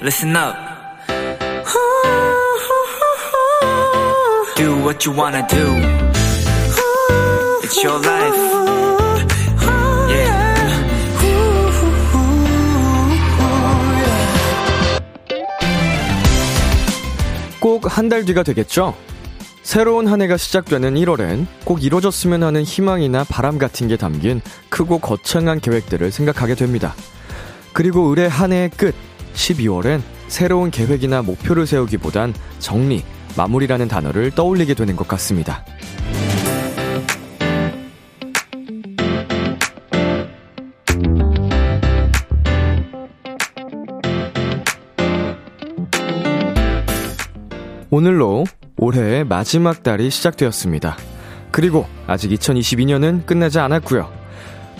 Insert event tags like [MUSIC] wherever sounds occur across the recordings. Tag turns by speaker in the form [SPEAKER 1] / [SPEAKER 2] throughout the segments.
[SPEAKER 1] listen up. Do what you wanna do. It's your life. Yeah.
[SPEAKER 2] 꼭 한 달 뒤가 되겠죠? 새로운 한 해가 시작되는 1월엔 꼭 이뤄졌으면 하는 희망이나 바람 같은 게 담긴 크고 거창한 계획들을 생각하게 됩니다. 그리고 올해 한 해의 끝, 12월엔 새로운 계획이나 목표를 세우기보단 정리, 마무리라는 단어를 떠올리게 되는 것 같습니다. 오늘로 올해의 마지막 달이 시작되었습니다. 그리고 아직 2022년은 끝나지 않았고요.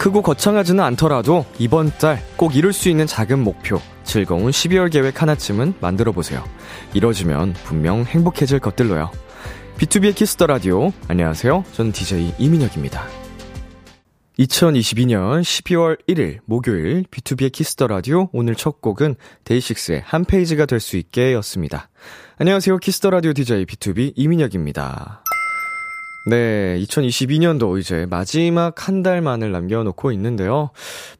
[SPEAKER 2] 크고 거창하지는 않더라도 이번 달 꼭 이룰 수 있는 작은 목표, 즐거운 12월 계획 하나쯤은 만들어 보세요. 이뤄지면 분명 행복해질 것들로요. B2B의 키스터 라디오. 안녕하세요. 저는 DJ 이민혁입니다. 2022년 12월 1일 목요일 B2B의 키스터 라디오 오늘 첫 곡은 데이식스의 한 페이지가 될 수 있게였습니다. 안녕하세요. 키스터 라디오 DJ B2B 이민혁입니다. 네, 2022년도 이제 마지막 한 달만을 남겨놓고 있는데요.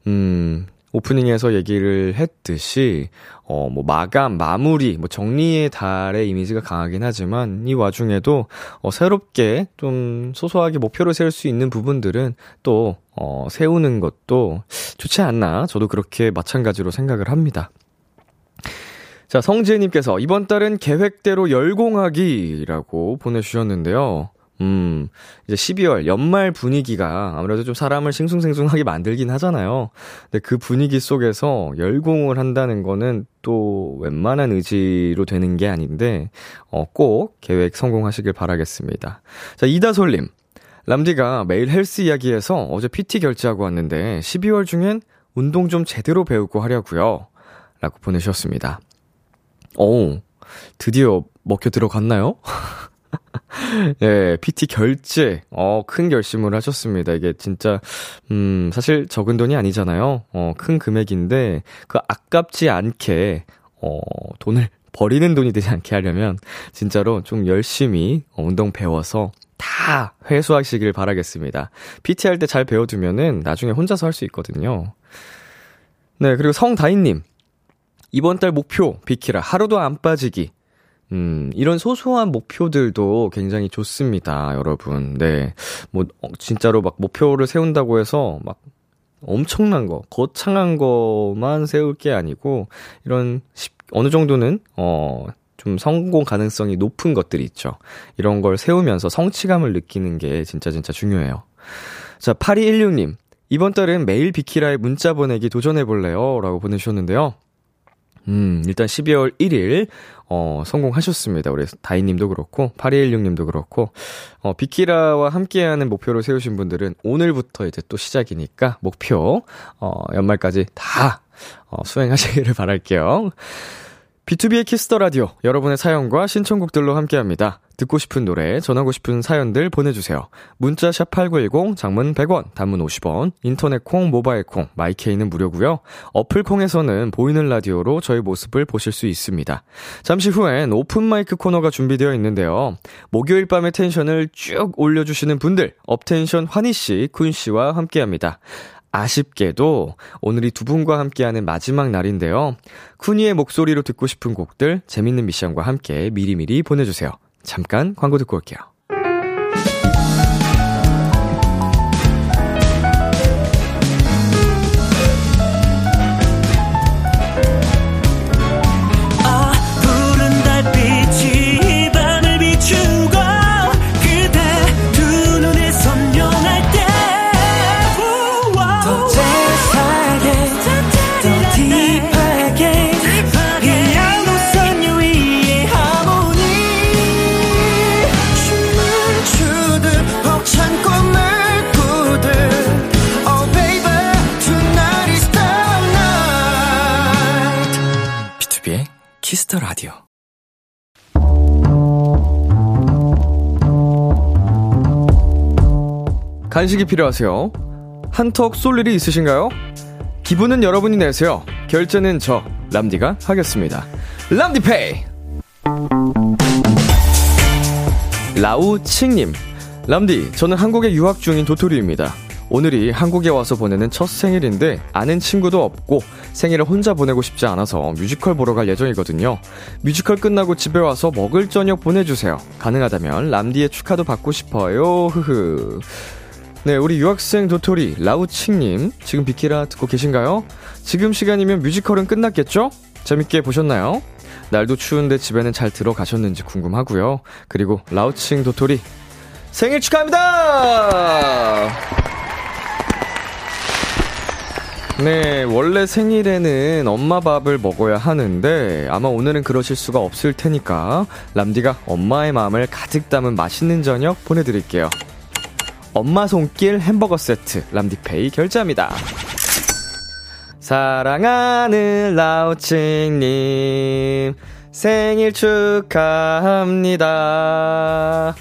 [SPEAKER 2] 음, 오프닝에서 얘기를 했듯이, 어, 뭐, 마감, 마무리, 뭐, 정리의 달의 이미지가 강하긴 하지만, 이 와중에도, 어, 새롭게 좀 소소하게 목표를 세울 수 있는 부분들은 또, 어, 세우는 것도 좋지 않나. 저도 그렇게 마찬가지로 생각을 합니다. 자, 성지혜님께서 이번 달은 계획대로 열공하기라고 보내주셨는데요. 음, 이제 12월 연말 분위기가 아무래도 좀 사람을 싱숭생숭하게 만들긴 하잖아요. 근데 그 분위기 속에서 열공을 한다는 거는 또 웬만한 의지로 되는 게 아닌데, 어, 꼭 계획 성공하시길 바라겠습니다. 자, 이다솔님. 람디가 매일 헬스 이야기에서 어제 PT 결제하고 왔는데, 12월 중엔 운동 좀 제대로 배우고 하려고요 라고 보내주셨습니다. 오, 드디어 먹혀 들어갔나요? [LAUGHS] 예, PT 결제. 어, 큰 결심을 하셨습니다. 이게 진짜, 음, 사실 적은 돈이 아니잖아요. 어, 큰 금액인데, 그 아깝지 않게, 어, 돈을 [LAUGHS] 버리는 돈이 되지 않게 하려면, 진짜로 좀 열심히 어, 운동 배워서 다 회수하시길 바라겠습니다. PT 할 때 잘 배워두면은 나중에 혼자서 할 수 있거든요. 네, 그리고 성다인님. 이번 달 목표, 비키라, 하루도 안 빠지기. 음, 이런 소소한 목표들도 굉장히 좋습니다, 여러분. 네. 뭐, 어, 진짜로 막 목표를 세운다고 해서 막 엄청난 거, 거창한 거만 세울 게 아니고, 이런 쉽- 어느 정도는, 어, 좀 성공 가능성이 높은 것들이 있죠. 이런 걸 세우면서 성취감을 느끼는 게 진짜 진짜 중요해요. 자, 8216님. 이번 달은 매일 비키라에 문자 보내기 도전해볼래요? 라고 보내주셨는데요. 음, 일단 12월 1일, 어, 성공하셨습니다. 우리 다희님도 그렇고, 8216님도 그렇고, 어, 비키라와 함께하는 목표를 세우신 분들은 오늘부터 이제 또 시작이니까, 목표, 어, 연말까지 다, 어, 수행하시기를 [LAUGHS] 바랄게요. B2B의 키스터 라디오, 여러분의 사연과 신청곡들로 함께합니다. 듣고 싶은 노래, 전하고 싶은 사연들 보내주세요. 문자 샵 #8910 장문 100원, 단문 50원, 인터넷 콩, 모바일 콩, 마이케이는 무료고요. 어플 콩에서는 보이는 라디오로 저희 모습을 보실 수 있습니다. 잠시 후엔 오픈 마이크 코너가 준비되어 있는데요. 목요일 밤의 텐션을 쭉 올려주시는 분들, 업텐션 환희 씨, 군 씨와 함께합니다. 아쉽게도 오늘이 두 분과 함께하는 마지막 날인데요. 쿠니의 목소리로 듣고 싶은 곡들, 재밌는 미션과 함께 미리미리 보내주세요. 잠깐 광고 듣고 올게요.
[SPEAKER 3] 푸른 달빛이 이 밤을 비추고 그대 두 눈이 선명할 때더 재사하게 더 딥하게 이 양도선 유위의 하모니 춤을 추듯 벅찬 꿈을 꾸듯 Oh baby tonight is the night
[SPEAKER 1] B2B의 키스터 라디오.
[SPEAKER 2] 간식이 필요하세요? 한턱 쏠 일이 있으신가요? 기분은 여러분이 내세요. 결제는 저 람디가 하겠습니다. 람디페이! 라우칭님. 람디, 저는 한국에 유학 중인 도토리입니다. 오늘이 한국에 와서 보내는 첫 생일인데 아는 친구도 없고 생일을 혼자 보내고 싶지 않아서 뮤지컬 보러 갈 예정이거든요. 뮤지컬 끝나고 집에 와서 먹을 저녁 보내주세요. 가능하다면 람디의 축하도 받고 싶어요. 흐흐. 네, 우리 유학생 도토리 라우칭님 지금 비키라 듣고 계신가요? 지금 시간이면 뮤지컬은 끝났겠죠? 재밌게 보셨나요? 날도 추운데 집에는 잘 들어가셨는지 궁금하고요. 그리고 라우칭 도토리 생일 축하합니다! 네, 원래 생일에는 엄마 밥을 먹어야 하는데 아마 오늘은 그러실 수가 없을 테니까 람디가 엄마의 마음을 가득 담은 맛있는 저녁 보내드릴게요. 엄마 손길 햄버거 세트 람디페이 결제합니다. 사랑하는 라우칭님 생일 축하합니다.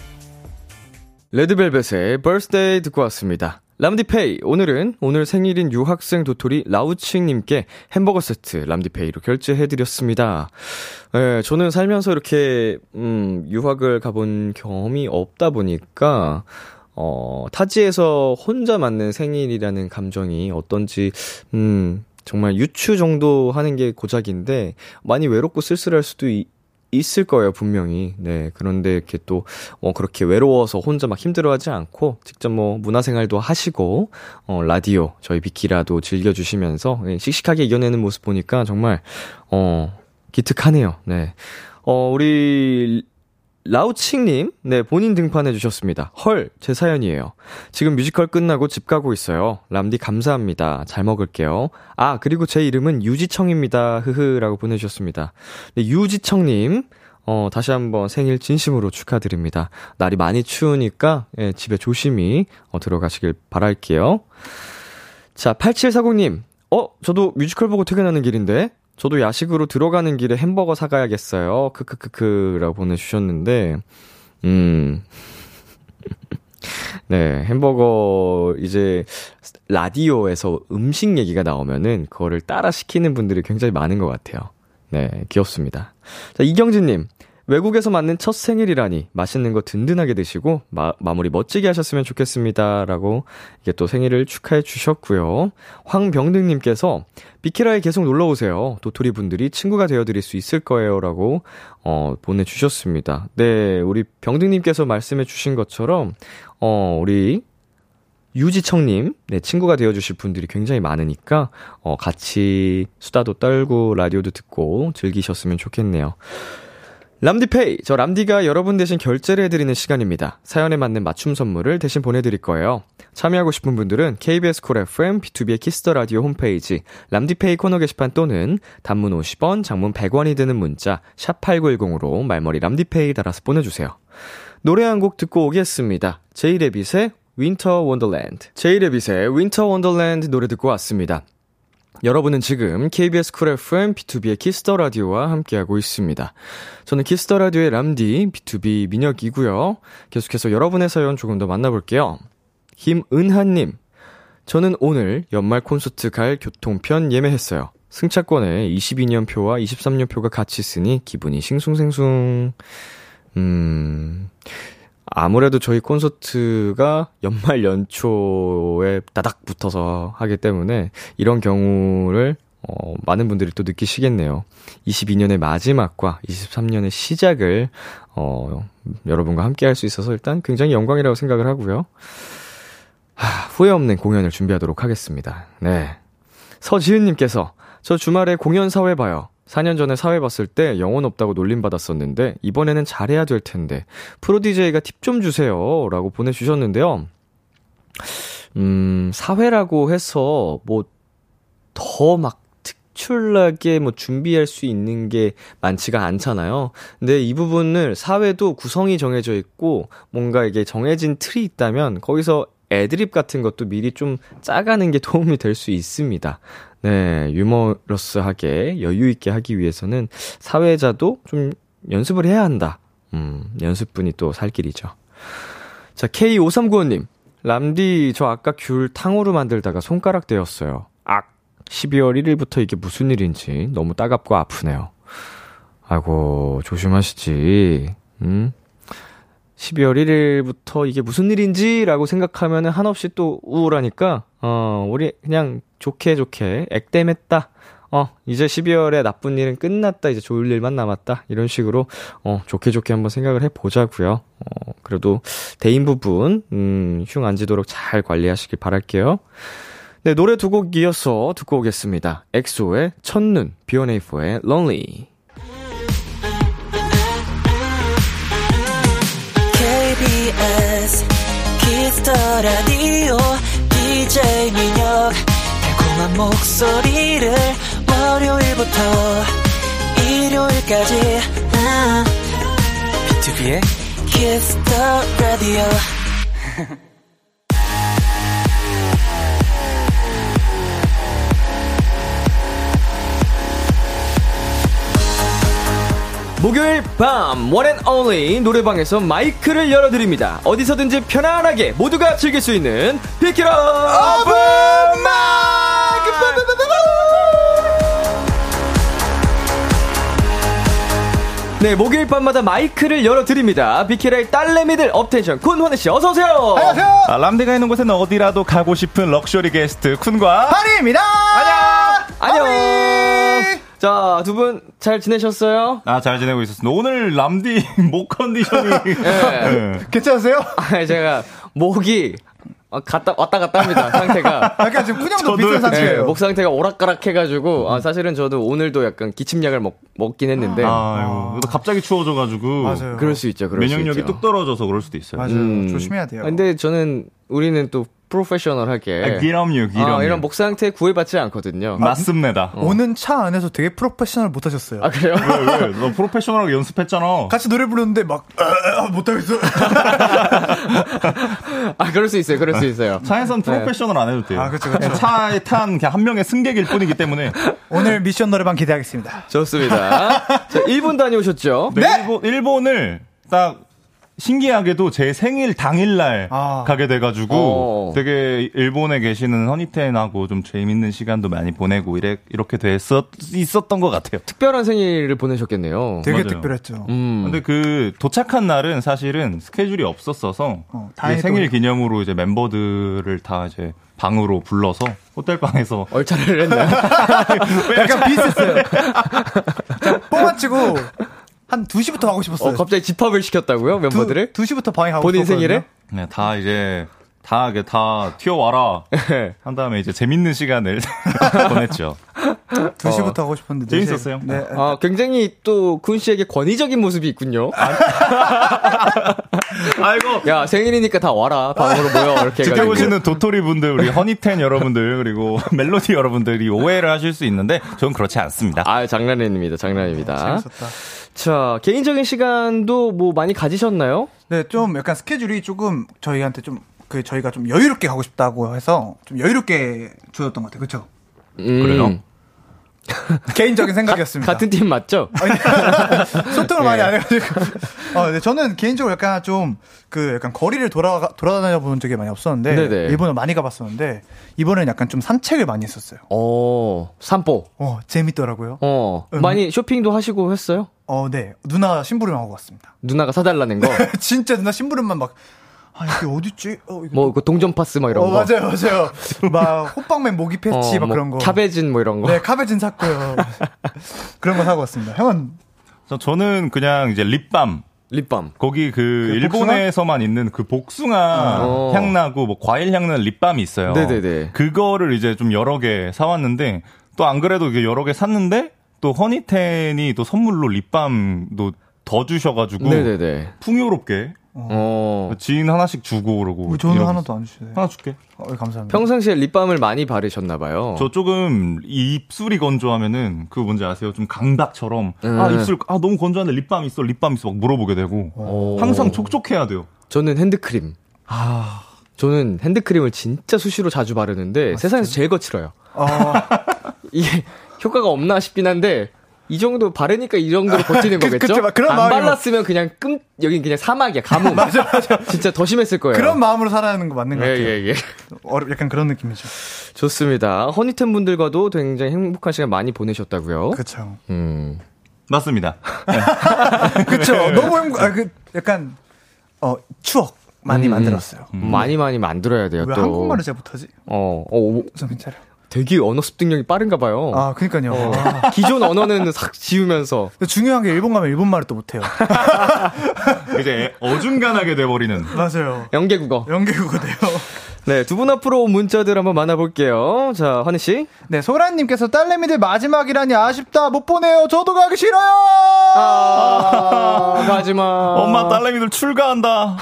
[SPEAKER 2] 레드벨벳의 Birthday 듣고 왔습니다. 람디페이 오늘은 오늘 생일인 유학생 도토리 라우칭님께 햄버거 세트 람디페이로 결제해드렸습니다. 예, 저는 살면서 이렇게 음, 유학을 가본 경험이 없다 보니까 어, 타지에서 혼자 맞는 생일이라는 감정이 어떤지, 음, 정말 유추 정도 하는 게 고작인데, 많이 외롭고 쓸쓸할 수도 이, 있을 거예요, 분명히. 네. 그런데 이렇게 또, 어, 그렇게 외로워서 혼자 막 힘들어하지 않고, 직접 뭐, 문화생활도 하시고, 어, 라디오, 저희 비키라도 즐겨주시면서, 예, 씩씩하게 이겨내는 모습 보니까 정말, 어, 기특하네요. 네. 어, 우리 라우칭님, 네, 본인 등판해 주셨습니다. 헐, 제 사연이에요. 지금 뮤지컬 끝나고 집 가고 있어요. 람디 감사합니다. 잘 먹을게요. 아, 그리고 제 이름은 유지청입니다. 흐흐라고 보내주셨습니다. 네, 유지청님, 어, 다시 한번 생일 진심으로 축하드립니다. 날이 많이 추우니까, 예, 집에 조심히, 어, 들어가시길 바랄게요. 자, 8740님, 어, 저도 뮤지컬 보고 퇴근하는 길인데, 저도 야식으로 들어가는 길에 햄버거 사가야겠어요. 크크크크라고 보내주셨는데, 음. [LAUGHS] 네, 햄버거, 이제, 라디오에서 음식 얘기가 나오면은, 그거를 따라 시키는 분들이 굉장히 많은 것 같아요. 네, 귀엽습니다. 자, 이경진님. 외국에서 맞는 첫 생일이라니 맛있는 거 든든하게 드시고 마, 마무리 멋지게 하셨으면 좋겠습니다라고 이게 또 생일을 축하해 주셨고요. 황병등님께서 비키라에 계속 놀러 오세요. 도토리 분들이 친구가 되어드릴 수 있을 거예요라고 어, 보내주셨습니다. 네, 우리 병등님께서 말씀해 주신 것처럼 어, 우리 유지청님, 네, 친구가 되어주실 분들이 굉장히 많으니까, 어, 같이 수다도 떨고, 라디오도 듣고, 즐기셨으면 좋겠네요. 람디페이, 저 람디가 여러분 대신 결제를 해드리는 시간입니다. 사연에 맞는 맞춤 선물을 대신 보내드릴 거예요. 참여하고 싶은 분들은 KBS 콜 FM, B2B의 키스터 라디오 홈페이지, 람디페이 코너 게시판 또는 단문 50원, 장문 100원이 드는 문자, 샵8910으로 말머리 람디페이 달아서 보내주세요. 노래 한 곡 듣고 오겠습니다. 제이레빗의 윈터 원더랜드. 제이레빗의 윈터 원더랜드 노래 듣고 왔습니다. 여러분은 지금 KBS 쿨 FM B2B의 키스터 라디오와 함께하고 있습니다. 저는 키스터 라디오의 람디 B2B 민혁이고요. 계속해서 여러분의 사연 조금 더 만나볼게요. 김은하님, 저는 오늘 연말 콘서트 갈 교통편 예매했어요. 승차권에 22년 표와 23년 표가 같이 있으니 기분이 싱숭생숭. 음. 아무래도 저희 콘서트가 연말 연초에 따닥 붙어서 하기 때문에 이런 경우를 어, 많은 분들이 또 느끼시겠네요. 22년의 마지막과 23년의 시작을 어, 여러분과 함께 할 수 있어서 일단 굉장히 영광이라고 생각을 하고요. 하, 후회 없는 공연을 준비하도록 하겠습니다. 네. 서지은님께서 저 주말에 공연 사회 봐요. 4년 전에 사회 봤을 때 영혼 없다고 놀림받았었는데, 이번에는 잘해야 될 텐데, 프로디제이가 팁 좀 주세요. 라고 보내주셨는데요. 음, 사회라고 해서, 뭐, 더 막 특출나게 뭐 준비할 수 있는 게 많지가 않잖아요. 근데 이 부분을 사회도 구성이 정해져 있고, 뭔가 이게 정해진 틀이 있다면, 거기서 애드립 같은 것도 미리 좀 짜가는 게 [LAUGHS] 도움이 될 수 있습니다. 네, 유머러스하게 여유 있게 하기 위해서는 사회자도 좀 연습을 해야 한다. 음, 연습뿐이 또 살 길이죠. 자, K5395님. 람디, 저 아까 귤 탕후루 만들다가 손가락 되었어요. 악. 12월 1일부터 이게 무슨 일인지 너무 따갑고 아프네요. 아이고, 조심하시지. 음? 12월 1일부터 이게 무슨 일인지라고 생각하면 한없이 또 우울하니까, 어, 우리 그냥 좋게 좋게 액땜했다. 어, 이제 12월에 나쁜 일은 끝났다. 이제 좋을 일만 남았다. 이런 식으로, 어, 좋게 좋게 한번 생각을 해보자고요 어, 그래도 대인 부분, 음, 흉 안 지도록 잘 관리하시길 바랄게요. 네, 노래 두 곡 이어서 듣고 오겠습니다. 엑소의 첫눈, B1A4의 Lonely.
[SPEAKER 3] KBS 키스터 라디오 DJ 민혁 달콤한 목소리를 월요일부터 일요일까지 아,
[SPEAKER 1] 비투비의
[SPEAKER 3] 키스터 라디오
[SPEAKER 2] 목요일 밤 원앤 only 노래방에서 마이크를 열어드립니다. 어디서든지 편안하게 모두가 즐길 수 있는 비키라 오픈 마이크. 네 목요일 밤마다 마이크를 열어드립니다. 비키라의 딸내미들 업텐션 쿤환우 씨 어서 오세요.
[SPEAKER 4] 안녕하세요. 아, 람디가 있는 곳에는 어디라도 가고 싶은 럭셔리 게스트 쿤과 하리입니다. 안녕.
[SPEAKER 2] 안녕. 자, 두 분 잘 지내셨어요?
[SPEAKER 4] 아, 잘 지내고 있었습니다. 오늘 람디 [LAUGHS] 목 컨디션이
[SPEAKER 5] [LAUGHS]
[SPEAKER 2] 예.
[SPEAKER 5] 괜찮으세요?
[SPEAKER 2] 아니, 제가 목이 어, 갔다 왔다 갔다 합니다.
[SPEAKER 4] [LAUGHS]
[SPEAKER 2] 상태가.
[SPEAKER 4] 아,
[SPEAKER 5] 약간 아, 그러니까 지금 푸념도 비슷한
[SPEAKER 2] 예,
[SPEAKER 5] 상태예요.
[SPEAKER 2] 목 상태가 오락가락 해가지고 아, 사실은 저도 오늘도 약간 기침약을 먹, 먹긴 했는데
[SPEAKER 4] 아이고, 또 갑자기 추워져가지고
[SPEAKER 5] 네. 맞아요.
[SPEAKER 2] 그럴 수 있죠. 그럴 수
[SPEAKER 4] 면역력이
[SPEAKER 2] 있죠.
[SPEAKER 4] 뚝 떨어져서 그럴 수도 있어요.
[SPEAKER 5] 맞아요.
[SPEAKER 2] 음.
[SPEAKER 5] 조심해야 돼요.
[SPEAKER 2] 아, 근데 저는 우리는 또 프로페셔널하게
[SPEAKER 4] 아, 기럼요, 기럼요.
[SPEAKER 2] 예. 아, 이런 어. 목 상태 구애받지 않거든요.
[SPEAKER 4] 아, 맞습니다.
[SPEAKER 5] 오는 차 안에서 되게 프로페셔널 못 하셨어요.
[SPEAKER 2] 아 그래요?
[SPEAKER 4] 왜, 왜? 너 프로페셔널하게 연습했잖아.
[SPEAKER 5] 같이 노래 부르는데 막, 아, 아, 못하겠어.
[SPEAKER 2] 아 그럴 수 있어요. 그럴 수 있어요.
[SPEAKER 4] 차에선 프로페셔널 안 해도 돼요.
[SPEAKER 5] 아, 그쵸, 그쵸.
[SPEAKER 4] 차에 탄 그냥 한 명의 승객일 뿐이기 때문에.
[SPEAKER 5] 오늘 미션 노래방 기대하겠습니다.
[SPEAKER 2] 좋습니다. 자, 일본 다녀오셨죠?
[SPEAKER 4] 네. 일본, 일본을 딱 신기하게도 제 생일 당일날
[SPEAKER 5] 아.
[SPEAKER 4] 가게 돼가지고
[SPEAKER 2] 어.
[SPEAKER 4] 되게 일본에 계시는 허니텐하고 좀 재밌는 시간도 많이 보내고 이래, 이렇게 됐었 있었던 것 같아요.
[SPEAKER 2] 특별한 생일을 보내셨겠네요.
[SPEAKER 5] 되게
[SPEAKER 4] 맞아요.
[SPEAKER 5] 특별했죠.
[SPEAKER 2] 음.
[SPEAKER 4] 근데 그 도착한 날은 사실은 스케줄이 없었어서
[SPEAKER 5] 어,
[SPEAKER 4] 이제
[SPEAKER 5] 다행히
[SPEAKER 4] 생일
[SPEAKER 5] 또-
[SPEAKER 4] 기념으로 이제 멤버들을 다 이제 방으로 불러서 호텔 방에서
[SPEAKER 2] 얼차를
[SPEAKER 4] [LAUGHS]
[SPEAKER 2] 했나요?
[SPEAKER 5] [LAUGHS] 약간 그러니까 비슷했어요. 자, 뽑아치고, 한 2시부터 가고
[SPEAKER 2] 어,
[SPEAKER 5] 싶었어요.
[SPEAKER 2] 갑자기 집합을 시켰다고요? 멤버들을?
[SPEAKER 5] 2시부터 방에 가고
[SPEAKER 2] 본인
[SPEAKER 5] 싶었거든요.
[SPEAKER 2] 생일에?
[SPEAKER 4] 그냥 네, 다 이제 다 이게 다
[SPEAKER 5] [LAUGHS]
[SPEAKER 4] 튀어와라
[SPEAKER 2] 네.
[SPEAKER 4] 한 다음에 이제 재밌는 시간을 [LAUGHS] 보냈죠.
[SPEAKER 2] 어.
[SPEAKER 5] 2시부터 가고 싶었는데. 네 시-
[SPEAKER 4] 재밌었어요?
[SPEAKER 5] 네.
[SPEAKER 2] 아, 굉장히 또, 군 씨에게 권위적인 모습이 있군요. 아,
[SPEAKER 5] [LAUGHS]
[SPEAKER 4] 아이고
[SPEAKER 2] 야, 생일이니까 다 와라. 방으로 모여. 이렇게 해가지고.
[SPEAKER 4] 지켜보시는 도토리 분들, 우리 허니텐 여러분들, 그리고 [LAUGHS] 멜로디 여러분들이 오해를 하실 수 있는데, 저는 그렇지 않습니다.
[SPEAKER 2] 아, 장난입니다. 장난입니다.
[SPEAKER 5] 재밌었다.
[SPEAKER 2] 자, 개인적인 시간도 뭐 많이 가지셨나요?
[SPEAKER 5] 네, 좀 약간 스케줄이 조금 저희한테 좀, 그, 저희가 좀 여유롭게 가고 싶다고 해서 좀 여유롭게 주었던 것
[SPEAKER 2] [LAUGHS]
[SPEAKER 5] 같아요. 그쵸?
[SPEAKER 2] 음,
[SPEAKER 4] 그래요?
[SPEAKER 5] 개인적인 생각이었습니다.
[SPEAKER 2] 같은 팀 맞죠?
[SPEAKER 5] [LAUGHS] 소통을
[SPEAKER 2] 예.
[SPEAKER 5] 많이 안 해가지고. 어, 근데 저는 개인적으로 약간 좀 그 약간 거리를 돌아 돌아다녀 본 적이 많이 없었는데
[SPEAKER 2] 네네.
[SPEAKER 5] 일본을 많이 가봤었는데 이번엔 약간 좀 산책을 많이 했었어요.
[SPEAKER 2] 어, 산보.
[SPEAKER 5] 어 재밌더라고요.
[SPEAKER 2] 어,
[SPEAKER 5] 음.
[SPEAKER 2] 많이 쇼핑도 하시고 했어요?
[SPEAKER 5] 어, 네 누나 심부름 하고 갔습니다. [LAUGHS]
[SPEAKER 2] 누나가 사달라는 거.
[SPEAKER 5] 진짜 누나 심부름만 막. 아 이게 어딨지? 어 이거
[SPEAKER 2] 뭐, 그 동전 파스 막 이런
[SPEAKER 5] 어
[SPEAKER 2] 거. [LAUGHS]
[SPEAKER 5] 맞아요 맞아요. 막 호빵맨 모기 패치 막
[SPEAKER 2] 뭐
[SPEAKER 5] 그런 거.
[SPEAKER 2] 캬베진 뭐 이런 거.
[SPEAKER 5] 네 카베진
[SPEAKER 2] [LAUGHS]
[SPEAKER 5] 샀고요. 그런 거 사고 왔습니다. 형은
[SPEAKER 4] 저- 저는 그냥 이제 립밤.
[SPEAKER 2] 립밤.
[SPEAKER 4] 거기 그,
[SPEAKER 5] 복숭아?
[SPEAKER 4] 일본에서만 있는 그 복숭아
[SPEAKER 2] 어.
[SPEAKER 4] 향나고 뭐 과일 향나는 립밤이 있어요.
[SPEAKER 2] 네네네.
[SPEAKER 4] 그거를 이제 좀 여러 개 사왔는데 또 안 그래도 이게 여러 개 샀는데 또 허니텐이 또 선물로 립밤도 더 주셔가지고
[SPEAKER 2] 네네네.
[SPEAKER 4] 풍요롭게
[SPEAKER 2] 어.
[SPEAKER 4] 지인 하나씩 주고 그러고
[SPEAKER 5] 왜뭐 저는
[SPEAKER 4] 이러고
[SPEAKER 5] 하나도 안 주세요.
[SPEAKER 4] 있어요. 하나 줄게.
[SPEAKER 5] 어, 감사합니다.
[SPEAKER 2] 뭐 평상시에 립밤을 많이 바르셨나봐요.
[SPEAKER 4] 어. 저 조금 입술이 건조하면은 그 뭔지 아세요? 좀 강박처럼 아
[SPEAKER 2] 음.
[SPEAKER 4] 입술 아 너무 건조한데 립밤 있어 립밤 있어 막 물어보게 되고 항상 촉촉해야 돼요.
[SPEAKER 2] 저는 핸드크림.
[SPEAKER 5] 아.
[SPEAKER 2] 저는 핸드크림을 진짜 수시로 자주 [LAUGHS] 바르는데 세상에서 제일 거칠어요.
[SPEAKER 5] 어,
[SPEAKER 2] 이게 효과가 없나 싶긴 한데 이 정도 바르니까 이 정도로 버티는
[SPEAKER 5] [LAUGHS] 그-
[SPEAKER 2] 거겠죠?
[SPEAKER 5] 그쵸, 그런
[SPEAKER 2] 안
[SPEAKER 5] 마음이-
[SPEAKER 2] 발랐으면 그냥 끔 여긴 그냥 사막이야
[SPEAKER 5] [LAUGHS]
[SPEAKER 2] 가뭄. 맞아 맞아. 진짜 더 심했을 거예요.
[SPEAKER 5] 그런 마음으로 살아가는 거 맞는 것 같아요.
[SPEAKER 2] 예예예.
[SPEAKER 5] 어렵- 약간 그런 느낌이죠.
[SPEAKER 2] 좋습니다. 허니템 분들과도 굉장히 행복한 시간 많이 보내셨다고요.
[SPEAKER 5] 그렇죠.
[SPEAKER 2] 어? 음.
[SPEAKER 4] 맞습니다.
[SPEAKER 5] [LAUGHS]
[SPEAKER 2] 네.
[SPEAKER 5] 그렇죠. 너무 행복. 아, 그 약간 어 추억 많이
[SPEAKER 2] 음,
[SPEAKER 5] 만들었어요.
[SPEAKER 2] 많이 많이 만들어야 돼요.
[SPEAKER 5] 왜
[SPEAKER 2] 또.
[SPEAKER 5] 한국말을 잘 못하지?
[SPEAKER 2] 어, 어, 오,
[SPEAKER 5] 정신 차려.
[SPEAKER 2] 되게 언어 습득력이 빠른가 봐요.
[SPEAKER 5] 아, 그니까요.
[SPEAKER 2] 어.
[SPEAKER 5] 아.
[SPEAKER 2] 기존 언어는 싹 지우면서
[SPEAKER 5] 근데 중요한 게 일본 가면 일본 말을
[SPEAKER 2] [LAUGHS]
[SPEAKER 5] 또 못해요.
[SPEAKER 4] 이제 어중간하게 돼버리는.
[SPEAKER 5] 맞아요.
[SPEAKER 2] 연계국어.
[SPEAKER 5] 연계국어 돼요.
[SPEAKER 2] 네, 두 분 앞으로 온 문자들 한번 만나볼게요. 자, 허니 씨.
[SPEAKER 5] 네, 소라님께서 딸내미들 마지막이라니 아쉽다. 못 보내요. 저도 가기 싫어요.
[SPEAKER 2] 아, 마지막.
[SPEAKER 4] 엄마 딸내미들 출가한다.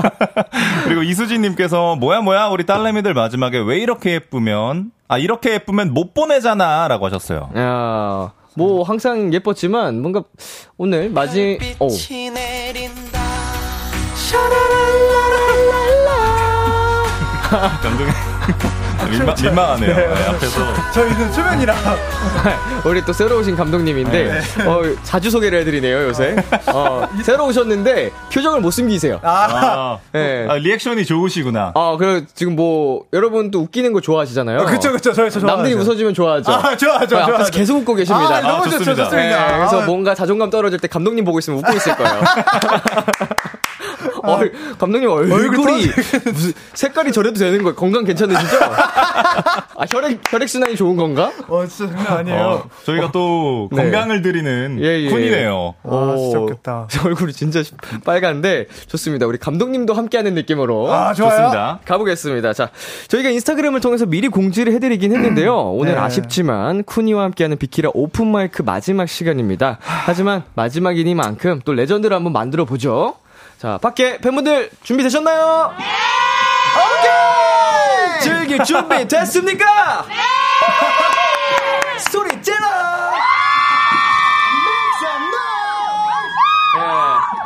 [SPEAKER 4] [LAUGHS] 그리고 이수진님께서 뭐야 뭐야 우리 딸내미들 마지막에 왜 이렇게 예쁘면 아 이렇게 예쁘면 못 보내잖아라고 하셨어요.
[SPEAKER 2] 야, 뭐 항상 예뻤지만 뭔가 오늘 마지. 오.
[SPEAKER 3] 빛이 내린다
[SPEAKER 4] 감독님 민망, 민망하네요. 네, 앞에서
[SPEAKER 5] 저희는 수면이라.
[SPEAKER 2] 어. 우리 또 새로 오신 감독님인데 어, 자주 소개를 해드리네요 요새. 어, 새로 오셨는데 표정을 못 숨기세요.
[SPEAKER 5] 아,
[SPEAKER 4] 아,
[SPEAKER 2] 예.
[SPEAKER 4] 아, 리액션이 좋으시구나.
[SPEAKER 2] 아, 그래 지금 뭐 여러분 또 웃기는 거 좋아하시잖아요.
[SPEAKER 5] 그쵸, 그쵸. 저희 저 좋아하죠.
[SPEAKER 2] 남들이 웃어주면 좋아하죠.
[SPEAKER 5] 아, 좋아, 좋아,
[SPEAKER 2] 네,
[SPEAKER 5] 좋아.
[SPEAKER 2] 앞에서 계속 웃고 계십니다.
[SPEAKER 5] 아,
[SPEAKER 4] 아,
[SPEAKER 5] 너무 좋죠,
[SPEAKER 4] 좋습니다.
[SPEAKER 5] 좋습니다.
[SPEAKER 2] 네, 그래서
[SPEAKER 5] 아,
[SPEAKER 2] 뭔가 자존감 떨어질 때 감독님 보고 있으면 웃고 있을 거예요.
[SPEAKER 5] 아.
[SPEAKER 2] [LAUGHS] 얼, 감독님 얼굴이 무슨 색깔이 저래도 되는 거예요. 건강 괜찮으시죠? 아, 혈액 혈액 순환이 좋은 건가?
[SPEAKER 5] 어, 진짜 장난 아니에요.
[SPEAKER 4] 어, 저희가 또
[SPEAKER 2] 네.
[SPEAKER 4] 건강을 드리는
[SPEAKER 2] 예, 예.
[SPEAKER 4] 쿤이네요.
[SPEAKER 5] 아, 진짜
[SPEAKER 2] 오, [LAUGHS]
[SPEAKER 5] 웃겼다.
[SPEAKER 2] 얼굴이 진짜 시- 빨간데 좋습니다. 우리 감독님도 함께하는 느낌으로
[SPEAKER 5] 아, 좋아요.
[SPEAKER 4] 좋습니다.
[SPEAKER 2] [LAUGHS] 가보겠습니다. 자, 저희가 인스타그램을 통해서 미리 공지를 해드리긴 했는데요. 오늘
[SPEAKER 5] 네.
[SPEAKER 2] 아쉽지만 쿠니와 함께하는 비키라 오픈 마이크 마지막 시간입니다. 하지만 마지막이니만큼 또 레전드를 한번 만들어 보죠. 자, 밖에 팬분들 준비되셨나요? 오케이! 즐길 준비 됐습니까? 소리 질러!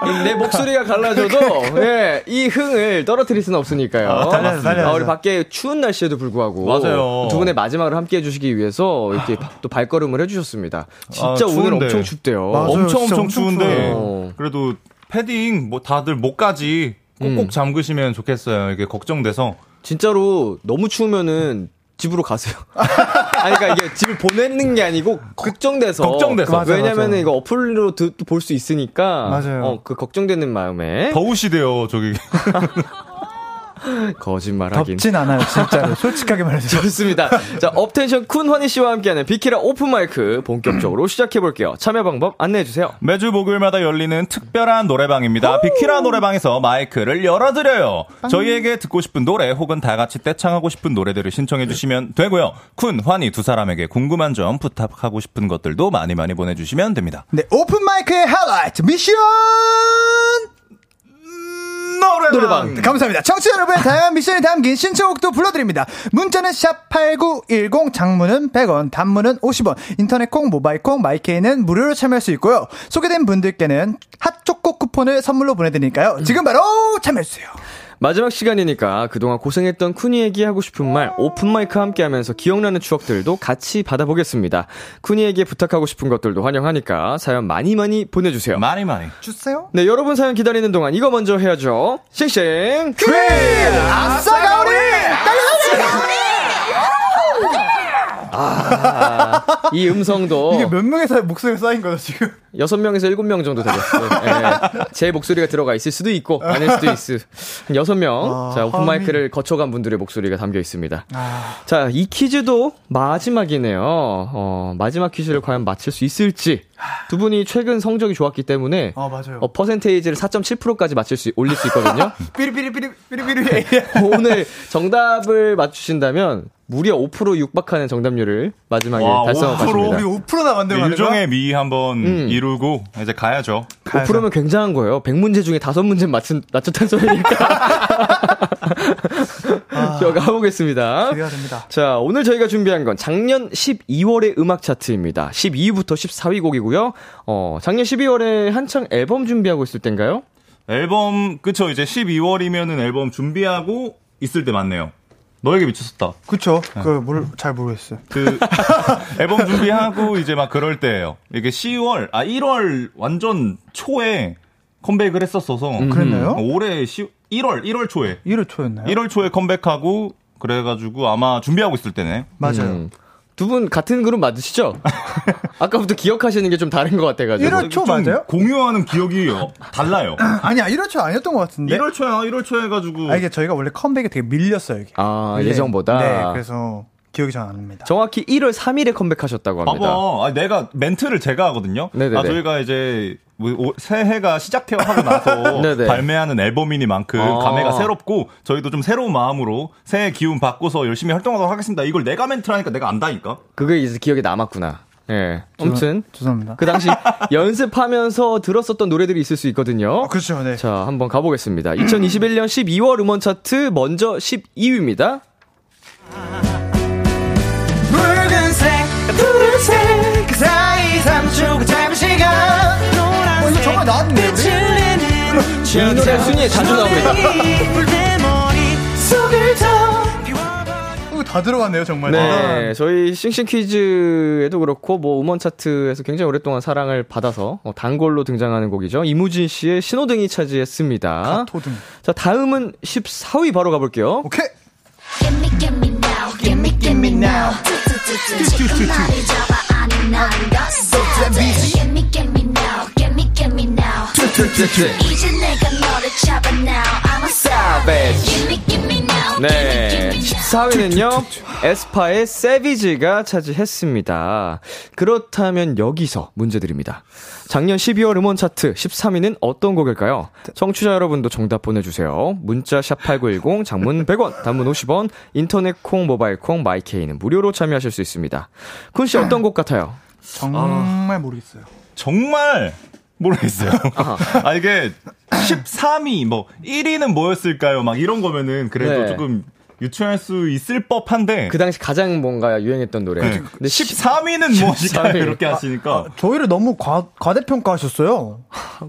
[SPEAKER 2] 예, 내 목소리가 [LAUGHS] 갈라져도 예, 이 흥을 떨어뜨릴 수는 없으니까요.
[SPEAKER 5] 달려야죠, 달려야죠.
[SPEAKER 2] 아, 우리 밖에 추운 날씨에도 불구하고
[SPEAKER 4] 맞아요.
[SPEAKER 2] 두 분의 마지막을 함께 해주시기 위해서 이렇게 또 발걸음을 해주셨습니다. 진짜
[SPEAKER 4] 아,
[SPEAKER 2] 오늘
[SPEAKER 4] 추운데.
[SPEAKER 2] 엄청 춥대요.
[SPEAKER 5] 맞아요.
[SPEAKER 4] 엄청
[SPEAKER 5] 진짜
[SPEAKER 4] 엄청 추운데
[SPEAKER 2] 추워요.
[SPEAKER 4] 그래도 패딩 뭐 다들 목까지 꼭꼭 잠그시면 좋겠어요. 이게 걱정돼서
[SPEAKER 2] 진짜로 너무 추우면은 집으로 가세요. [LAUGHS] 아니, 그러니까 이게 집을 보내는 게 아니고 걱정돼서.
[SPEAKER 4] 걱정돼서.
[SPEAKER 5] 맞아, 맞아.
[SPEAKER 2] 왜냐면은 이거 어플로 볼 수 있으니까.
[SPEAKER 5] 맞아요.
[SPEAKER 2] 어, 그 걱정되는 마음에
[SPEAKER 4] 더우시대요 저기. [LAUGHS]
[SPEAKER 2] 거짓말하긴.
[SPEAKER 5] 덥진 않아요, 진짜로. 솔직하게 말해주세요.
[SPEAKER 2] [LAUGHS] 좋습니다. 자, 업텐션 쿤 허니 씨와 함께하는 비키라 오픈 마이크 본격적으로 [CLEARS THROAT] 시작해 볼게요. 참여 방법 안내해 주세요.
[SPEAKER 4] 매주 목요일마다 열리는 특별한 노래방입니다. 비키라 노래방에서 마이크를 열어드려요. 저희에게 듣고 싶은 노래 혹은 다 같이 떼창하고 싶은 노래들을 신청해주시면 되고요. 쿤, 환희 두 사람에게 궁금한 점 부탁하고 싶은 것들도 많이 많이 보내주시면 됩니다.
[SPEAKER 5] 네, 오픈 마이크의 하이라이트 미션!
[SPEAKER 2] 노래방.
[SPEAKER 5] 네, 감사합니다. 청취자 여러분의 다양한 미션이 담긴 신청곡도 불러드립니다. 문자는 샵8910, 장문은 100원, 단문은 50원, 인터넷 콩, 모바일 콩, 마이케이는 무료로 참여할 수 있고요. 소개된 분들께는 핫초코 쿠폰을 선물로 보내드리니까요. 지금 바로 참여해주세요.
[SPEAKER 2] 마지막 시간이니까 그동안 고생했던 쿤이에게 하고 싶은 말 오픈 마이크 함께 하면서 기억나는 추억들도 같이 받아보겠습니다. 쿤이에게 부탁하고 싶은 것들도 환영하니까 사연 많이 많이 보내 주세요.
[SPEAKER 4] 많이 많이.
[SPEAKER 5] 주세요.
[SPEAKER 2] 네, 여러분 사연 기다리는 동안 이거 먼저 해야죠. 싱싱 퀴즈!
[SPEAKER 5] 네, 아싸가오리!
[SPEAKER 2] 이 음성도
[SPEAKER 5] 이게 몇 명의 사이 목소리가 쌓인 거죠, 지금?
[SPEAKER 2] 여섯 명에서 일곱 명 정도 되겠어요. 예. 제 목소리가 들어가 있을 수도 있고 아닐 수도 있을 한 여섯 명
[SPEAKER 5] 아,
[SPEAKER 2] 자, 오픈
[SPEAKER 5] 화음이. 아.
[SPEAKER 2] 마이크를 거쳐간 분들의 목소리가 담겨 있습니다. 자, 이 퀴즈도 마지막이네요. 어, 마지막 퀴즈를 과연 맞힐 수 있을지. 두 분이 최근 성적이 좋았기 때문에
[SPEAKER 5] 아, 맞아요.
[SPEAKER 2] 어, 퍼센테이지를 4.7%까지 맞출 수 올릴 수 있거든요. 뭐
[SPEAKER 5] [LAUGHS] 삐리삐리삐리,
[SPEAKER 2] [LAUGHS]
[SPEAKER 5] 삐리삐리.
[SPEAKER 2] 오늘 정답을 맞추신다면 무려 5% 육박하는 정답률을 마지막에
[SPEAKER 4] 와,
[SPEAKER 2] 달성할
[SPEAKER 4] 5%?
[SPEAKER 2] 것입니다.
[SPEAKER 5] 우리 5%나 만들어 가는 거야?
[SPEAKER 4] 일종의 미 한번 이루고 이제 가야죠.
[SPEAKER 2] 5%면 그 굉장한 거예요. 100문제 중에 5문제 맞춘, 맞췄다는
[SPEAKER 5] [LAUGHS]
[SPEAKER 2] 소리니까. 저 가보겠습니다.
[SPEAKER 5] 아. 기대가 됩니다.
[SPEAKER 2] 자, 오늘 저희가 준비한 건 작년 12월의 음악 차트입니다. 12위부터 14위 곡이고요. 어, 작년 12월에 한창 앨범 준비하고 있을 땐가요?
[SPEAKER 4] 앨범, 그쵸, 이제 12월이면은 앨범 준비하고 있을 때 맞네요. 너에게 미쳤었다.
[SPEAKER 5] [LAUGHS] 그쵸.
[SPEAKER 2] 네.
[SPEAKER 5] 그뭘잘 모르겠어요.
[SPEAKER 4] 그 [LAUGHS] 앨범 준비하고 이제 막 그럴 때예요. 이게 10월 아 1월 완전 초에 컴백을 했었어서 음,
[SPEAKER 5] 그랬나요?
[SPEAKER 2] 음.
[SPEAKER 4] 올해 10, 1월 1월 초에
[SPEAKER 5] 1월 초였나요?
[SPEAKER 4] 1월 초에 컴백하고 그래가지고 아마 준비하고 있을 때네.
[SPEAKER 5] 맞아요.
[SPEAKER 2] 음. 두 분 같은 그룹 맞으시죠?
[SPEAKER 5] [LAUGHS]
[SPEAKER 2] 아까부터 기억하시는 게 좀 다른 것 같아가지고.
[SPEAKER 5] 1월 초
[SPEAKER 4] 좀
[SPEAKER 5] 맞아요? [LAUGHS]
[SPEAKER 4] 공유하는 기억이 달라요.
[SPEAKER 5] 아니야, 1월 초 아니었던 것 같은데.
[SPEAKER 4] 1월 초야 1월 초 해가지고
[SPEAKER 5] 아, 이게 저희가 원래 컴백이 되게 밀렸어요, 이게.
[SPEAKER 2] 아,
[SPEAKER 5] 밀려요.
[SPEAKER 2] 예정보다?
[SPEAKER 5] 네, 그래서 기억이 잘 안 납니다.
[SPEAKER 2] 정확히 1월 3일에 컴백하셨다고 합니다.
[SPEAKER 4] 봐봐. 아, 내가 멘트를 제가 하거든요.
[SPEAKER 2] 네네네.
[SPEAKER 4] 아, 저희가 이제 뭐 올- 새해가 시작해 하고
[SPEAKER 2] [LAUGHS]
[SPEAKER 4] 나서
[SPEAKER 2] 네네.
[SPEAKER 4] 발매하는 앨범이니만큼
[SPEAKER 2] 아.
[SPEAKER 4] 감회가 새롭고 저희도 좀 새로운 마음으로 새해 기운 바꿔서 열심히 활동하도록 하겠습니다. 이걸 내가 멘트를 하니까 내가 안다니까.
[SPEAKER 2] 그게 이제 기억에 남았구나. 예. 아무튼
[SPEAKER 5] 어, 죄송합니다.
[SPEAKER 2] 그
[SPEAKER 5] [LAUGHS]
[SPEAKER 2] 당시 연습하면서 들었었던 노래들이 있을 수 있거든요.
[SPEAKER 5] 어, 그렇죠, 네.
[SPEAKER 2] 자, 한번 가보겠습니다. 2021년 12월 음원 차트 먼저 12위입니다.
[SPEAKER 3] 붉은색 푸른색 그 사이 3초 짧은 시간
[SPEAKER 5] 어, 이거 정말 나왔네.
[SPEAKER 3] 빛을 내는
[SPEAKER 2] 이 노래 순위에 자주 나옵니다.
[SPEAKER 3] 내 머릿속을 더 비워버려
[SPEAKER 5] 이거 다 들어갔네요, 정말. 아,
[SPEAKER 2] 네, 저희 싱싱 퀴즈에도 그렇고 뭐 음원 차트에서 굉장히 오랫동안 사랑을 받아서 어, 단골로 등장하는 곡이죠. 이무진 씨의 신호등이 차지했습니다.
[SPEAKER 5] 토등.
[SPEAKER 2] 자, 다음은 14위 바로 가볼게요.
[SPEAKER 5] 오케이.
[SPEAKER 6] Gimme, gimme now, gimme, gimme now. 지금 나를 잡아 아는 난더 사운드. Gimme, gimme now, gimme, gimme now. 이제 내가 너를 잡아 now. I'm a savage. Gimme, gimme now.
[SPEAKER 2] 네,
[SPEAKER 6] gimme, gimme now.
[SPEAKER 2] 14위는요 에스파의 세비지가 차지했습니다. 그렇다면 여기서 문제드립니다. 작년 12월 음원 차트 13위는 어떤 곡일까요? 청취자 여러분도 정답 보내주세요. 문자 샵 #8910 장문 100원, 단문 50원, 인터넷 콩, 모바일 콩, 마이케이는 무료로 참여하실 수 있습니다. 군 씨 어떤 곡 같아요?
[SPEAKER 5] 정말 모르겠어요.
[SPEAKER 4] 정말
[SPEAKER 2] [LAUGHS]
[SPEAKER 4] 모르겠어요. 아 이게 13위 뭐 1위는 뭐였을까요? 막 이런 거면은 그래도
[SPEAKER 2] 네.
[SPEAKER 4] 조금 유추할 수 있을 법한데
[SPEAKER 2] 그 당시 가장 뭔가 유행했던 노래. 근데
[SPEAKER 4] 13위는 무엇일까요?
[SPEAKER 2] 13위. 아,
[SPEAKER 4] 이렇게 하시니까
[SPEAKER 5] 저희를 너무 과,
[SPEAKER 2] [LAUGHS]
[SPEAKER 5] 과대평가하셨어요.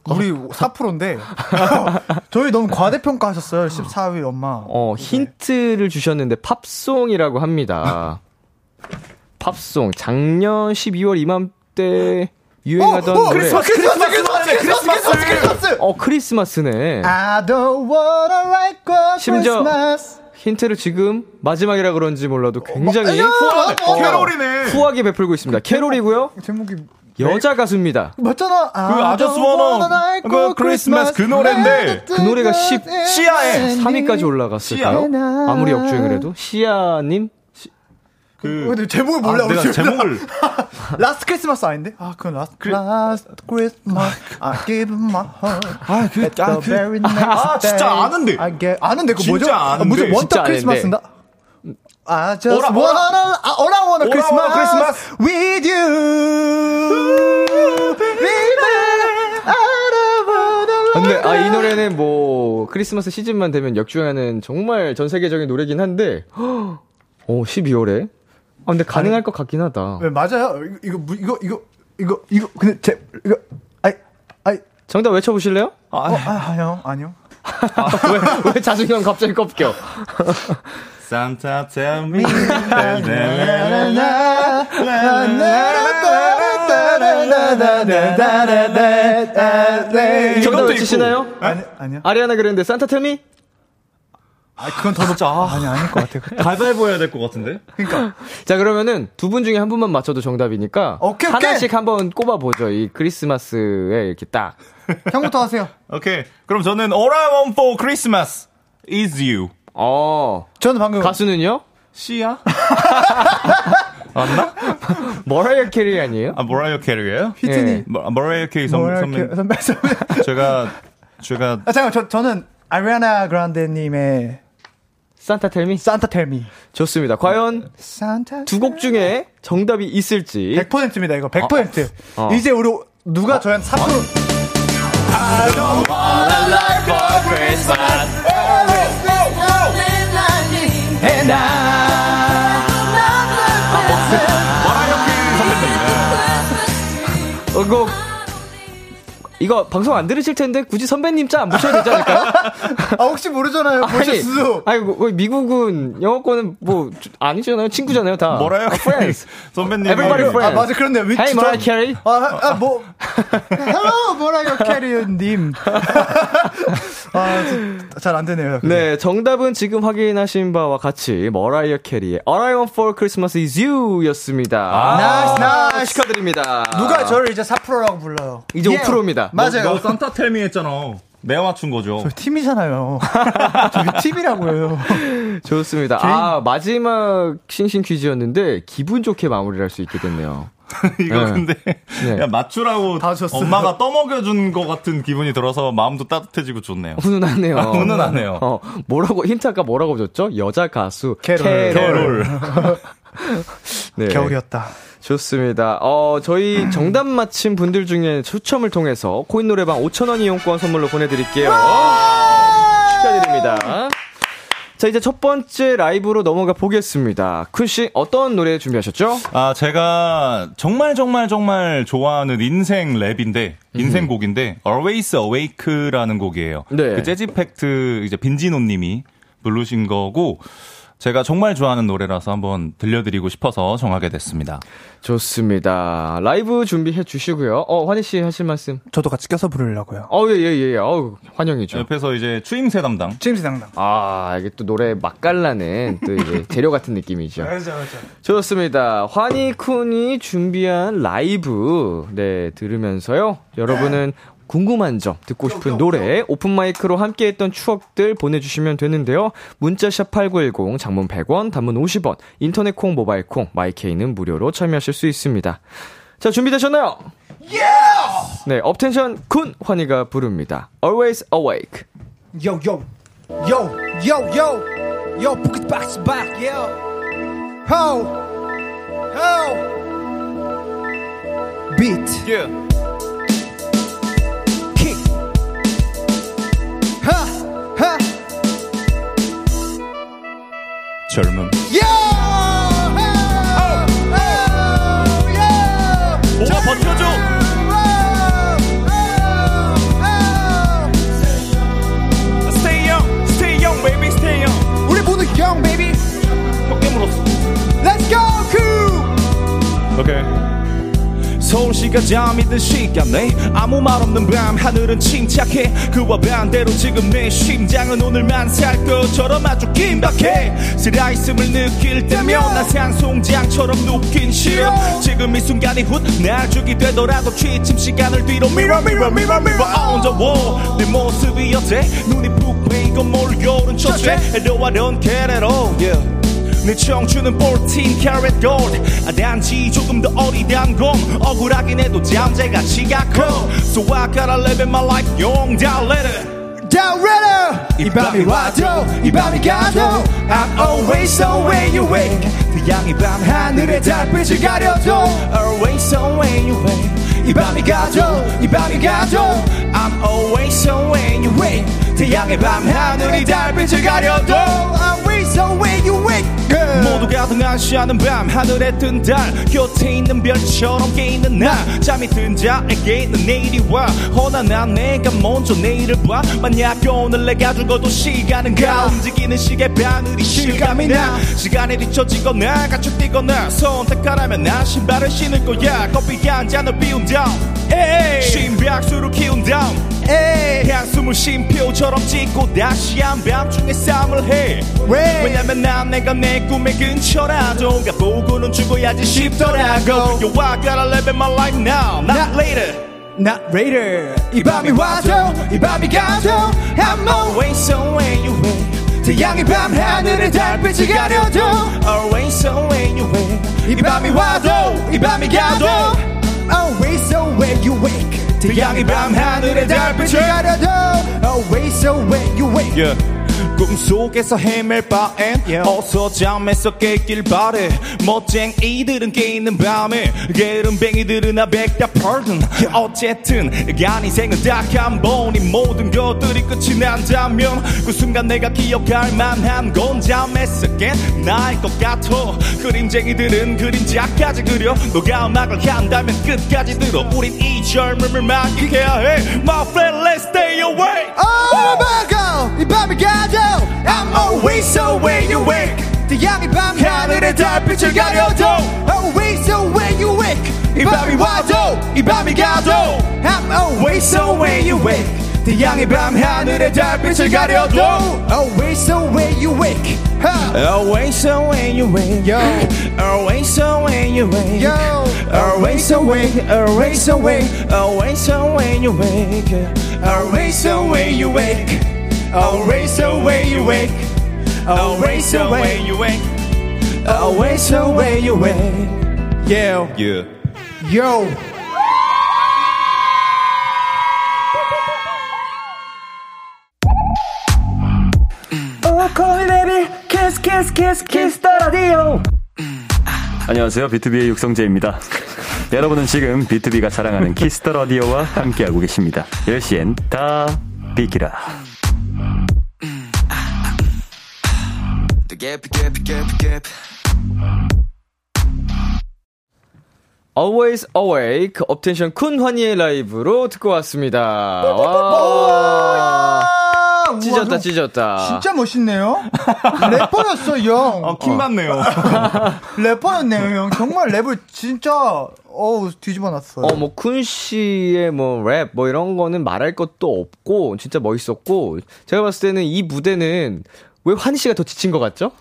[SPEAKER 5] 우리 4%인데. [LAUGHS] 저희 너무 과대평가하셨어요, 14위 엄마.
[SPEAKER 2] 어, 힌트를 주셨는데 팝송이라고
[SPEAKER 5] [LAUGHS]
[SPEAKER 2] 합니다. 팝송. 작년 12월 이맘때 유행하던 노래.
[SPEAKER 5] 어, 크리스마스, 크리스마스, 크리스마스, 크리스마스!
[SPEAKER 2] 어, 크리스마스네.
[SPEAKER 5] I don't wanna like a
[SPEAKER 2] 심지어-
[SPEAKER 5] Christmas.
[SPEAKER 2] 힌트를 지금 마지막이라 그런지 몰라도 굉장히
[SPEAKER 5] 어,
[SPEAKER 2] 후하,
[SPEAKER 5] 어, 그 어.
[SPEAKER 4] 캐롤이네.
[SPEAKER 2] 게 베풀고 있습니다. 캐롤이고요.
[SPEAKER 5] 제목이
[SPEAKER 2] 여자 가수입니다.
[SPEAKER 5] 맞잖아.
[SPEAKER 4] 그 I just wanna like a Christmas 그 노래인데
[SPEAKER 2] 그 노래가 10
[SPEAKER 4] 시아의
[SPEAKER 2] 3위까지 올라갔을까요?
[SPEAKER 5] 네. 시야.
[SPEAKER 2] 아무리 역주행을 해도 시아님
[SPEAKER 4] 그
[SPEAKER 5] 근데 제목을
[SPEAKER 4] 아,
[SPEAKER 5] 몰라.
[SPEAKER 4] 내가
[SPEAKER 2] [LAUGHS]
[SPEAKER 4] 제목을
[SPEAKER 5] 라스트 크리스마스 아닌데? 아, 그건 라스트 라스트 크리스마스. I give my heart.
[SPEAKER 4] 그- 아, 그,
[SPEAKER 5] at the very next
[SPEAKER 4] 아, 진짜
[SPEAKER 5] day.
[SPEAKER 4] 아는데.
[SPEAKER 5] I get- 아는데 그거
[SPEAKER 4] 진짜
[SPEAKER 5] 뭐죠?
[SPEAKER 4] 아는데.
[SPEAKER 5] 뭐죠?
[SPEAKER 2] 진짜
[SPEAKER 5] 원터
[SPEAKER 2] 아는데.
[SPEAKER 5] 크리스마스인가? 아, just
[SPEAKER 4] 오라,
[SPEAKER 5] wanna,
[SPEAKER 4] 오라.
[SPEAKER 5] 아, all I wanna
[SPEAKER 4] 오라,
[SPEAKER 5] Christmas,
[SPEAKER 4] 오라, 크리스마스.
[SPEAKER 5] with you, baby, all I wanna
[SPEAKER 2] 근데 아 이 노래는 뭐 크리스마스 시즌만 되면 역주행하는 정말 전 세계적인 노래긴 한데 헉, 어 12월에 아 근데 가능할 것 같긴 하다.
[SPEAKER 5] 왜 네, 맞아요? 이거 이거, 이거 이거 이거 이거 근데 제 이거 아이 아이
[SPEAKER 2] 정답 외쳐보실래요? 아,
[SPEAKER 5] 아, 어, 아 아니요 아니요
[SPEAKER 2] 왜, 왜 자신감 갑자기 꺾여?
[SPEAKER 4] Santa tell me
[SPEAKER 2] 네.
[SPEAKER 5] 아니
[SPEAKER 2] 정답
[SPEAKER 4] 이것도
[SPEAKER 2] 외치시나요?
[SPEAKER 5] 아니요
[SPEAKER 2] 아리아나 그랜데 산타 텔미?
[SPEAKER 4] 아 그건 더 높죠
[SPEAKER 5] 아니 아닐 것 같아요
[SPEAKER 4] 가위바위보 해야 될 것 같은데
[SPEAKER 5] 그러니까
[SPEAKER 2] 자 그러면은 두 분 중에 한 분만 맞춰도 정답이니까
[SPEAKER 5] 오케이, 오케이.
[SPEAKER 2] 하나씩 한번 꼽아보죠. 이 크리스마스에 이렇게 딱
[SPEAKER 5] 형부터 하세요
[SPEAKER 4] 오케이 그럼 저는 All I want for Christmas is you
[SPEAKER 2] 어.
[SPEAKER 5] 저는 방금
[SPEAKER 2] 가수는요?
[SPEAKER 4] 시야?
[SPEAKER 2] 머라이어 캐리 아니에요?
[SPEAKER 4] 아 모라이어 캐리예요?
[SPEAKER 5] 히트니
[SPEAKER 4] 머- 모라이어 캐리 선- 선배
[SPEAKER 5] 뭐랄까, 선배 선배
[SPEAKER 4] 제가 제가
[SPEAKER 5] 아 잠깐 저 저는 아리아나 그란데님의
[SPEAKER 2] 산타 텔미?
[SPEAKER 5] 산타 텔미
[SPEAKER 2] 좋습니다. 과연
[SPEAKER 5] 산타
[SPEAKER 2] 두 곡 중에 정답이 있을지
[SPEAKER 5] 100%입니다 이거 100%
[SPEAKER 2] 어.
[SPEAKER 5] 이제 우리 누가 저한테 3%
[SPEAKER 4] 어. 모라이어 캐리 선배님
[SPEAKER 2] 어, 그, 이거 이거 방송 안 들으실 텐데 굳이 선배님 짜 안 보셔도 되지 않을까요?
[SPEAKER 5] 아, 혹시 [LAUGHS] 모르잖아요. 보실 수도.
[SPEAKER 2] 아니, 뭐, 미국은 영어권은 뭐 주- 아니잖아요. 친구잖아요, 다.
[SPEAKER 4] 뭐라요?
[SPEAKER 2] 아, friends.
[SPEAKER 4] 선배님.
[SPEAKER 2] Everybody
[SPEAKER 5] 아,
[SPEAKER 2] friends.
[SPEAKER 5] 맞아. 그런데 위치.
[SPEAKER 2] Hey,
[SPEAKER 5] 좀-
[SPEAKER 2] Mariah Carey.
[SPEAKER 5] 아, 아, 아, 뭐. 헬로, 뭐라요, 캐리언님. 아, 잘 안 [LAUGHS] 되네요.
[SPEAKER 2] 네, 정답은 지금 확인하신 바와 같이 머라이어 캐리의 All I Want for Christmas is You였습니다. 아,
[SPEAKER 5] 나이스, 나이스.
[SPEAKER 2] 축하드립니다.
[SPEAKER 5] 아, 누가 저를 이제 4%라고 불러요.
[SPEAKER 2] 이제
[SPEAKER 5] 예.
[SPEAKER 2] 5%입니다.
[SPEAKER 5] 맞아요.
[SPEAKER 4] 너 산타 텔미 했잖아. 내가 맞춘 거죠.
[SPEAKER 5] [LAUGHS] 저 팀이잖아요. 저희 팀이라고요.
[SPEAKER 2] 좋습니다. 아, 마지막 싱싱 퀴즈였는데 기분 좋게 마무리를 할 수 있게 됐네요.
[SPEAKER 4] [LAUGHS] 이거
[SPEAKER 2] 네.
[SPEAKER 4] 근데 그냥 맞추라고
[SPEAKER 5] 다 줬어요.
[SPEAKER 4] 엄마가 떠먹여준 것 같은 기분이 들어서 마음도 따뜻해지고 좋네요.
[SPEAKER 2] 훈훈하네요.
[SPEAKER 4] 아, 훈훈하네요.
[SPEAKER 2] 어, 뭐라고 힌트 아까 뭐라고 줬죠? 여자 가수
[SPEAKER 5] 캐롤.
[SPEAKER 4] 캐롤.
[SPEAKER 2] 네.
[SPEAKER 5] 겨울이었다.
[SPEAKER 2] 좋습니다. 어, 저희 정답 맞힌 분들 중에 추첨을 통해서 코인 노래방 5,000원 이용권 선물로 보내드릴게요. 축하드립니다. 자, 이제 첫 번째 라이브로 넘어가 보겠습니다. 쿤씨, 어떤 노래 준비하셨죠?
[SPEAKER 4] 아, 제가 정말 정말 정말 좋아하는 인생 랩인데, 인생 곡인데, Always Awake라는 곡이에요.
[SPEAKER 2] 네.
[SPEAKER 4] 그 재즈 팩트, 이제 빈지노 님이 부르신 거고, 제가 정말 좋아하는 노래라서 한번 들려드리고 싶어서 정하게 됐습니다.
[SPEAKER 2] 좋습니다. 라이브 준비해 주시고요. 어, 환희씨 하실 말씀.
[SPEAKER 5] 저도 같이 껴서 부르려고요.
[SPEAKER 2] 어, 예, 예, 예. 어우, 환영이죠.
[SPEAKER 4] 옆에서 이제 추임새 담당.
[SPEAKER 5] 제임스 당당.
[SPEAKER 2] 아, 이게 또 노래 맛깔나는 또 이게 [LAUGHS] 재료 같은 느낌이죠.
[SPEAKER 5] 맞아, 맞아.
[SPEAKER 2] 좋습니다. 환희쿤이 준비한 라이브, 네, 들으면서요. 여러분은 궁금한 점, 듣고 싶은 노래, 오픈마이크로 함께했던 추억들 보내주시면 되는데요. 문자샵 8910, 장문 100원, 단문 50원, 인터넷 콩, 모바일 콩, 마이케이는 무료로 참여하실 수 있습니다. 자, 준비되셨나요? 네, 업텐션 쿤! 환희가 부릅니다. Always Awake.
[SPEAKER 3] Yo, yo, yo, yo, yo, yo, pocket box back, yo. Ho, ho. Beat. Yeah. Kick. Ha, ha.
[SPEAKER 4] 젊음.
[SPEAKER 3] Yo, ho, ho, yo.
[SPEAKER 4] 뭐가 버텨줘! Stay young, stay young, baby, stay young.
[SPEAKER 3] 우리 모두 형, baby.
[SPEAKER 4] 벽깨물었어.
[SPEAKER 3] Let's go, cool.
[SPEAKER 4] 오케이.
[SPEAKER 7] 서울시가 잠이 든 시간에 아무 말 없는 밤 하늘은 침착해 그와 반대로 지금 내 심장은 오늘만 살 것처럼 아주 긴박해 슬라이스을 느낄 때면 난 산송장처럼 눕긴 싫어 지금 이 순간이 훗날죽이 되더라도 취침 시간을 뒤로 밀어 밀어 밀어 밀어 on the wall 아, 내 모습이 어때 눈이 푹 베이고 몰려오른 첫째 Hello I don't care at all yeah. 내 청춘은 14 karat gold 아, 단지 조금 더 어리단 공 억울하긴 해도 잠재가치가 커 So I gotta live in my life 용달 letter 이 밤이 와도 이 밤이 가도 I'm always away awake 그 양이 밤 하늘에 달빛을 가려도 Always away awake 이 밤이 가도 이 밤이 가도 I'm always away awake 태양의 밤 하늘이 달빛을 가려도 Always away awake 모두가 등하시 않은 밤 하늘에 뜬 달 곁에 있는 별처럼 깨있는 나 잠이 든 자에게 있는 내일이 와 허나 난 내가 먼저 내일을 봐 만약 오늘 내가 죽어도 시간은 가 움직이는 시계 바늘이 실감이 나 시간에 뒤처지거나 같이 뛰거나 선택하라면 난 신발을 신을 거야 커피 한 잔을 비운 다음 에이. 심박수로 키운 다음 에이. 한숨을 쉼표처럼 찍고 다시 한밤중에 싸움을 해 왜냐면 난 내가 내 꿈의 근처라도 가보고는 죽어야지 싶더라고 Yo I gotta live in my life now not later
[SPEAKER 5] Not Raider.
[SPEAKER 7] 이 밤이 와도 이 밤이 가도 I'm always away away 태양이 밤 하늘에 달빛이 가려도 Always away away 이 밤이 와도 이 밤이 가도
[SPEAKER 3] Always awake, you wake.
[SPEAKER 7] 태양이 밤 하늘에 달빛을
[SPEAKER 3] 가려도 Always awake, you wake.
[SPEAKER 7] yeah. 꿈속에서 헤맬 바엔 예. 어서 잠에서 깼길 바래 멋쟁이들은 깨있는 밤에 게으름뱅이들은 아 백다 pardon 어쨌든 간 인생은 딱 한 번 이 모든 것들이 끝이 난다면 그 순간 내가 기억할 만한 건 잠에서 깬 나일 것 같아 그림쟁이들은 그림자까지 그려 너가 음악을 한다면 끝까지 들어 우린 이 젊음을 만끽해야 해 My friend let's stay away
[SPEAKER 3] Oh, my God, 이 밤이 가도 I'm always away awake. 태양이 밤 하늘의 달빛을 가려도 always away awake. 이 밤이 와도 이 밤이 가도 I'm always away awake. 태양이 밤 하늘의 달빛을 가려도 always away awake. Ha.
[SPEAKER 7] Always away away
[SPEAKER 3] Yo,
[SPEAKER 7] Always away away
[SPEAKER 3] yo,
[SPEAKER 7] Always awake, always awake, always away you wake, always away you wake, always away you wake, always away you wake, always away you wake. Yeah.
[SPEAKER 4] 예.
[SPEAKER 3] yo.
[SPEAKER 8] 안녕하세요. 비투비의 육성재입니다. 여러분은 지금 비투비가 자랑하는 키스터 라디오와 함께하고 계십니다. 10시엔 다 비키라.
[SPEAKER 2] Always Awake 업텐션 쿤환이의 라이브로 듣고 왔습니다. 와. 찢었다 찢었다.
[SPEAKER 5] 아, 진짜 멋있네요. 래퍼였어 형. 어,
[SPEAKER 4] 어, 킹 맞네요.
[SPEAKER 7] [LAUGHS]
[SPEAKER 5] 래퍼였네요 형. 정말 랩을 진짜 어우 뒤집어놨어요.
[SPEAKER 2] 어, 뭐, 쿤 씨의 뭐, 랩, 뭐, 이런 거는 말할 것도 없고, 진짜 멋있었고, 제가 봤을 때는 이 무대는, 왜 환희 씨가 더 지친 것 같죠?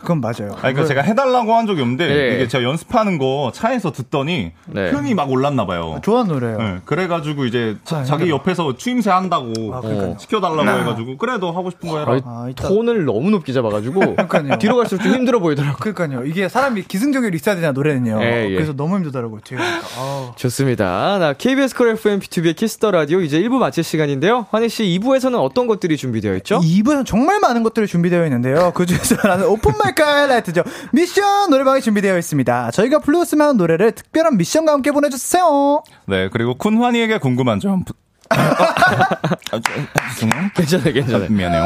[SPEAKER 5] 그건 맞아요.
[SPEAKER 4] 아니, 그러니까 제가 해달라고 한 적이 없는데
[SPEAKER 2] 예.
[SPEAKER 4] 이게 제가 연습하는 거 차에서 듣더니
[SPEAKER 2] 네.
[SPEAKER 4] 흥이 막 올랐나 봐요.
[SPEAKER 5] 좋아하는 노래예요.
[SPEAKER 4] 예, 그래가지고 이제 자,
[SPEAKER 5] 아,
[SPEAKER 4] 자기 옆에서 추임새 한다고
[SPEAKER 2] 아,
[SPEAKER 4] 어,
[SPEAKER 2] 그러니까요.
[SPEAKER 4] 시켜달라고 해가지고 그래도 하고 싶은 거 해라.
[SPEAKER 2] 네. 거의
[SPEAKER 5] 아, 일단-
[SPEAKER 2] 톤을 너무 높게 잡아가지고,
[SPEAKER 5] [LAUGHS] 그러니까요.
[SPEAKER 2] 뒤로 갈수록 좀 힘들어 보이더라고요.
[SPEAKER 5] 그러니까요. 이게 사람이 기승전결이 있어야 되냐 노래는요.
[SPEAKER 2] 예, 예.
[SPEAKER 5] 그래서 너무 힘들더라고요. 뒤에 보니까. 아우.
[SPEAKER 2] 좋습니다. 나 KBS 콜 FM B2B의 키스터 라디오 이제 1부 마칠 시간인데요. 환희 씨 2부에서는 어떤 것들이 준비되어 있죠?
[SPEAKER 5] 2부에는 정말 많은 것들이 준비되어 있는데요. 그 중에서 나는 오픈마이크 하이라이트죠. 미션 노래방이 준비되어 있습니다. 저희가 불렀으면 하는 노래를 특별한 미션과 함께 보내주세요.
[SPEAKER 4] 네, 그리고 쿤환이에게 궁금한
[SPEAKER 2] [LAUGHS]
[SPEAKER 4] 점. 부- 아, 저- 죄송해요.
[SPEAKER 2] [LAUGHS] 괜찮아요,
[SPEAKER 4] 아,
[SPEAKER 2] 괜찮아요.
[SPEAKER 4] 미안해요.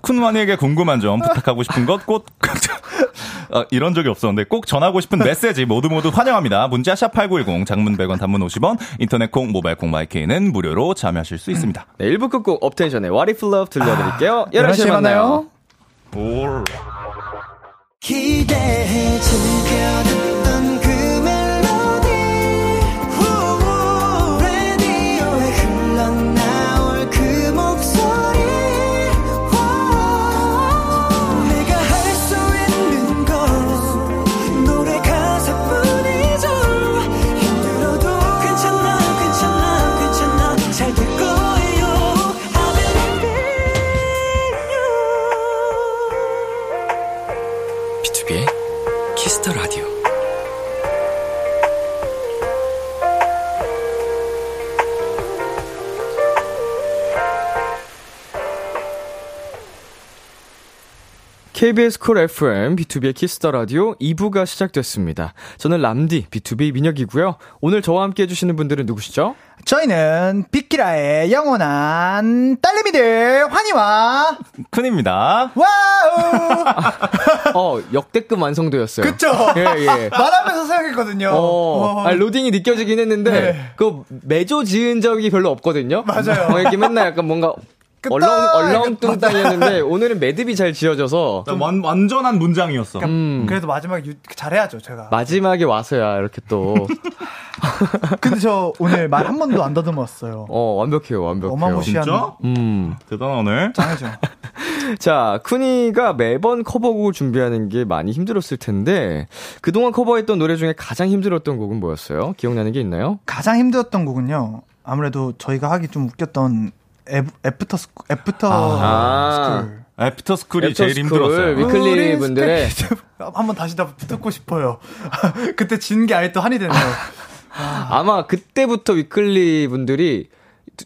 [SPEAKER 4] 쿤환이에게 궁금한 점 부탁하고 싶은 것 꼭 [LAUGHS] 아, 이런 적이 없었는데 꼭 전하고 싶은 메시지 모두 모두 환영합니다. 문자 샵8910 장문 100원 단문 50원 인터넷 콩 모바일 콩 마이케이는 무료로 참여하실 수 있습니다.
[SPEAKER 2] 네, 1부 끝곡 업텐션의 What If Love 들려드릴게요.
[SPEAKER 5] 아, 11시에
[SPEAKER 2] 11시에 만나요.
[SPEAKER 4] 올.
[SPEAKER 3] 기대해 즐겨듣던 그 멜로디 후, 라디오에 흘러나올 그 목소리 와, 내가 할 수 있는 건 노래 가사뿐이죠 힘들어도 괜찮아 괜찮아 괜찮아 잘 될 거예요 I believe in you
[SPEAKER 1] B2B의 키스터 라디오.
[SPEAKER 2] KBS 쿨 FM B2B의 키스터 라디오 2부가 시작됐습니다. 저는 람디 B2B 민혁이고요. 오늘 저와 함께 해주시는 분들은
[SPEAKER 5] [LAUGHS]
[SPEAKER 2] 누구시죠?
[SPEAKER 5] 저희는 비키라의 영원한 딸내미들 환희와
[SPEAKER 4] 쿤입니다.
[SPEAKER 5] 와우
[SPEAKER 2] 어 역대급 완성도였어요.
[SPEAKER 5] 그쵸?
[SPEAKER 2] 예 예.
[SPEAKER 5] 말하면서 생각했거든요.
[SPEAKER 2] 어,
[SPEAKER 5] [LAUGHS] 어.
[SPEAKER 2] 아, 로딩이 느껴지긴 했는데
[SPEAKER 5] 네.
[SPEAKER 2] 그 매조 지은 적이 별로 없거든요.
[SPEAKER 5] 맞아요.
[SPEAKER 2] 어, 이렇게 맨날 약간 뭔가
[SPEAKER 5] 끝
[SPEAKER 2] 얼렁
[SPEAKER 5] 땅!
[SPEAKER 2] 얼렁뚱땅이었는데 오늘은 매듭이 잘 지어져서
[SPEAKER 4] 완, 완전한 문장이었어.
[SPEAKER 5] 그래도 마지막에 유- 잘해야죠 제가.
[SPEAKER 2] 음. 마지막에 와서야 이렇게 또
[SPEAKER 5] 근데 저 오늘 말 한 번도 안 더듬었어요.
[SPEAKER 2] 어, 완벽해요, 완벽해요.
[SPEAKER 5] 어마무시한
[SPEAKER 4] 진짜?
[SPEAKER 2] 음.
[SPEAKER 4] 대단하네.
[SPEAKER 5] 장애죠.
[SPEAKER 2] 자, 쿠니가 매번 커버곡을 준비하는 게 많이 힘들었을 텐데 그동안 커버했던 노래 중에 가장 힘들었던 곡은 뭐였어요? 기억나는 게 있나요?
[SPEAKER 5] 가장 힘들었던 곡은요. 아무래도 저희가 하기 좀 웃겼던 애, 애프터 스 애프터
[SPEAKER 2] 아.
[SPEAKER 5] 스쿨.
[SPEAKER 4] 애프터 스쿨이
[SPEAKER 2] 애프터
[SPEAKER 4] 제일
[SPEAKER 2] 스쿨,
[SPEAKER 4] 힘들었어요.
[SPEAKER 2] 위- 위클리
[SPEAKER 5] 우리
[SPEAKER 2] 분들의-
[SPEAKER 5] 스펙- [LAUGHS] 한번 다시 다 듣고 싶어요. [LAUGHS] 그때 진 게 아예 또 한이 되네요.
[SPEAKER 2] 아마 그때부터 위클리 분들이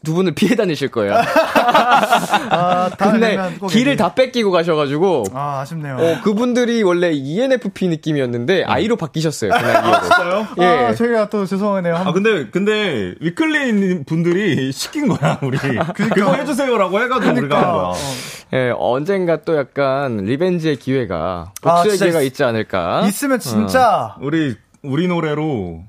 [SPEAKER 2] 두 분을 피해 다니실 거예요.
[SPEAKER 5] 아, 다음에
[SPEAKER 2] 근데
[SPEAKER 5] 뵈면 꼭
[SPEAKER 2] 길을
[SPEAKER 5] 얘기해.
[SPEAKER 2] 다 뺏기고 가셔가지고
[SPEAKER 5] 아, 아쉽네요.
[SPEAKER 2] 어, 그분들이 원래 E ENFP
[SPEAKER 5] 음.
[SPEAKER 2] 느낌이었는데 아이로 바뀌셨어요. 그날 이후로. 예.
[SPEAKER 5] 아, 저희가 또 죄송하네요.
[SPEAKER 4] 아 근데 근데 위클리 분들이 시킨 거야 우리 그거 해주세요라고 해가지고 우리가 한
[SPEAKER 5] 어,
[SPEAKER 4] 거야.
[SPEAKER 2] 예, 언젠가 또 약간 리벤지의 기회가
[SPEAKER 5] 아,
[SPEAKER 2] 복수의
[SPEAKER 5] 진짜
[SPEAKER 2] 기회가
[SPEAKER 5] 있-
[SPEAKER 2] 있지 않을까?
[SPEAKER 5] 있으면
[SPEAKER 2] 어.
[SPEAKER 5] 진짜
[SPEAKER 4] 우리 우리 노래로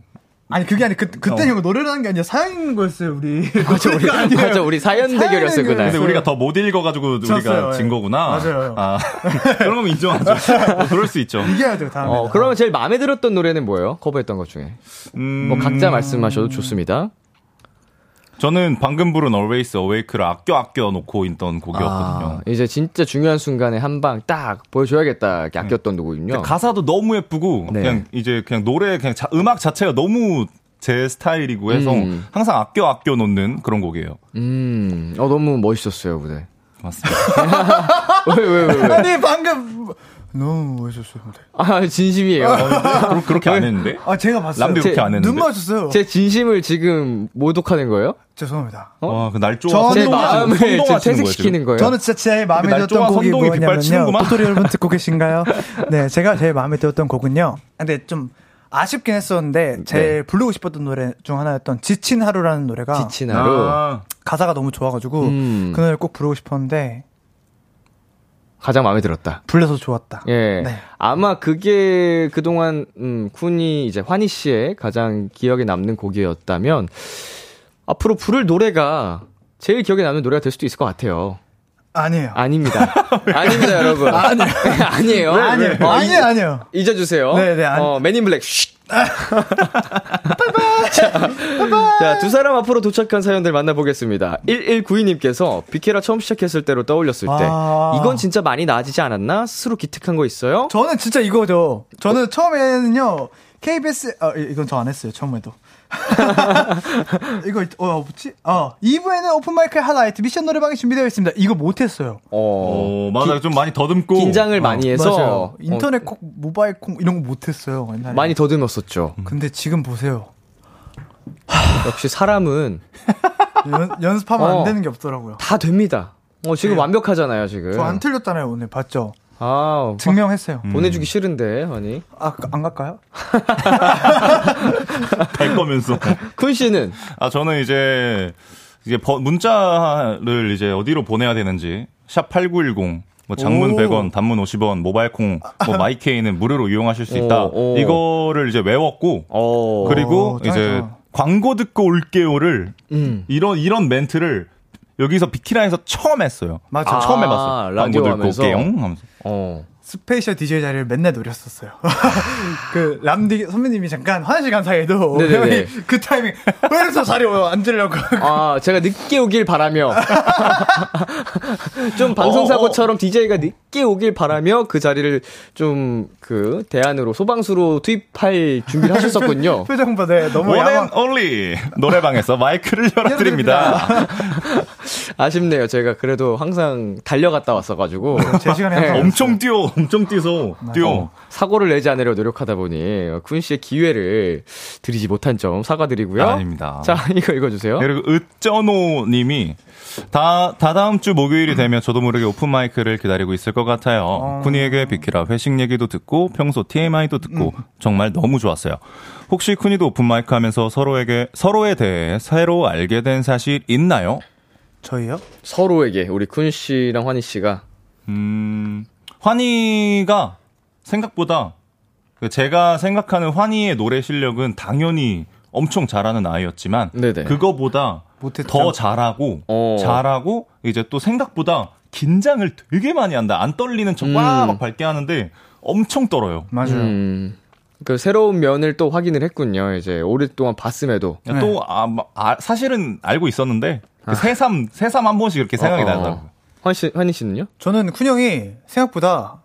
[SPEAKER 5] 아니 그게 아니 그
[SPEAKER 4] 어.
[SPEAKER 5] 그때 형 노래를 하는 게 아니라 사연 거였어요 우리
[SPEAKER 2] [LAUGHS] 맞아, 우리, 맞아, 우리 사연
[SPEAKER 5] 사연
[SPEAKER 2] 대결이었어요, 그날.
[SPEAKER 4] 근데
[SPEAKER 5] 대결이었어요.
[SPEAKER 4] 우리가 더 못 읽어가지고
[SPEAKER 5] 네. 졌어요,
[SPEAKER 4] 우리가
[SPEAKER 5] 예.
[SPEAKER 4] 진 거구나.
[SPEAKER 5] 맞아요.
[SPEAKER 4] 아, [LAUGHS] 그런 거면 인정하죠. 뭐 그럴 수 있죠.
[SPEAKER 5] 이겨야죠 다음에
[SPEAKER 4] 아.
[SPEAKER 2] 어, 그러면 제일 마음에 들었던 노래는 뭐예요? 커버했던 것 중에.
[SPEAKER 4] 음,
[SPEAKER 2] 뭐 각자 말씀하셔도 좋습니다.
[SPEAKER 4] 저는 방금 부른 Always Awake를 아껴 아껴 놓고 있던 곡이었거든요.
[SPEAKER 2] 아, 이제 진짜 중요한 순간에 한 방 딱 보여줘야겠다 이렇게 아꼈던
[SPEAKER 4] 음. 근데
[SPEAKER 2] 노군요.
[SPEAKER 4] 가사도 너무 예쁘고
[SPEAKER 2] 어. 네.
[SPEAKER 4] 그냥 이제 그냥 노래 그냥 자- 음악 자체가 너무 제 스타일이고 해서
[SPEAKER 2] 음.
[SPEAKER 4] 항상 아껴 아껴 놓는 그런 곡이에요.
[SPEAKER 2] 음, 어, 너무 멋있었어요, 무대. [LAUGHS]
[SPEAKER 4] 맞습니다.
[SPEAKER 2] 왜, 왜, 왜, 왜?
[SPEAKER 5] 아니 방금 너무 멋있었어요 근데.
[SPEAKER 2] 아, 진심이에요.
[SPEAKER 4] 그렇- 그렇게 안 했는데?
[SPEAKER 5] 아 제가 봤어요
[SPEAKER 4] 남도 이렇게
[SPEAKER 2] 제-
[SPEAKER 4] 안 했는데.
[SPEAKER 5] 눈 맞았어요
[SPEAKER 2] 제 진심을 지금 모독하는 거예요?
[SPEAKER 5] 죄송합니다
[SPEAKER 4] 와, 그날
[SPEAKER 5] 저-
[SPEAKER 4] 쪼아
[SPEAKER 2] 어? 제
[SPEAKER 5] 선동하시는
[SPEAKER 2] 마음을 지금 퇴색시키는 거예요?
[SPEAKER 5] 저는 진짜 제 마음에
[SPEAKER 4] 그
[SPEAKER 5] 들었던
[SPEAKER 4] 날조와
[SPEAKER 5] 곡이
[SPEAKER 4] 선동이
[SPEAKER 5] 뭐냐면요
[SPEAKER 4] 빗발치는구만. [LAUGHS]
[SPEAKER 5] 도토리 여러분 듣고 계신가요? 네 제가 제일 마음에 들었던 곡은요 근데 좀 아쉽긴 했었는데 제일 부르고 싶었던 노래 중 하나였던 지친 하루라는 노래가
[SPEAKER 2] 네. 지친
[SPEAKER 4] 아.
[SPEAKER 2] 하루.
[SPEAKER 5] 가사가 너무 좋아가지고
[SPEAKER 2] 음.
[SPEAKER 5] 그 노래를 꼭 부르고 싶었는데
[SPEAKER 2] 가장 마음에 들었다.
[SPEAKER 5] 불려서 좋았다
[SPEAKER 2] 예.
[SPEAKER 5] 네.
[SPEAKER 2] 아마 그게 그동안, 음, 쿤이, 이제 환희 씨의 가장 기억에 남는 곡이었다면, 앞으로 부를 노래가 제일 기억에 남는 노래가 될 수도 있을 것 같아요.
[SPEAKER 5] 아니에요 [LAUGHS]
[SPEAKER 2] 아닙니다. 아닙니다, 여러분. 아니에요. [LAUGHS] 아니에요.
[SPEAKER 5] 아니에요
[SPEAKER 2] 어,
[SPEAKER 5] 아니에요
[SPEAKER 2] 잊-
[SPEAKER 5] 아니에요
[SPEAKER 2] 잊어주세요.
[SPEAKER 5] 네, 네, 아니-
[SPEAKER 2] 어, 맨인 블랙,
[SPEAKER 5] [LAUGHS]
[SPEAKER 2] 쉿. 자, 두 사람 앞으로 도착한 사연들 만나보겠습니다. 1192님께서 비케라 처음 시작했을 때로 떠올렸을 때,
[SPEAKER 5] 아.
[SPEAKER 2] 이건 진짜 많이 나아지지 않았나? 스스로 기특한 거 있어요?
[SPEAKER 5] 저는 진짜 이거죠. 저는 처음에는요, KBS, 아, 이- 이건 저 안 했어요, 처음에도. [LAUGHS] 이거, 어, 뭐지? 어, 2부에는 오픈마이크 하이라이트 미션 노래방이 준비되어 있습니다. 이거 못했어요.
[SPEAKER 2] 어,
[SPEAKER 4] 어, 맞아. 좀 많이 더듬고.
[SPEAKER 2] 긴장을
[SPEAKER 4] 어.
[SPEAKER 2] 많이 해서
[SPEAKER 5] 맞아요.
[SPEAKER 2] 어,
[SPEAKER 5] 인터넷 콩, 모바일 콩, 이런 거 못했어요, 옛날에.
[SPEAKER 2] 많이 더듬었었죠.
[SPEAKER 5] 근데 지금 보세요.
[SPEAKER 2] 역시 사람은 [LAUGHS]
[SPEAKER 5] 연, 연습하면
[SPEAKER 2] 어.
[SPEAKER 5] 안 되는 게 없더라고요.
[SPEAKER 2] 다 됩니다. 어, 지금 완벽하잖아요, 지금.
[SPEAKER 5] 네. 저 안 틀렸잖아요, 오늘. 봤죠?
[SPEAKER 2] 아,
[SPEAKER 5] 증명했어요.
[SPEAKER 2] 보내주기 싫은데, 아니.
[SPEAKER 5] 아, 안 갈까요?
[SPEAKER 4] 갈 거면서.
[SPEAKER 2] 쿤 씨는
[SPEAKER 4] 아, 저는 이제, 이제 버- 문자를 이제 어디로 보내야 되는지, 샵8910, 뭐 장문
[SPEAKER 5] 오.
[SPEAKER 4] 100원, 단문 50원, 모바일 콩, 뭐 마이케이는 무료로 이용하실 수 있다.
[SPEAKER 2] 오, 오.
[SPEAKER 4] 이거를 이제 외웠고,
[SPEAKER 2] 어.
[SPEAKER 4] 그리고
[SPEAKER 5] 짱이다.
[SPEAKER 4] 이제 광고 듣고 올게요를, 이런, 이런 멘트를 여기서 비키라에서 처음 했어요.
[SPEAKER 5] 맞아.
[SPEAKER 4] 처음 해봤어요.
[SPEAKER 2] 아, 라디오
[SPEAKER 4] 광고 듣고
[SPEAKER 2] 하면서.
[SPEAKER 4] 올게요. 음, 하면서.
[SPEAKER 2] 어.
[SPEAKER 5] 스페셜 DJ 자리를 맨날 노렸었어요. [LAUGHS] 그 람디 선배님이 잠깐 화장실 간 사이에도
[SPEAKER 2] 네네네.
[SPEAKER 5] 형이 그 타이밍 왜 이렇게 자리에 와요? 앉으려고 [LAUGHS]
[SPEAKER 2] 아, 제가 늦게 오길 바라며. [LAUGHS] 좀 방송사고처럼 DJ가 늦게 오길 바라며 그 자리를 좀 그 대안으로 소방수로 투입할 준비를
[SPEAKER 5] [LAUGHS]
[SPEAKER 2] 하셨었군요.
[SPEAKER 5] 표정 봐, 네, 너무
[SPEAKER 4] 원 앤
[SPEAKER 5] 야망.
[SPEAKER 4] 올리! 노래방에서 마이크를 [LAUGHS] 열어드립니다.
[SPEAKER 2] 아쉽네요. 제가 그래도 항상 달려갔다 왔어가지고.
[SPEAKER 5] 제 시간에
[SPEAKER 2] 네.
[SPEAKER 5] 항상
[SPEAKER 4] 엄청 뛰어, 엄청 뛰서, 뛰어.
[SPEAKER 2] 사고를 내지 않으려 노력하다 보니 군 씨의 기회를 드리지 못한 점 사과드리고요.
[SPEAKER 4] 아닙니다.
[SPEAKER 2] 자, 이거 읽어주세요.
[SPEAKER 4] 네, 그리고 으쩌노 님이 다, 다다음 주 목요일이 되면 저도 모르게 오픈마이크를 기다리고 있을 것 같아요. 쿠니에게 비키라 회식 얘기도 듣고 평소 TMI도 듣고 정말 너무 좋았어요. 혹시 쿠니도 오픈마이크 하면서 서로에게, 서로에 대해 새로 알게 된 사실 있나요?
[SPEAKER 5] 저희요?
[SPEAKER 2] 서로에게 우리 군 씨랑 환희 씨가
[SPEAKER 4] 음, 환희가 생각보다 그 제가 생각하는 환희의 노래 실력은 당연히 엄청 잘하는 아이였지만
[SPEAKER 2] 네네.
[SPEAKER 4] 그거보다
[SPEAKER 5] 못했죠.
[SPEAKER 4] 더 잘하고
[SPEAKER 2] 어.
[SPEAKER 4] 잘하고 이제 또 생각보다 긴장을 되게 많이 한다. 안 떨리는 척와막 밝게 하는데 엄청 떨어요.
[SPEAKER 5] 맞아요.
[SPEAKER 2] 음, 그 새로운 면을 또 확인을 했군요. 이제 오랫동안 봤음에도
[SPEAKER 5] 네.
[SPEAKER 4] 또 아, 막, 아, 사실은 알고 있었는데 그 새삼 새삼 한 번씩 이렇게 생각이
[SPEAKER 2] 아. 어, 어.
[SPEAKER 4] 나더라고요.
[SPEAKER 2] 환희 씨, 환희 씨는요?
[SPEAKER 5] 저는 쿤 형이 생각보다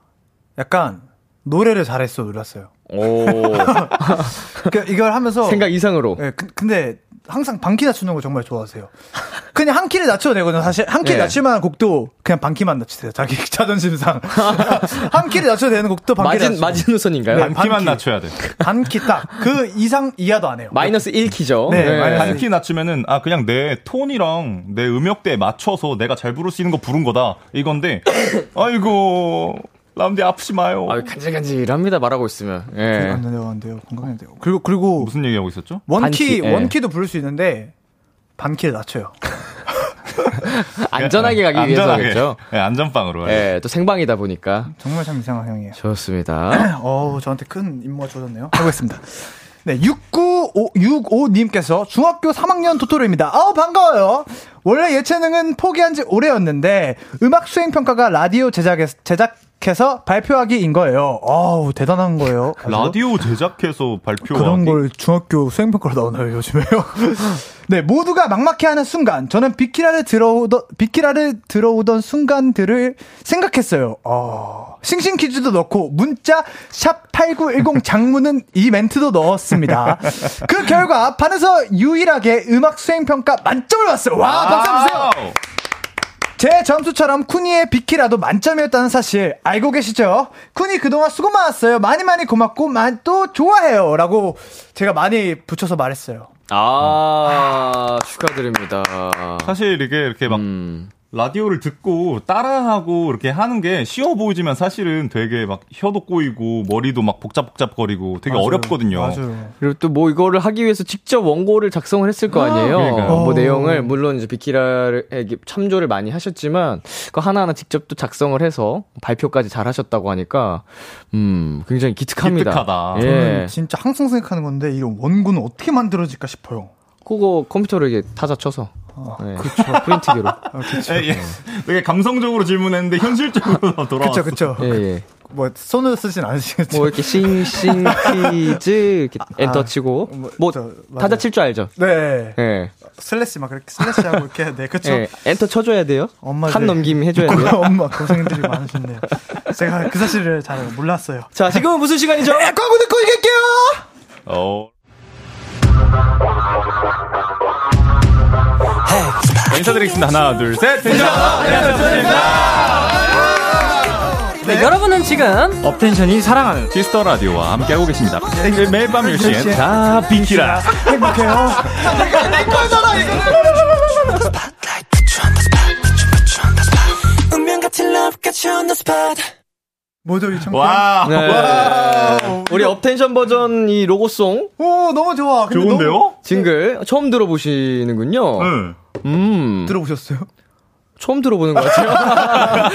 [SPEAKER 5] 약간 노래를 잘했어 놀랐어요.
[SPEAKER 2] 오.
[SPEAKER 5] 그러니까 이걸 하면서
[SPEAKER 2] [LAUGHS] 생각 이상으로.
[SPEAKER 5] 네, 예, 그- 근데 항상 반키 낮추는 거 정말 좋아하세요. 그냥 한 키를 낮춰도 되거든요. 사실 한 키를
[SPEAKER 2] 예.
[SPEAKER 5] 낮출 만한 곡도 그냥 반키만 낮추세요. 자기 [LAUGHS] 자존심상 한 키를 낮춰도 되는 곡도 반키
[SPEAKER 2] 마진 마진우선인가요?
[SPEAKER 5] 네.
[SPEAKER 4] 반키만
[SPEAKER 5] 반키.
[SPEAKER 4] 낮춰야 돼.
[SPEAKER 5] 반키 딱 그 이상 이하도 안 해요.
[SPEAKER 2] 마이너스 1키죠.
[SPEAKER 5] 네, 마이너스 일.
[SPEAKER 4] 반키 낮추면은 아 그냥 내 톤이랑 내 음역대에 맞춰서 내가 잘 부를 수 있는 거 부른 거다
[SPEAKER 2] [COUGHS]
[SPEAKER 4] 이건데 아이고 남대 아프지 마요.
[SPEAKER 2] 아, 간질간질합니다 말하고 있으면. 예.
[SPEAKER 5] 안 돼요, 안 돼요. 건강해야 돼요. 그리고 그리고
[SPEAKER 4] 무슨 얘기하고 있었죠?
[SPEAKER 5] 원키
[SPEAKER 2] 반키, 예.
[SPEAKER 5] 원키도 부를 수 있는데 반키를 낮춰요.
[SPEAKER 2] 안전하게 가기
[SPEAKER 4] 안전하게.
[SPEAKER 2] 위해서겠죠. 그렇죠?
[SPEAKER 4] 예, 안전빵으로. 예.
[SPEAKER 2] 예, 또 생방이다 보니까.
[SPEAKER 5] 정말 참 이상한 형이에요. [LAUGHS]
[SPEAKER 2] 좋습니다.
[SPEAKER 5] 어우, 저한테 큰 임무가 주어졌네요. 해보겠습니다. 네, 6965님께서 중학교 3학년 토토로입니다. 아우, 반가워요. 원래 예체능은 포기한 지 오래였는데, 음악 수행평가가 라디오 제작에, 제작해서 발표하기인 거예요. 아우, 대단한 거예요. 아주.
[SPEAKER 4] 라디오 제작해서 발표하기.
[SPEAKER 5] 그런 걸 중학교 수행평가로 나오나요, [LAUGHS] 요즘에요? 네, 모두가 막막해 하는 순간, 저는 비키라를 들어오던, 비키라를 들어오던 순간들을 생각했어요. 어, 싱싱 퀴즈도 넣고, 문자, 샵8910 장문은 이 멘트도
[SPEAKER 4] [LAUGHS]
[SPEAKER 5] 넣었습니다. 그 결과, 반에서 유일하게 음악 수행평가 만점을 받았어요.
[SPEAKER 4] 아,
[SPEAKER 5] 와, 박수 한번 주세요!
[SPEAKER 4] 와우.
[SPEAKER 5] 제 점수처럼 쿠니의 비키라도 만점이었다는 사실 알고 계시죠? 쿠니 그동안 수고 많았어요. 많이 많이 고맙고 만- 또 좋아해요. 라고 제가 많이 붙여서 말했어요.
[SPEAKER 2] 아, 축하드립니다.
[SPEAKER 4] 사실 이게 이렇게 막
[SPEAKER 2] 음.
[SPEAKER 4] 라디오를 듣고 따라하고 이렇게 하는 게 쉬워 보이지만 사실은 되게 막 혀도 꼬이고 머리도 막 복잡복잡거리고 되게 어렵거든요.
[SPEAKER 5] 맞아요.
[SPEAKER 2] 그리고 또 뭐 이거를 하기 위해서 직접 원고를 작성을 했을 거 아니에요.
[SPEAKER 4] 그러니까요.
[SPEAKER 2] 뭐
[SPEAKER 5] 어.
[SPEAKER 2] 내용을 물론 이제 비키라에게 참조를 많이 하셨지만 그 하나하나 직접 또 작성을 해서 발표까지 잘 하셨다고 하니까 음, 굉장히 기특합니다.
[SPEAKER 4] 기특하다.
[SPEAKER 2] 예.
[SPEAKER 5] 진짜 항상 생각하는 건데 이런 원고는 어떻게 만들어질까 싶어요.
[SPEAKER 2] 그거 컴퓨터로 이게 타자 쳐서
[SPEAKER 5] 아,
[SPEAKER 2] 예. [LAUGHS] 프린트기로.
[SPEAKER 4] 예, 예.
[SPEAKER 9] 어.
[SPEAKER 4] 되게 감성적으로 질문했는데
[SPEAKER 9] [LAUGHS]
[SPEAKER 4] 현실적으로 돌아왔어.
[SPEAKER 5] 그쵸, 그쵸.
[SPEAKER 2] 예, 예.
[SPEAKER 5] 뭐, 손으로 쓰진 않으시겠죠.
[SPEAKER 2] 뭐 이렇게 싱싱 퀴즈 이렇게 엔터 치고
[SPEAKER 5] 아, 뭐,
[SPEAKER 2] 뭐
[SPEAKER 5] 저, 맞아요.
[SPEAKER 2] 타자 칠 줄 알죠.
[SPEAKER 5] 네.
[SPEAKER 2] 예.
[SPEAKER 5] 슬래시 막 이렇게 슬래시하고 이렇게 해야 돼. 그쵸.
[SPEAKER 2] 예. 엔터 쳐줘야 돼요.
[SPEAKER 5] 엄마들.
[SPEAKER 2] 칸 넘김 해줘야 돼요.
[SPEAKER 5] [LAUGHS] 엄마 고생들이 많으셨네요. 제가 그 사실을 잘 몰랐어요.
[SPEAKER 2] 자, 지금은 무슨 시간이죠?
[SPEAKER 5] 광고 듣고 얘기할게요!
[SPEAKER 4] 어. 인사드리겠습니다. 하나, 둘, 셋.
[SPEAKER 5] 네,
[SPEAKER 4] 텐션!
[SPEAKER 9] 네, 여러분은 지금
[SPEAKER 5] 네. 업텐션이 사랑하는 네,
[SPEAKER 4] 키스터 라디오와 함께하고 계십니다. 매일 밤 10시엔 다 비키라.
[SPEAKER 5] 행복해요. 모두 이 청춘.
[SPEAKER 4] 와.
[SPEAKER 2] 네. 우리 업텐션 버전 이 로고송
[SPEAKER 5] 오 너무 좋아. 근데 너무
[SPEAKER 4] 좋은데요? 네.
[SPEAKER 2] 징글 처음 들어보시는군요.
[SPEAKER 4] 응.
[SPEAKER 2] 음,
[SPEAKER 5] 네. 들어보셨어요?
[SPEAKER 2] 처음 들어보는 것 같아요.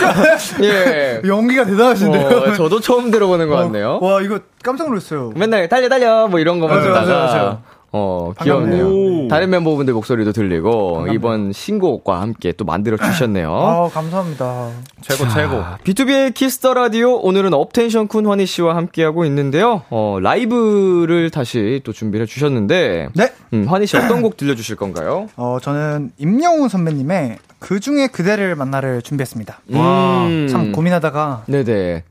[SPEAKER 5] [LAUGHS]
[SPEAKER 2] 예.
[SPEAKER 5] 연기가 대단하신데요.
[SPEAKER 2] 어, 저도 처음 들어보는 것 같네요.
[SPEAKER 5] 와 이거 깜짝 놀랐어요.
[SPEAKER 2] 맨날 달려 달려 뭐 이런 거만
[SPEAKER 5] 맞아요, 맞아요,
[SPEAKER 2] 듣다가
[SPEAKER 5] 맞아요.
[SPEAKER 2] 어
[SPEAKER 5] 반갑네요.
[SPEAKER 2] 귀엽네요.
[SPEAKER 4] 오.
[SPEAKER 2] 다른 멤버분들 목소리도 들리고 이번 신곡과 함께 또 만들어 주셨네요.
[SPEAKER 5] 아 감사합니다.
[SPEAKER 4] 최고, 최고.
[SPEAKER 5] 아.
[SPEAKER 2] B2B의 키스터 라디오 오늘은 업텐션 쿤 환희 씨와 함께하고 있는데요. 어, 라이브를 다시 또 준비를 해 주셨는데
[SPEAKER 5] 네.
[SPEAKER 2] 음, 환희 씨 어떤 곡 들려주실 건가요?
[SPEAKER 5] 어 저는 임영웅 선배님의 그 중에 그대를 만나를 준비했습니다.
[SPEAKER 2] 음.
[SPEAKER 5] 참 고민하다가
[SPEAKER 2] 네네.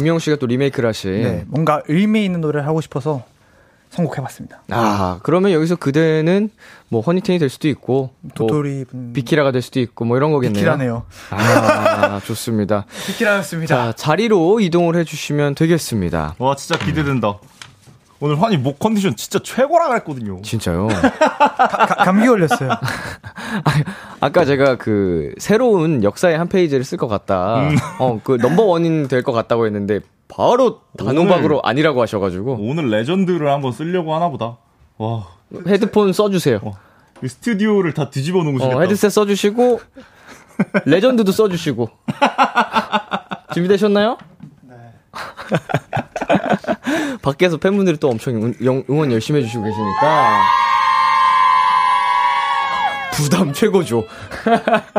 [SPEAKER 2] 임영웅 씨가 또 리메이크를 하신.
[SPEAKER 5] 네, 뭔가 의미 있는 노래를 하고 싶어서 선곡해봤습니다.
[SPEAKER 2] 아 그러면 여기서 그대는 뭐 허니텐이 될 수도 있고 뭐
[SPEAKER 5] 도토리 분
[SPEAKER 2] 비키라가 될 수도 있고 뭐 이런 거겠네요.
[SPEAKER 5] 비키라네요.
[SPEAKER 2] 아 [LAUGHS] 좋습니다.
[SPEAKER 5] 비키라였습니다.
[SPEAKER 2] 자 자리로 이동을 해주시면 되겠습니다.
[SPEAKER 4] 와, 진짜 기대된다. 오늘 환희 목 컨디션 진짜 최고라
[SPEAKER 2] [LAUGHS]
[SPEAKER 4] 그랬거든요.
[SPEAKER 2] 진짜요.
[SPEAKER 5] 가- 감기 [LAUGHS] 걸렸어요.
[SPEAKER 2] 아까 제가 그 새로운 역사의 한 페이지를 쓸 것 같다. 어 그 넘버 원인 될 것 같다고 했는데 바로 단호박으로 아니라고 하셔가지고
[SPEAKER 4] 오늘 레전드를 한번 쓰려고 하나 보다. 와.
[SPEAKER 2] 헤드폰 써주세요.
[SPEAKER 4] 어, 이 스튜디오를 다 뒤집어 놓으시겠다.
[SPEAKER 2] 어, 헤드셋 써주시고 레전드도 써주시고 준비되셨나요? 네. [LAUGHS] 밖에서 팬분들이 또 엄청 응- 영- 응원 열심히 해주시고 계시니까 부담 최고죠. [LAUGHS]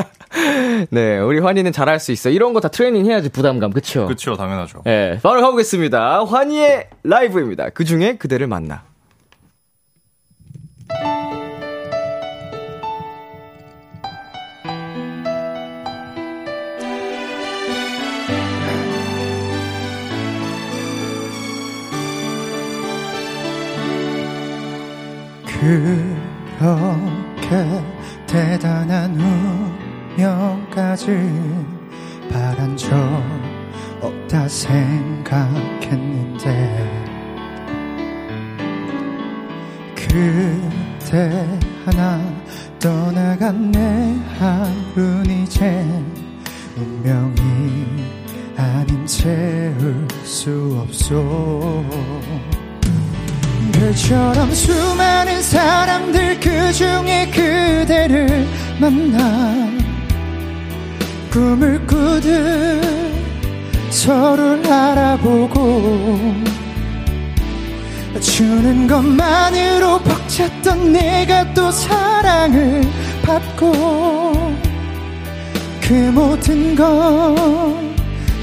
[SPEAKER 2] 네, 우리 환희는 잘할 수 있어. 이런 거 다 트레이닝 해야지 부담감, 그쵸? 죠
[SPEAKER 4] 그렇죠, 당연하죠.
[SPEAKER 2] 예, 바로 가보겠습니다. 환희의 라이브입니다. 그 중에 그대를 만나.
[SPEAKER 5] 이렇게 대단한 운명까지 바란 적 없다 생각했는데 그때 하나 떠나간 내 하루는 이제 운명이 아닌 채울 수 없어 별처럼 수많은 사람들 그 중에 그대를 만나 꿈을 꾸듯 서로를 알아보고 주는 것만으로 벅찼던 내가 또 사랑을 받고 그 모든 건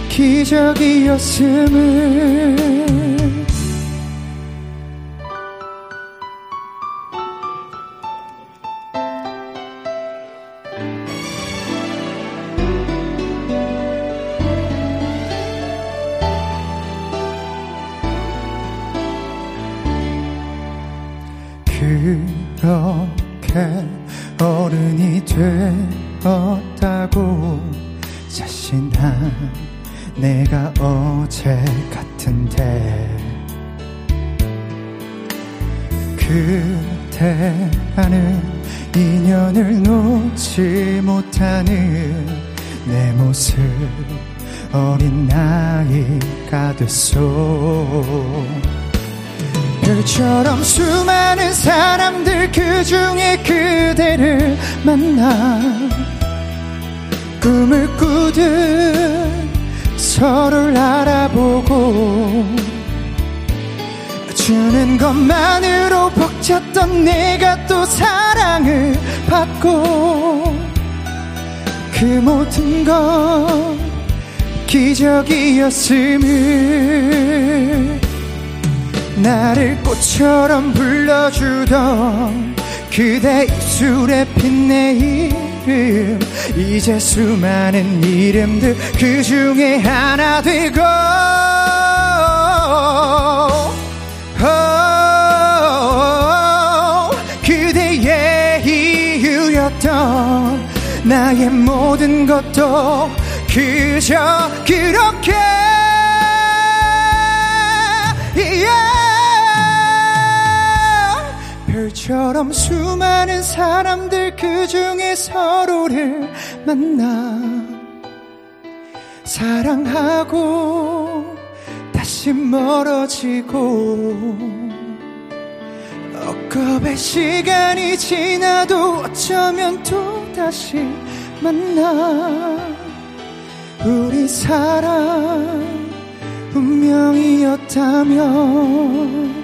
[SPEAKER 5] 기적이었음을 그렇게 어른이 되었다고 자신한 내가 어제 같은데 그대라는 인연을 놓지 못하는 내 모습 어린 나이가 됐소 별처럼 수많은 사람들 그 중에 그대를 만나 꿈을 꾸듯 서로를 알아보고 주는 것만으로 벅찼던 내가 또 사랑을 받고 그 모든 건 기적이었음을 나를 꽃처럼 불러주던 그대 입술에 핀 내 이름 이제 수많은 이름들 그 중에 하나 되고 oh, 그대의 이유였던 나의 모든 것도 그저 그렇게 yeah. 별처럼 수많은 사람들 그 중에 서로를 만나 사랑하고 다시 멀어지고 억겁의 시간이 지나도 어쩌면 또 다시 만나 우리 사랑 운명이었다면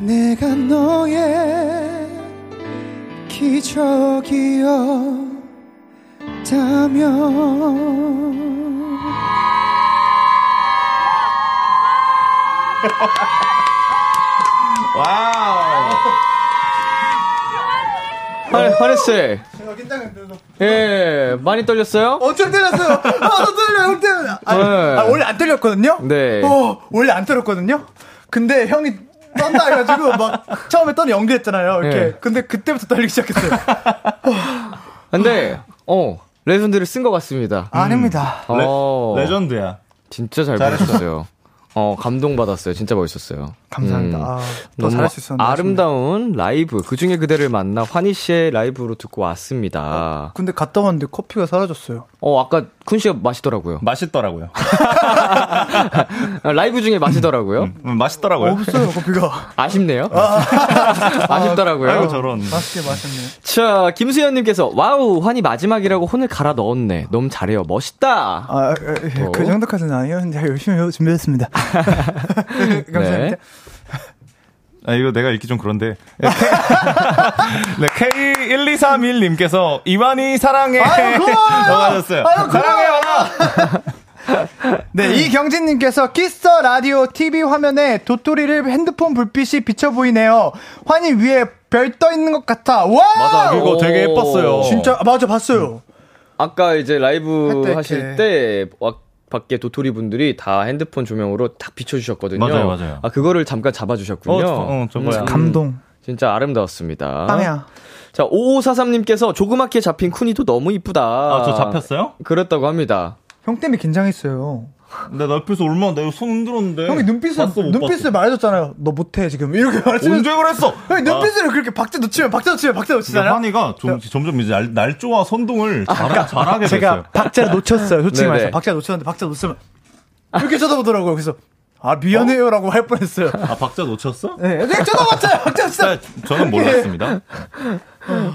[SPEAKER 5] 내가 너의 기적이었다면
[SPEAKER 4] 와우.
[SPEAKER 2] 환, 환했어요. 예, 많이 떨렸어요?
[SPEAKER 5] 엄청 떨렸어요. 아, 나 떨려, 형 때문에. 아,
[SPEAKER 2] 네.
[SPEAKER 5] 아, 원래 안 떨렸거든요?
[SPEAKER 2] 네.
[SPEAKER 5] 어, 원래 안 떨렸거든요? 근데 형이 떤다 해가지고 막 처음에 떠는 연기했잖아요. 이렇게.
[SPEAKER 2] 네. 음.
[SPEAKER 5] 근데 그때부터 떨리기 시작했어요.
[SPEAKER 2] 근데, [LAUGHS] 어, 레전드를 쓴 것 같습니다.
[SPEAKER 5] 아닙니다.
[SPEAKER 4] 레,
[SPEAKER 2] 어,
[SPEAKER 4] 레전드야.
[SPEAKER 2] 진짜 잘 보셨어요. 어, 감동받았어요. 진짜 멋있었어요.
[SPEAKER 5] 감사합니다.
[SPEAKER 2] 음.
[SPEAKER 5] 아, 더
[SPEAKER 2] 너무
[SPEAKER 5] 잘할 수 있었는데.
[SPEAKER 2] 아름다운 라이브 그 중에 그대를 만나 환희 씨의 라이브로 듣고 왔습니다.
[SPEAKER 5] 근데 갔다 왔는데 커피가 사라졌어요.
[SPEAKER 2] 어 아까 쿤 씨가 마시더라고요.
[SPEAKER 4] 맛있더라고요.
[SPEAKER 2] 아, 라이브 중에 마시더라고요.
[SPEAKER 4] [LAUGHS] 음, 맛있더라고요.
[SPEAKER 5] 없어요, 커피가.
[SPEAKER 2] 아쉽네요. [LAUGHS] 아쉽더라고요.
[SPEAKER 4] 아이고 저런.
[SPEAKER 5] 맛있게 마셨네.
[SPEAKER 2] 어? 자 김수현님께서 와우 환희 마지막이라고 혼을 갈아 넣었네. 너무 잘해요. 멋있다.
[SPEAKER 5] 아,
[SPEAKER 2] 어.
[SPEAKER 5] 그 정도까지는 아니었는데
[SPEAKER 2] [LAUGHS]
[SPEAKER 5] 열심히 준비했습니다. 네,
[SPEAKER 2] 네.
[SPEAKER 5] 감사합니다.
[SPEAKER 4] 아, 이거 내가 읽기 좀 그런데. [LAUGHS] 네, K1231님께서 이완이 사랑해.
[SPEAKER 5] 아유, 고마워요.
[SPEAKER 4] 네. [LAUGHS] 넘어가셨어요. 음.
[SPEAKER 5] 아유, 고마워요.
[SPEAKER 4] 사랑해요.
[SPEAKER 5] 네, 이경진님께서 키스터 라디오 TV 화면에 도토리를 핸드폰 불빛이 비춰 보이네요. 환희 위에 별 떠 있는 것 같아. 와!
[SPEAKER 4] 맞아, 그거 되게
[SPEAKER 2] 오.
[SPEAKER 4] 예뻤어요.
[SPEAKER 5] 진짜, 아, 맞아, 봤어요.
[SPEAKER 4] 음.
[SPEAKER 2] 아까 이제
[SPEAKER 5] 할때
[SPEAKER 2] 라이브
[SPEAKER 5] 이렇게.
[SPEAKER 2] 하실 때 와- 밖에 도토리 분들이 다 핸드폰 조명으로 딱 비춰주셨거든요.
[SPEAKER 4] 맞아요, 맞아요.
[SPEAKER 2] 아 그거를 잠깐
[SPEAKER 4] 어,
[SPEAKER 2] 잡아주셨군요. 음,
[SPEAKER 4] 저, 어, 저거야.
[SPEAKER 5] 감동.
[SPEAKER 2] 진짜 아름다웠습니다.
[SPEAKER 5] 빵야.
[SPEAKER 4] 어?
[SPEAKER 2] 자, 5543님께서 조그맣게 잡힌 쿠니도 너무 이쁘다.
[SPEAKER 4] 아, 저 잡혔어요?
[SPEAKER 2] 그랬다고 합니다.
[SPEAKER 5] 형 때문에 긴장했어요.
[SPEAKER 4] 나 옆에서 얼마나 내가 손 흔들었는데.
[SPEAKER 5] 형이 눈빛을
[SPEAKER 4] 네. 봤어, 못
[SPEAKER 5] 눈빛을 말해줬잖아요. 너 못해 지금 이렇게 [LAUGHS]
[SPEAKER 4] 봤어?
[SPEAKER 5] 말했으면
[SPEAKER 4] 언제 그랬어?
[SPEAKER 5] 형이 눈빛으로 그렇게 박자 놓치면 박자 놓치면 박자
[SPEAKER 4] 근데
[SPEAKER 5] 놓치잖아요. 아, 그러니까.
[SPEAKER 4] 환희가 좀, 점점 이제 날, 날조와 선동을 잘, 잘하게 됐어요.
[SPEAKER 5] 제가 박자를 놓쳤어요. 솔직히
[SPEAKER 2] 네네.
[SPEAKER 5] 말해서 박자 놓쳤는데 박자 놓치면 이렇게 쳐다보더라고요. 그래서 아 미안해요라고 할 뻔했어요.
[SPEAKER 4] 아, 박자 놓쳤어?
[SPEAKER 5] 네, 그냥 쳐다봤잖아요. 박자 놓쳤어요.
[SPEAKER 4] 자, 저는 몰랐습니다.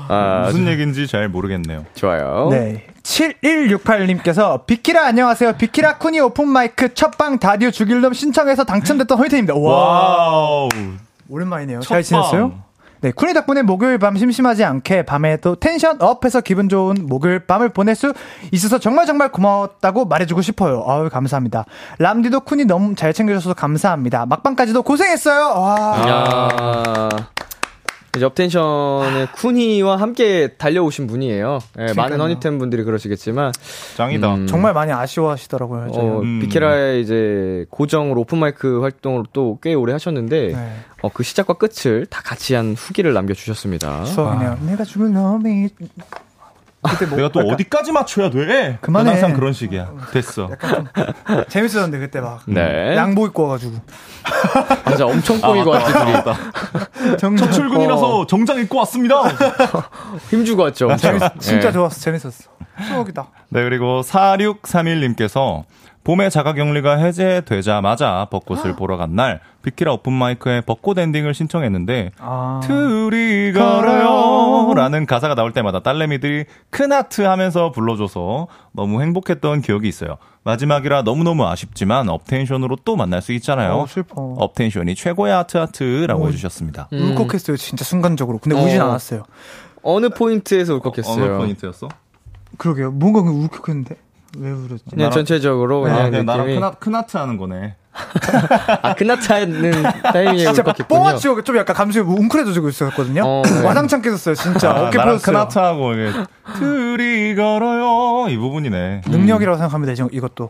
[SPEAKER 2] 아,
[SPEAKER 4] 무슨 얘기인지 잘 모르겠네요.
[SPEAKER 2] 좋아요.
[SPEAKER 5] 네. 7168님께서 비키라 안녕하세요. 비키라 쿠니 오픈 마이크 첫방 다디오 죽일 놈 신청해서 당첨됐던 화이팅입니다. 와
[SPEAKER 4] 와우.
[SPEAKER 5] 오랜만이네요.
[SPEAKER 4] 첫
[SPEAKER 5] 잘 지냈어요?
[SPEAKER 4] 방.
[SPEAKER 5] 네, 쿠니 덕분에 목요일 밤 심심하지 않게 밤에 또 텐션 업해서 기분 좋은 목요일 밤을 보낼 수 있어서 정말 정말 고마웠다고 말해주고 싶어요. 아유 감사합니다. 람디도 쿠니 너무 잘 챙겨줘서 감사합니다. 막방까지도 고생했어요.
[SPEAKER 2] 아.
[SPEAKER 5] 와.
[SPEAKER 2] 야. 아, 이제
[SPEAKER 5] 아.
[SPEAKER 2] 업텐션의 쿤이와 함께 달려오신 분이에요. 예, 많은 허니템 분들이 그러시겠지만,
[SPEAKER 4] 짱이다.
[SPEAKER 5] 정말 많이 아쉬워하시더라고요. 저희.
[SPEAKER 2] 어,
[SPEAKER 4] 음.
[SPEAKER 2] 비케라의 이제 고정으로 오픈마이크 활동을 또 꽤 오래 하셨는데,
[SPEAKER 5] 네.
[SPEAKER 2] 어, 그 시작과 끝을 다 같이 한 후기를 남겨주셨습니다.
[SPEAKER 5] 추억이네요. 내가 죽을 놈이 그때 뭐
[SPEAKER 4] 내가 또 어디까지 맞춰야 돼?
[SPEAKER 5] 그만해.
[SPEAKER 4] 난 항상 그런 식이야. 됐어.
[SPEAKER 5] 재밌었는데 그때 막
[SPEAKER 2] 네.
[SPEAKER 5] 양복 입고 와가지고
[SPEAKER 2] 맞아, 아, 엄청 꼬이고 왔지, 둘이.
[SPEAKER 5] 정작-
[SPEAKER 4] 첫 출근이라서
[SPEAKER 5] 어,
[SPEAKER 4] 정장 입고 왔습니다.
[SPEAKER 2] 아. 힘주고 왔죠. 엄청.
[SPEAKER 5] 재밌- 진짜
[SPEAKER 2] 예.
[SPEAKER 5] 좋았어 재밌었어 추억이다
[SPEAKER 4] 네, 그리고 4631님께서 봄의 자가격리가 해제되자마자
[SPEAKER 5] 아.
[SPEAKER 4] 벚꽃을 보러 간 날 비키라 오픈마이크에 벚꽃 엔딩을 신청했는데
[SPEAKER 5] 아.
[SPEAKER 4] 둘이 걸어요 라는 가사가 나올 때마다 딸내미들이 큰하트 하면서 불러줘서 너무 행복했던 기억이 있어요. 마지막이라 너무너무 아쉽지만 업텐션으로 또 만날 수 있잖아요.
[SPEAKER 5] 어, 슬퍼. 음.
[SPEAKER 4] 업텐션이 최고의 하트하트라고 해주셨습니다.
[SPEAKER 2] 음,
[SPEAKER 5] 울컥했어요 진짜 순간적으로 근데 울진
[SPEAKER 2] 어.
[SPEAKER 5] 않았어요
[SPEAKER 2] 어느 포인트에서 울컥했어요?
[SPEAKER 4] 어느 포인트였어?
[SPEAKER 5] 그러게요 뭔가 그냥 울컥했는데 왜 울었지
[SPEAKER 2] 그냥 네, 전체적으로
[SPEAKER 4] 아,
[SPEAKER 2] 그냥
[SPEAKER 4] 그냥 나랑
[SPEAKER 2] 느낌이
[SPEAKER 4] 큰하- 큰하트 하는 거네.
[SPEAKER 2] 아 끝나차는 타이밍에
[SPEAKER 5] [LAUGHS] 진짜
[SPEAKER 2] 예, 울컥했군요.
[SPEAKER 5] 뽕아 치고 좀 약간 감수이 웅크려지고 있었거든요
[SPEAKER 2] 어, 네.
[SPEAKER 5] 와당창 깨졌어요 진짜
[SPEAKER 4] 아,
[SPEAKER 5] 어깨
[SPEAKER 4] 나랑
[SPEAKER 5] 부러졌어요
[SPEAKER 4] 큰하트하고 이게 둘이 걸어요 이 부분이네.
[SPEAKER 2] 음.
[SPEAKER 5] 능력이라고 생각합니다 지금 이것도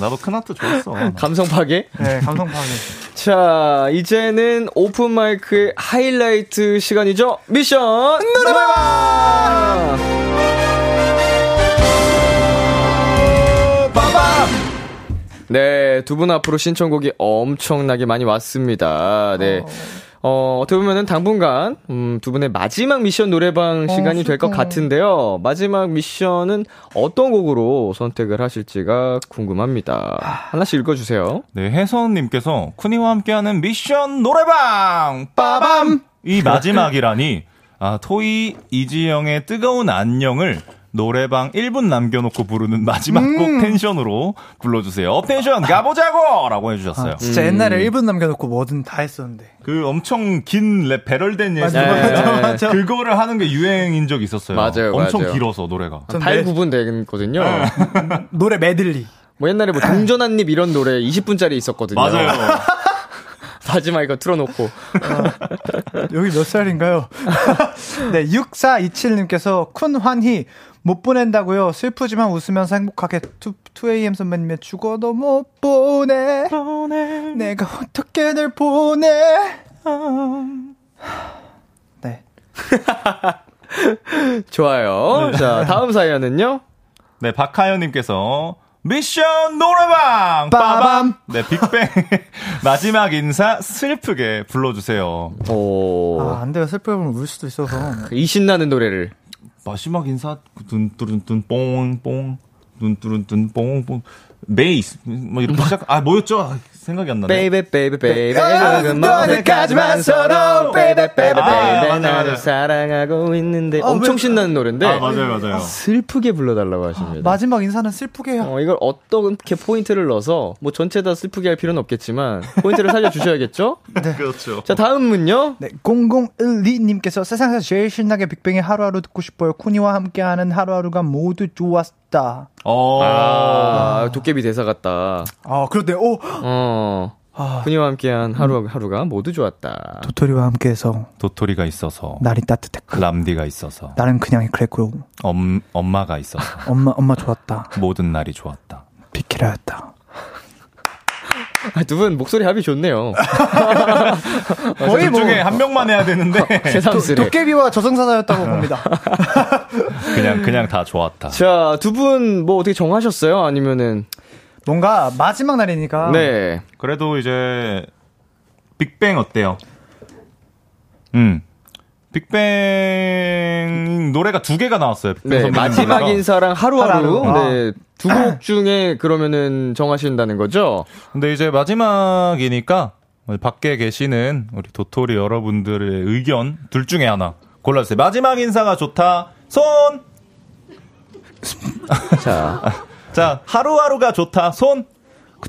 [SPEAKER 4] 나도 큰하트 좋았어.
[SPEAKER 2] 감성 파괴.
[SPEAKER 5] 네 감성 파괴
[SPEAKER 2] 음. 자 이제는 오픈 마이크의 하이라이트 시간이죠. 미션 노래방. 네, 두 분 앞으로 신청곡이 엄청나게 많이 왔습니다. 네. 어, 어떻게 보면은 당분간, 음, 두 분의 마지막 미션 노래방 시간이 될 것 같은데요. 마지막 미션은 어떤 곡으로 선택을 하실지가 궁금합니다. 하나씩 읽어주세요.
[SPEAKER 4] 네, 혜선님께서 쿠니와 함께하는 미션 노래방 빠밤 이 마지막이라니 아 토이 이지영의 뜨거운 안녕을 노래방 1분 남겨놓고 부르는 마지막
[SPEAKER 5] 음.
[SPEAKER 4] 곡 텐션으로 불러주세요. 텐션 가보자고라고
[SPEAKER 2] 아,
[SPEAKER 4] 해주셨어요.
[SPEAKER 2] 네.
[SPEAKER 5] 진짜 옛날에 1분 남겨놓고 뭐든 다 했었는데
[SPEAKER 4] 그 엄청 긴 랩, 배럴된 예시
[SPEAKER 2] 맞아, 맞아,
[SPEAKER 4] [LAUGHS] 그거를 하는 게 유행인 적이 있었어요.
[SPEAKER 2] 네. 맞아요,
[SPEAKER 4] 엄청
[SPEAKER 2] 맞아요.
[SPEAKER 4] 길어서 노래가.
[SPEAKER 5] 전
[SPEAKER 2] 달
[SPEAKER 5] 매-
[SPEAKER 2] 구분 되거든요.
[SPEAKER 5] 노래 메들리
[SPEAKER 2] 뭐 옛날에 뭐 동전 한 입 이런 노래 20분짜리 있었거든요. 네.
[SPEAKER 4] 맞아요.
[SPEAKER 2] 마지막 이거 틀어놓고.
[SPEAKER 5] 여기 몇 살인가요? [LAUGHS] 네, 6427님께서 쿤환희 못 보낸다고요. 슬프지만 웃으면서 행복하게 2, 2AM 선배님의 죽어도 못 보내. 내가 어떻게 널 보내. 아. 네.
[SPEAKER 2] 좋아요. 자, 다음 사연은요?
[SPEAKER 4] 네, 박하연님께서 미션 노래방 빠밤.
[SPEAKER 5] 빠밤!
[SPEAKER 4] 네, 빅뱅 [LAUGHS] 마지막 인사 슬프게 불러주세요.
[SPEAKER 2] 오.
[SPEAKER 5] 아, 안 돼요. 슬프면 울 수도 있어서.
[SPEAKER 2] 이 신나는 노래를.
[SPEAKER 4] 마지막 인사 눈뚜룬뚠 뽕뽕 눈뚜룬뚠 뽕뽕 베이스 뭐 이렇게 시작. 아 뭐였죠? 아, 생각이 안 나네.
[SPEAKER 2] 베이베 베이베 베이베
[SPEAKER 5] 아,
[SPEAKER 2] 조금 어디까지만 서로 베이베 베이베
[SPEAKER 4] 아,
[SPEAKER 2] 베이베
[SPEAKER 4] 맞아,
[SPEAKER 2] 나를
[SPEAKER 4] 맞아.
[SPEAKER 2] 사랑하고 있는데
[SPEAKER 5] 아,
[SPEAKER 2] 엄청
[SPEAKER 5] 왜-
[SPEAKER 2] 신나는 노래인데
[SPEAKER 4] 아 맞아요 맞아요.
[SPEAKER 2] 슬프게 불러달라고 하십니다.
[SPEAKER 5] 마지막 인사는 슬프게 해요.
[SPEAKER 2] 어, 이걸 어떻게 포인트를 넣어서 뭐 전체 다 슬프게 할 필요는 없겠지만 포인트를 살려주셔야겠죠?
[SPEAKER 4] 그렇죠.
[SPEAKER 2] 자 다음은요.
[SPEAKER 5] 네, 0012님께서 세상에서 제일 신나게 빅뱅의 하루하루 듣고 싶어요. 쿠니와 함께하는 하루하루가 모두 좋았다.
[SPEAKER 4] 어.
[SPEAKER 2] 아 도깨비 대사 같다.
[SPEAKER 5] 아, 그렇네. 오,
[SPEAKER 2] 어
[SPEAKER 5] 아,
[SPEAKER 2] 군이와 함께한 하루 하루가 모두 좋았다.
[SPEAKER 5] 도토리와 함께해서
[SPEAKER 4] 도토리가 있어서
[SPEAKER 5] 날이 따뜻했고
[SPEAKER 4] 람디가 있어서
[SPEAKER 5] 나는 그냥 그랬고
[SPEAKER 4] 엄 엄마가 있어서
[SPEAKER 5] 엄마 엄마 좋았다
[SPEAKER 4] 모든 날이 좋았다.
[SPEAKER 5] 비키라였다
[SPEAKER 2] 아, 두 분 목소리 합이 좋네요.
[SPEAKER 4] 거의 어, 둘 중에 한 명만 해야 [LAUGHS] 되는데
[SPEAKER 2] 새삼스레.
[SPEAKER 5] 뭐 도깨비와 저승사자였다고 봅니다.
[SPEAKER 4] 그냥 그냥 다 좋았다.
[SPEAKER 2] 자, 두 분 뭐 어떻게 정하셨어요? 아니면은
[SPEAKER 5] [LAUGHS] 뭔가 마지막 날이니까.
[SPEAKER 2] 네.
[SPEAKER 4] 그래도 이제 빅뱅 어때요? 음. 빅뱅 노래가 두 개가 나왔어요. 빅뱅
[SPEAKER 2] 네,
[SPEAKER 4] 선배님
[SPEAKER 2] 마지막
[SPEAKER 4] 노래가.
[SPEAKER 2] 인사랑 하루하루.
[SPEAKER 5] 하루하루.
[SPEAKER 2] 네. 두 곡 중에 그러면은 정하신다는 거죠?
[SPEAKER 4] 근데 이제 마지막이니까 밖에 계시는 우리 도토리 여러분들의 의견 둘 중에 하나 골라주세요. 마지막 인사가 좋다. 손.
[SPEAKER 2] [LAUGHS] 자,
[SPEAKER 4] 자, 하루하루가 좋다. 손.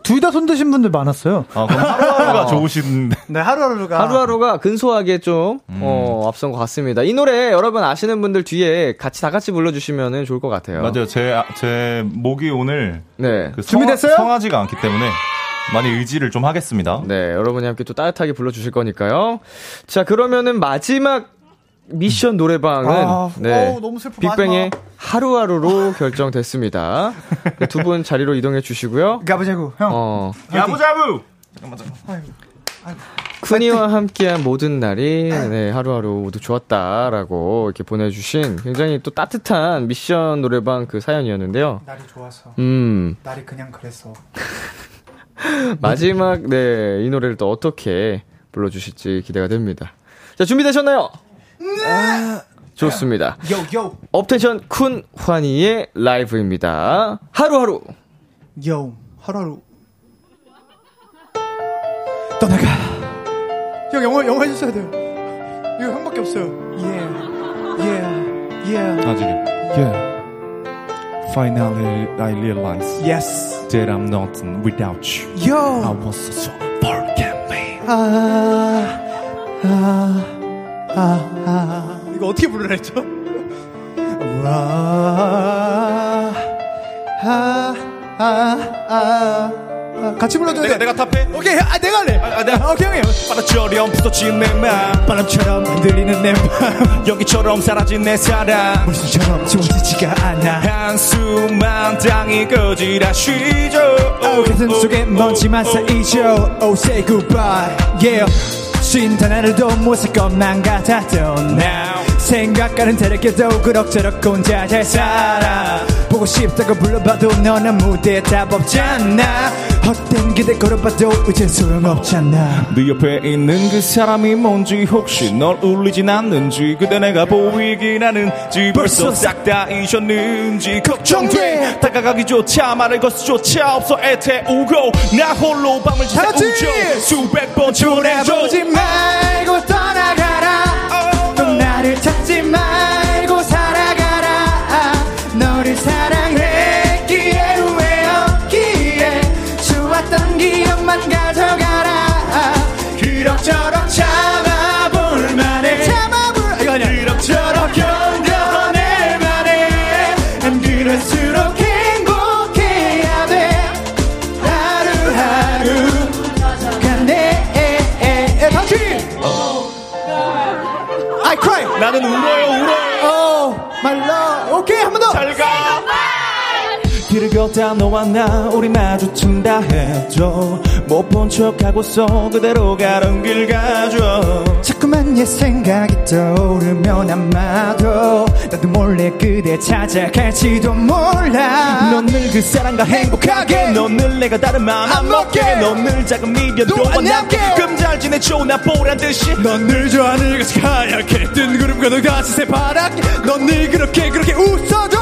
[SPEAKER 5] 둘 다 손 드신 분들 많았어요.
[SPEAKER 4] 어, 그럼 하루하루가 좋으신데.
[SPEAKER 5] 네, 하루하루가.
[SPEAKER 2] 하루하루가 근소하게 좀 어, 앞선 것 같습니다. 이 노래 여러분 아시는 분들 뒤에 같이 다 같이 불러 주시면은 좋을 것 같아요.
[SPEAKER 4] 맞아요. 제, 아- 제 목이 오늘
[SPEAKER 2] 네.
[SPEAKER 4] 그 성하-
[SPEAKER 5] 준비됐어요?
[SPEAKER 4] 성하지가 않기 때문에 많이 의지를 좀 하겠습니다.
[SPEAKER 2] 네, 여러분이 함께 또 따뜻하게 불러 주실 거니까요. 자, 그러면은 마지막 미션 노래방은
[SPEAKER 5] 아,
[SPEAKER 2] 네.
[SPEAKER 5] 어우, 너무 슬퍼,
[SPEAKER 2] 빅뱅의
[SPEAKER 5] 마지막.
[SPEAKER 2] 하루하루로 [LAUGHS] 결정됐습니다. 그 두 분 자리로 이동해 주시고요.
[SPEAKER 5] 가보자고, 형.
[SPEAKER 2] 어,
[SPEAKER 4] 야부자부!
[SPEAKER 2] 쿠니와 함께한 모든 날이 네, 하루하루 모두 좋았다라고 이렇게 보내주신 굉장히 또 따뜻한 미션 노래방 그 사연이었는데요.
[SPEAKER 5] 날이 좋아서.
[SPEAKER 2] 음
[SPEAKER 5] 날이 그냥 그랬어.
[SPEAKER 2] 마지막 네 이 노래를 또 어떻게 불러주실지 기대가 됩니다. 자 준비되셨나요?
[SPEAKER 5] 네!
[SPEAKER 2] 아, 좋습니다.
[SPEAKER 5] 요, 요,
[SPEAKER 2] 업텐션 쿤 환희의 라이브입니다. 하루하루
[SPEAKER 5] 요. 하루하루. 떠나가. 형, 영어, 영어 해주셔야 돼요. 이거 형밖에 없어요. 예. 예. 예.
[SPEAKER 7] 아직. Yeah. Finally, I realize
[SPEAKER 5] Yes.
[SPEAKER 7] that I'm nothing without you. I
[SPEAKER 5] Yo.
[SPEAKER 7] was so forget me.
[SPEAKER 5] 아, 아, 아, 아. 이거 어떻게 부르라 했죠? 와, 아, 아, 아, 아. 같이 불러줘야 돼.
[SPEAKER 7] 내가 탑해.
[SPEAKER 5] 오케이, 아, 내가 할래.
[SPEAKER 7] 내가-
[SPEAKER 5] 오케이, 형이.
[SPEAKER 7] 바람처럼 부서진 내맘
[SPEAKER 5] 바람처럼 흔들리는 내 맘.
[SPEAKER 7] 여기처럼 사라진 내 사랑
[SPEAKER 5] 물수처럼 지워지지가 않아.
[SPEAKER 7] 한숨만 땅이 거지라 쉬죠 어,
[SPEAKER 5] 오, 가슴 어, 속에 먼지만 쌓이죠. Oh, say goodbye. Yeah. 쉰 단어를도 못할 것만 같았던 나 생각과는 다르게도 그럭저럭 혼자 잘 살아 보고 싶다고 불러봐도 너는 무대에 답 없잖아 헛된 기대 걸어봐도 이젠 소용없잖아
[SPEAKER 7] 네 옆에 있는 그 사람이 뭔지 혹시 널 울리진 않는지 그대 내가 보이긴 하는지 벌써 싹 다 잊었는지 걱정돼 다가가기조차 말을 것조차 없어 애태우고 나 홀로 밤을
[SPEAKER 5] 다 같이!
[SPEAKER 7] 지새우죠 수백 번 전해줘
[SPEAKER 5] 돌아보지 말고 떠나가라 또 나를 찾지 말고 살아가라 너를 사랑했기에 후회 없기에 좋았던 기억만 가져가라 그럭저럭 참아볼 만해 참아볼 이거 아니야 그럭저럭 견뎌낼 만해 안 그럴수록 행복해야 돼 하루하루 네, 간대 당신 I cry
[SPEAKER 7] 어. 나는 울어요 울어요
[SPEAKER 5] oh my love 오케이 한 번 더
[SPEAKER 7] 잘가 길을 걷다 너와 나 우리 마주친다 해도 못 본 척하고서 그대로 가는 길 가죠
[SPEAKER 5] 자꾸만 옛 생각이 떠오르면 아마도 나도 몰래 그대 찾아갈지도 몰라
[SPEAKER 7] 넌 늘 그 사람과 행복하게 넌 늘 내가 다른 마음 안 먹게 넌 늘 작은 미련도
[SPEAKER 5] 또안
[SPEAKER 7] 안 남게
[SPEAKER 5] 남게.
[SPEAKER 7] 금잘 지내줘 나 보란 듯이
[SPEAKER 5] 넌늘저 하늘같이 하얗게 뜬 구름과 너 같이 새파랗게 넌늘 그렇게 그렇게 웃어도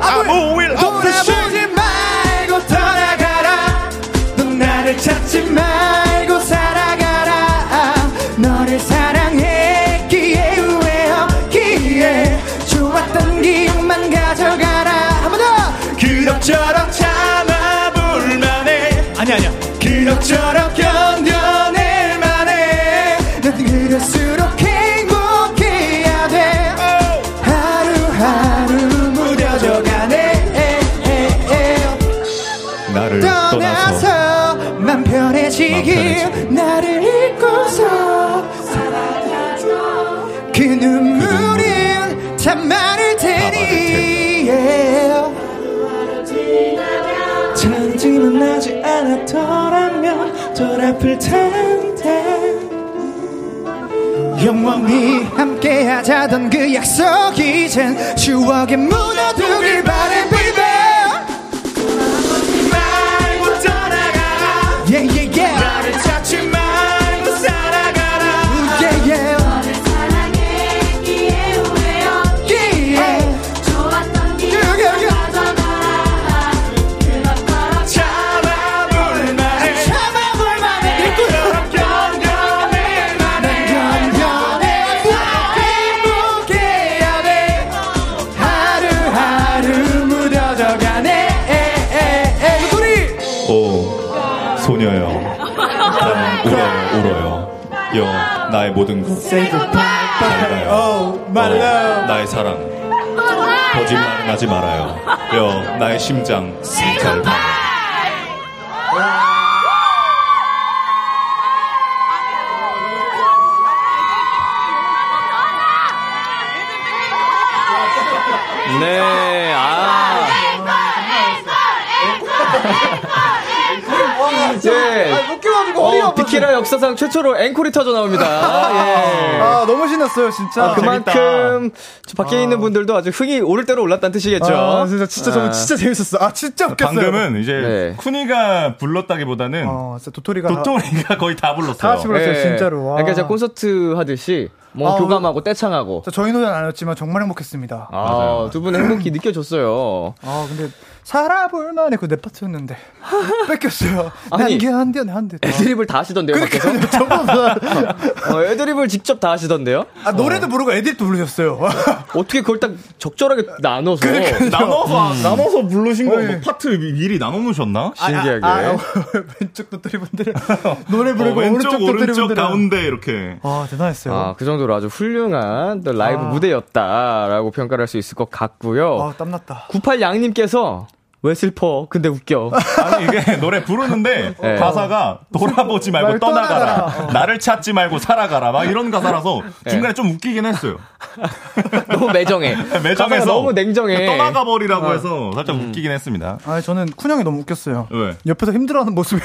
[SPEAKER 7] 아무 일 없듯이.
[SPEAKER 5] 돌아보지 말고 떠나가라 넌 나를 찾지 말고 살아가라 너를 사랑했기에 후회 없기에 좋았던 기억만 가져가라 한번 더! 그럭저럭 참아볼 만해
[SPEAKER 7] 아니 아니야
[SPEAKER 5] 그럭저럭 견뎌낼 만해 난 그럴수록 행복해야 돼 하루하루 무뎌져가네
[SPEAKER 4] 나를 떠나서
[SPEAKER 5] 떠나서 맘 편해지길
[SPEAKER 4] 편해지길.
[SPEAKER 5] 나를 잊고서 그 눈물은 다 마를 테니 yeah.
[SPEAKER 7] 잔지만 나지 않았더라면
[SPEAKER 10] 절 아플 텐데
[SPEAKER 5] 영원히 함께하자던 그 약속 이젠 추억에 묻어두길 바래 baby
[SPEAKER 10] 말고 떠나가
[SPEAKER 5] yeah yeah yeah
[SPEAKER 10] 나를 찾지 말고 살아가라
[SPEAKER 5] yeah yeah
[SPEAKER 11] 사랑했기에 후회 없기에 좋았던 기억 가져가라 그렇더라
[SPEAKER 10] 참아볼 만해
[SPEAKER 5] 참아볼 만해
[SPEAKER 10] 이토록 견뎌낼 만해
[SPEAKER 5] 연연해 행복해야 돼 하루하루 무뎌져 가네 우리
[SPEAKER 4] 오, 소녀요. 나는
[SPEAKER 5] [LAUGHS]
[SPEAKER 4] 울어, 울어요. 여, 나의 모든 것.
[SPEAKER 5] say goodbye
[SPEAKER 4] 밝아요.
[SPEAKER 5] oh my
[SPEAKER 4] 어,
[SPEAKER 5] love
[SPEAKER 4] 나의 사랑. 거짓말 하지 말아요. 여, 나의 심장. 잘 봐.
[SPEAKER 2] 네, 아. 네.
[SPEAKER 5] 웃겨가지고 허리
[SPEAKER 2] 어,
[SPEAKER 5] 아파
[SPEAKER 2] 비키라 역사상 최초로 앵콜이 터져 나옵니다. 예.
[SPEAKER 5] 아 너무 신났어요 진짜
[SPEAKER 2] 아, 그만큼 저 밖에 있는 분들도 아주 흥이 오를 대로 올랐다는 뜻이겠죠.
[SPEAKER 5] 아, 진짜 진짜 정말 진짜 재밌었어 아 진짜 웃겼어요
[SPEAKER 4] 방금은 이제
[SPEAKER 2] 네.
[SPEAKER 4] 쿠니가 불렀다기보다는
[SPEAKER 5] 어 진짜 도토리가
[SPEAKER 4] 도토리가 거의 다
[SPEAKER 5] 다
[SPEAKER 4] 불렀어요.
[SPEAKER 5] 같이 불렀어요 그렇죠, 진짜로 와.
[SPEAKER 2] 그러니까 제가 콘서트 하듯이 뭐
[SPEAKER 5] 아,
[SPEAKER 2] 교감하고 떼창하고.
[SPEAKER 5] 저 저희 노래는 아니었지만 정말 행복했습니다 아,
[SPEAKER 2] 아, 두 분의 행복이 느껴졌어요.
[SPEAKER 5] 근데 살아볼 만해 그내
[SPEAKER 4] [LAUGHS]
[SPEAKER 5] 파트였는데 뺏겼어요
[SPEAKER 2] 아니.
[SPEAKER 5] 난게한대한대
[SPEAKER 2] 애드립을 다 하시던데요,
[SPEAKER 5] 그러니까.
[SPEAKER 2] 밖에서?
[SPEAKER 4] [LAUGHS]
[SPEAKER 2] 어, 애드립을 직접 다 하시던데요?
[SPEAKER 5] 아
[SPEAKER 4] 뭐.
[SPEAKER 5] 노래도 모르고 애들도 부르셨어요
[SPEAKER 2] 어떻게 그걸 딱 적절하게 나눠서
[SPEAKER 5] 그러니까. 아,
[SPEAKER 4] 나눠서 나눠서 아, 부르신 거
[SPEAKER 5] 네.
[SPEAKER 4] 뭐 파트 미리 나눠 놓으셨나?
[SPEAKER 2] 신기하게.
[SPEAKER 5] [LAUGHS] 아,
[SPEAKER 4] [LAUGHS]
[SPEAKER 5] 왼쪽 도토리분들은 노래
[SPEAKER 4] 어,
[SPEAKER 5] 부르고
[SPEAKER 4] 왼쪽 오른쪽
[SPEAKER 5] 도토리분들은
[SPEAKER 4] 가운데 이렇게.
[SPEAKER 5] 아 대단했어요
[SPEAKER 2] 아, 그 정도로 아주 훌륭한 또 라이브 무대였다라고 평가를 할 수 있을 것
[SPEAKER 4] 어.
[SPEAKER 2] 같고요.
[SPEAKER 5] 아 땀났다
[SPEAKER 2] 98양님께서 왜 슬퍼? 근데
[SPEAKER 5] [LAUGHS]
[SPEAKER 2] 웃겨.
[SPEAKER 4] [LAUGHS] 아니 이게 노래 [LAUGHS] 부르는데
[SPEAKER 2] 네.
[SPEAKER 4] 가사가 돌아보지 어. 말고
[SPEAKER 5] 말
[SPEAKER 4] 떠나가라. 어. 네.
[SPEAKER 5] 떠나가라.
[SPEAKER 4] 나를 찾지 말고 살아가라. 막 이런 [LAUGHS] 가사라서 중간에 좀 웃기긴 했어요.
[SPEAKER 2] 너무 매정해. 가사가
[SPEAKER 4] 매장에서
[SPEAKER 2] 너무 냉정해.
[SPEAKER 4] 떠나가 버리라고 해서 살짝 웃기긴 했습니다.
[SPEAKER 5] 아 저는 쿤형이 너무 웃겼어요
[SPEAKER 4] 왜?
[SPEAKER 5] 옆에서
[SPEAKER 4] [LAUGHS]
[SPEAKER 5] 힘들어하는 모습이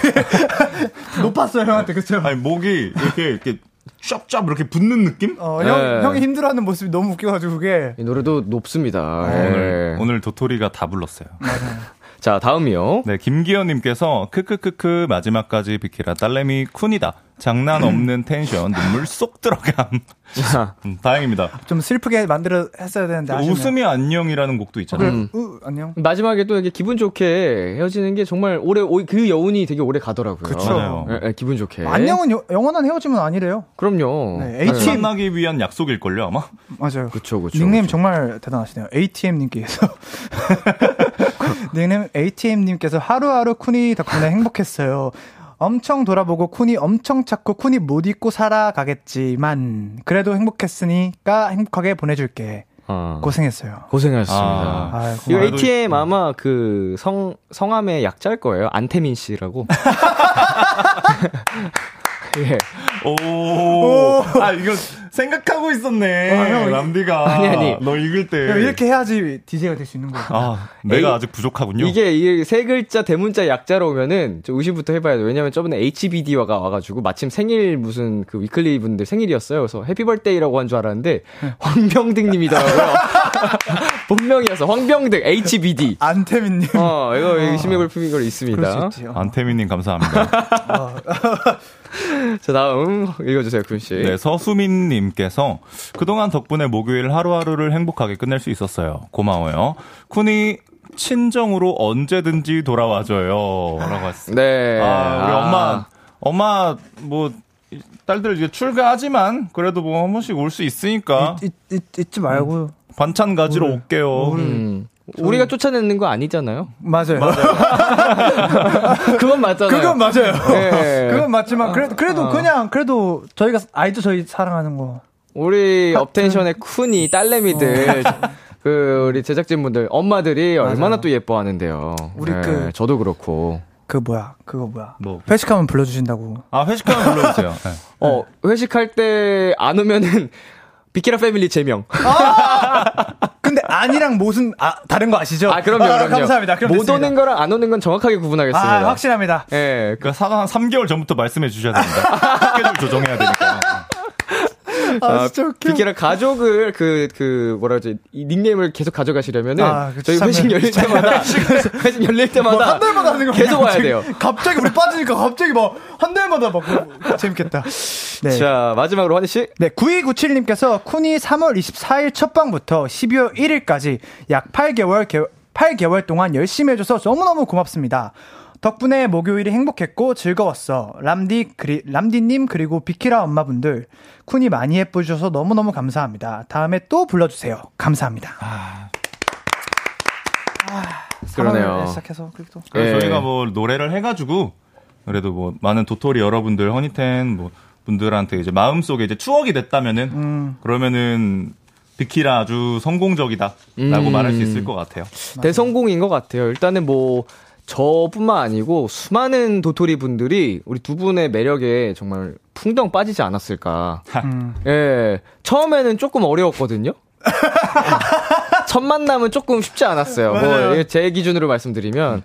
[SPEAKER 5] 높았어요 형한테 그쵸
[SPEAKER 4] 아니 목이 이렇게 이렇게 쩝쩝 이렇게 붙는 느낌?
[SPEAKER 5] 어,
[SPEAKER 2] 네.
[SPEAKER 5] 형, 형이 힘들어하는 모습이 너무 웃겨가지고 그게
[SPEAKER 2] 이 노래도
[SPEAKER 5] 아,
[SPEAKER 2] 높습니다.
[SPEAKER 4] 네.
[SPEAKER 2] 예.
[SPEAKER 4] 오늘 오늘 도토리가 다 불렀어요.
[SPEAKER 2] 자, 다음이요.
[SPEAKER 4] 네, 김기현님께서 크크크크 마지막까지 비키라 딸내미 쿤이다. 장난 없는 텐션 눈물 쏙 들어감.
[SPEAKER 2] 자,
[SPEAKER 4] 음, 다행입니다.
[SPEAKER 5] 좀 슬프게 만들어 했어야 되는데 아, 아쉽네요 음.
[SPEAKER 4] 웃음이 안녕이라는 곡도 있잖아요.
[SPEAKER 5] 으, 안녕
[SPEAKER 2] 마지막에 또 이렇게 기분 좋게 헤어지는 게 정말 오래, 오- 그 여운이 되게 오래 가더라고요.
[SPEAKER 5] 그쵸.
[SPEAKER 4] 맞아요.
[SPEAKER 2] 예, 예, 기분 좋게.
[SPEAKER 5] 안녕은 요- 영원한 헤어짐은 아니래요
[SPEAKER 2] 그럼요.
[SPEAKER 5] 네,
[SPEAKER 2] 예.
[SPEAKER 5] H-
[SPEAKER 4] 만나기 위한 약속일걸요 아마?
[SPEAKER 5] 맞아요
[SPEAKER 2] 그쵸, 그쵸.
[SPEAKER 5] 닉네임
[SPEAKER 2] 그쵸.
[SPEAKER 5] 정말 대단하시네요. ATM님께서. [LAUGHS] 닉네임 ATM님께서 하루하루 쿤이 덕분에 행복했어요. 엄청 돌아보고 쿤이 엄청 찾고 쿤이 못 잊고 살아가겠지만 그래도 행복했으니까 행복하게 보내줄게.
[SPEAKER 2] 아.
[SPEAKER 5] 고생했어요.
[SPEAKER 2] 고생하셨습니다.
[SPEAKER 4] 아,
[SPEAKER 5] 아유,
[SPEAKER 2] 이거
[SPEAKER 5] 고마워요.
[SPEAKER 2] ATM 아마 그 성 성함의 약자일 거예요. 안태민
[SPEAKER 5] [LAUGHS]
[SPEAKER 2] 씨라고. [LAUGHS] 예.
[SPEAKER 4] 오, 아, 이거 생각하고 있었네. 람디가.
[SPEAKER 2] 아니, 아니.
[SPEAKER 4] 너 읽을 때.
[SPEAKER 5] 그럼 이렇게 해야지 DJ가 될 수 있는 거예요.
[SPEAKER 4] 예. 아, 내가
[SPEAKER 2] 에이,
[SPEAKER 4] 아직 부족하군요.
[SPEAKER 2] 이게 이게 세 글자 대문자 약자로 오면은 좀 의심부터 해봐야 돼요. 왜냐면 저번에 HBD와가 와가지고 마침 생일 무슨 그 위클리 분들 생일이었어요. 그래서 해피벌데이라고 한 줄 알았는데 황병등님이더라고요. [LAUGHS] 본명이어서 황병등 HBD.
[SPEAKER 5] 안태민님.
[SPEAKER 2] 어 이거 의심해볼 필요가 있습니다.
[SPEAKER 5] 아. 그럴 수 있지요.
[SPEAKER 4] 안태민님 감사합니다.
[SPEAKER 2] 자 다음 읽어주세요 군 씨.
[SPEAKER 4] 네, 서수민님께서 그동안 덕분에 목요일 하루하루를 행복하게 끝낼 수 있었어요. 고마워요. 쿤이 친정으로 언제든지 돌아와줘요. 라고 했어요.
[SPEAKER 2] 네.
[SPEAKER 4] 아, 우리
[SPEAKER 2] 아.
[SPEAKER 4] 엄마, 엄마, 뭐, 딸들 이제 출가하지만 그래도 뭐 한 번씩 올 수 있으니까
[SPEAKER 5] 잊, 잊, 잊지 말고.
[SPEAKER 4] 반찬 가지러 올게요.
[SPEAKER 2] 음. 우리가 쫓아내는 거 아니잖아요.
[SPEAKER 5] 맞아요.
[SPEAKER 2] 그건 맞잖아요. 아.
[SPEAKER 5] 그건 맞아요.
[SPEAKER 2] 예.
[SPEAKER 5] [LAUGHS] 그건 맞지만 그래도, 그래도 그냥 그래도 저희가 알죠 저희 사랑하는 거.
[SPEAKER 2] 우리 업텐션의 쿤이
[SPEAKER 5] 어.
[SPEAKER 2] 딸내미들 그 우리 제작진분들 엄마들이 얼마나 또 예뻐하는데요.
[SPEAKER 5] 우리
[SPEAKER 2] 예,
[SPEAKER 5] 그-
[SPEAKER 2] 저도 그렇고
[SPEAKER 5] 그 뭐야 그거 뭐야
[SPEAKER 4] 뭐?
[SPEAKER 5] 회식하면 불러주신다고
[SPEAKER 4] 아, [LAUGHS] 회식하면 불러주세요. 네.
[SPEAKER 2] 어 [LAUGHS] 회식할 때 안 오면은 비키라 패밀리 제명.
[SPEAKER 5] 근데 근데 아니랑 못은 아, 다른 거 아시죠?
[SPEAKER 2] 아, 그럼요,
[SPEAKER 5] 아,
[SPEAKER 2] 그럼요.
[SPEAKER 5] 감사합니다. 그럼
[SPEAKER 2] 못
[SPEAKER 5] 됐습니다.
[SPEAKER 2] 오는 거랑 안 오는 건 정확하게 구분하겠습니다.
[SPEAKER 5] 아, 확실합니다.
[SPEAKER 2] 예.
[SPEAKER 4] 그러니까 사과 한 3개월 전부터 말씀해 주셔야 됩니다. [LAUGHS] 스케줄 조정해야 되니까.
[SPEAKER 2] 아, 비케라 가족을 그, 그, 뭐라 그러지, 이 닉네임을 계속 가져가시려면은,
[SPEAKER 5] 아, 그
[SPEAKER 2] 저희
[SPEAKER 5] 참-
[SPEAKER 2] 회식 열릴 때마다, 회식 열릴
[SPEAKER 5] 뭐
[SPEAKER 2] 때마다,
[SPEAKER 5] 한 달마다 하는 거
[SPEAKER 2] 계속 와야 돼요.
[SPEAKER 5] 갑자기 우리 빠지니까 갑자기 막 한 달마다 막
[SPEAKER 2] [LAUGHS]
[SPEAKER 5] 그거. 재밌겠다. 네.
[SPEAKER 2] 자, 마지막으로 환희씨.
[SPEAKER 5] 네, 9297님께서 쿤이 3월 24일 첫 방부터 12월 1일까지 약 8개월, 개, 8개월 동안 열심히 해줘서 너무너무 고맙습니다. 덕분에 목요일이 행복했고 즐거웠어. 람디, 그리, 람디님, 그리고 비키라 엄마분들. 쿤이 많이 예뻐주셔서 너무너무 감사합니다. 다음에 또 불러주세요. 감사합니다. 아.
[SPEAKER 2] 그러네요.
[SPEAKER 5] 상황을 아, 시작해서 그리고 또.
[SPEAKER 4] 그래서
[SPEAKER 2] 예.
[SPEAKER 4] 저희가 뭐 노래를 해가지고 그래도 뭐 많은 도토리 여러분들 허니텐 뭐 분들한테 이제 마음속에 이제 추억이 됐다면은
[SPEAKER 2] 음.
[SPEAKER 4] 그러면은 비키라 아주 성공적이다라고
[SPEAKER 2] 음.
[SPEAKER 4] 말할 수 있을 것 같아요.
[SPEAKER 2] 대성공인 것 같아요. 일단은 뭐, 저뿐만 아니고 수많은 도토리 분들이 우리 두 분의 매력에 정말 풍덩 빠지지 않았을까.
[SPEAKER 5] 음.
[SPEAKER 2] 예. 처음에는 조금
[SPEAKER 5] [LAUGHS]
[SPEAKER 2] 어려웠거든요. 첫 만남은 조금 쉽지 않았어요. 뭐, 제 기준으로 말씀드리면,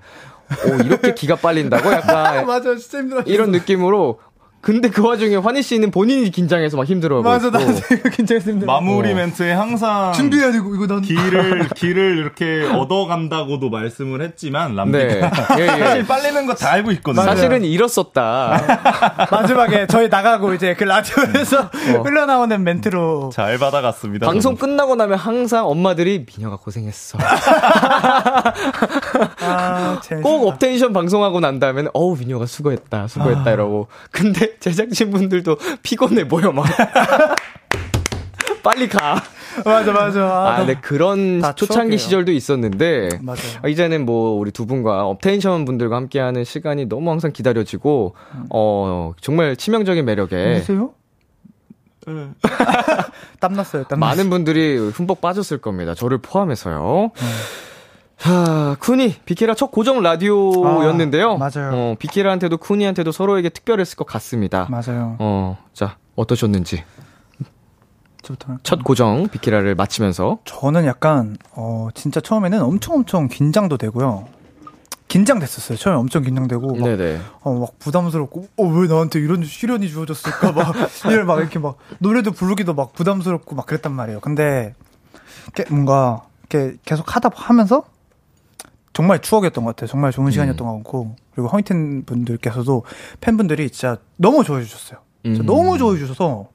[SPEAKER 2] 오, 이렇게 기가 빨린다고? 약간,
[SPEAKER 5] [LAUGHS] 맞아, 진짜 힘들어.
[SPEAKER 2] 이런 느낌으로. 근데 그 와중에 환희 씨는 본인이 긴장해서 막 힘들어하고
[SPEAKER 5] 맞아,
[SPEAKER 2] 있고.
[SPEAKER 5] 나도 이거 굉장히 힘들어.
[SPEAKER 2] 뭐,
[SPEAKER 4] 마무리 멘트에 항상
[SPEAKER 5] 준비해야 되고, 이거
[SPEAKER 2] [LAUGHS]
[SPEAKER 5] 난.
[SPEAKER 4] 길을 길을 이렇게 얻어간다고도 말씀을 했지만 람디가
[SPEAKER 5] [LAUGHS]
[SPEAKER 2] 네. 예, 예.
[SPEAKER 4] 사실 빨리는 거 [LAUGHS] 다 알고 있거든요.
[SPEAKER 2] 사실은 잃었었다.
[SPEAKER 5] 마지막에 저희 나가고 이제 그 라디오에서
[SPEAKER 2] 어.
[SPEAKER 5] [LAUGHS] 흘러나오는 멘트로
[SPEAKER 4] 잘 받아갔습니다.
[SPEAKER 5] 네.
[SPEAKER 2] 방송
[SPEAKER 4] 저는.
[SPEAKER 2] 끝나고 나면 항상 엄마들이 미녀가 고생했어.
[SPEAKER 5] [LAUGHS] 아,
[SPEAKER 2] 꼭 업텐션 방송하고 난 다음에는 어우 미녀가 수고했다,
[SPEAKER 5] 아.
[SPEAKER 2] 수고했다 이러고. 근데 [LAUGHS] 제작진 분들도 피곤해 보여 막. [LAUGHS] 빨리 가.
[SPEAKER 5] 맞아 맞아.
[SPEAKER 2] 아,
[SPEAKER 5] 아,
[SPEAKER 2] 근데 그런
[SPEAKER 5] 다
[SPEAKER 2] 초창기
[SPEAKER 5] 추억이에요.
[SPEAKER 2] 시절도 있었는데
[SPEAKER 5] 맞아요.
[SPEAKER 2] 아, 이제는 뭐 우리 두 분과 업텐션 분들과 함께하는 시간이 너무 항상 기다려지고
[SPEAKER 5] 음.
[SPEAKER 2] 어 정말 치명적인 매력에
[SPEAKER 5] 보세요. 네. [LAUGHS] 땀 났어요. 땀 났어요.
[SPEAKER 2] 많은 분들이 흠뻑 빠졌을 겁니다. 저를 포함해서요. 하, 쿤이 비키라 첫 고정 라디오였는데요.
[SPEAKER 5] 아, 맞아요.
[SPEAKER 2] 어, 비키라한테도 쿤이한테도 서로에게 특별했을 것 같습니다.
[SPEAKER 5] 맞아요.
[SPEAKER 2] 어, 자 어떠셨는지
[SPEAKER 5] 저부터 할까요?
[SPEAKER 2] 첫 고정 비키라를 마치면서
[SPEAKER 5] 저는 약간 어 진짜 처음에는 엄청 엄청 긴장도 되고요. 긴장됐었어요. 처음에 엄청 긴장되고 막,
[SPEAKER 2] 네네
[SPEAKER 5] 어, 막 부담스럽고 어 왜 나한테 이런 시련이 주어졌을까 막 [LAUGHS] 이런 막 이렇게 막 노래도 부르기도 막 부담스럽고 막 그랬단 말이에요. 근데 이렇게 뭔가 이렇게 계속 하다 하면서 정말 추억이었던 것 같아요. 정말 좋은 시간이었던 것 같고 그리고 허니텐 분들께서도 팬분들이 진짜 너무 좋아해 주셨어요. 진짜
[SPEAKER 2] 음.
[SPEAKER 5] 너무 좋아해 주셔서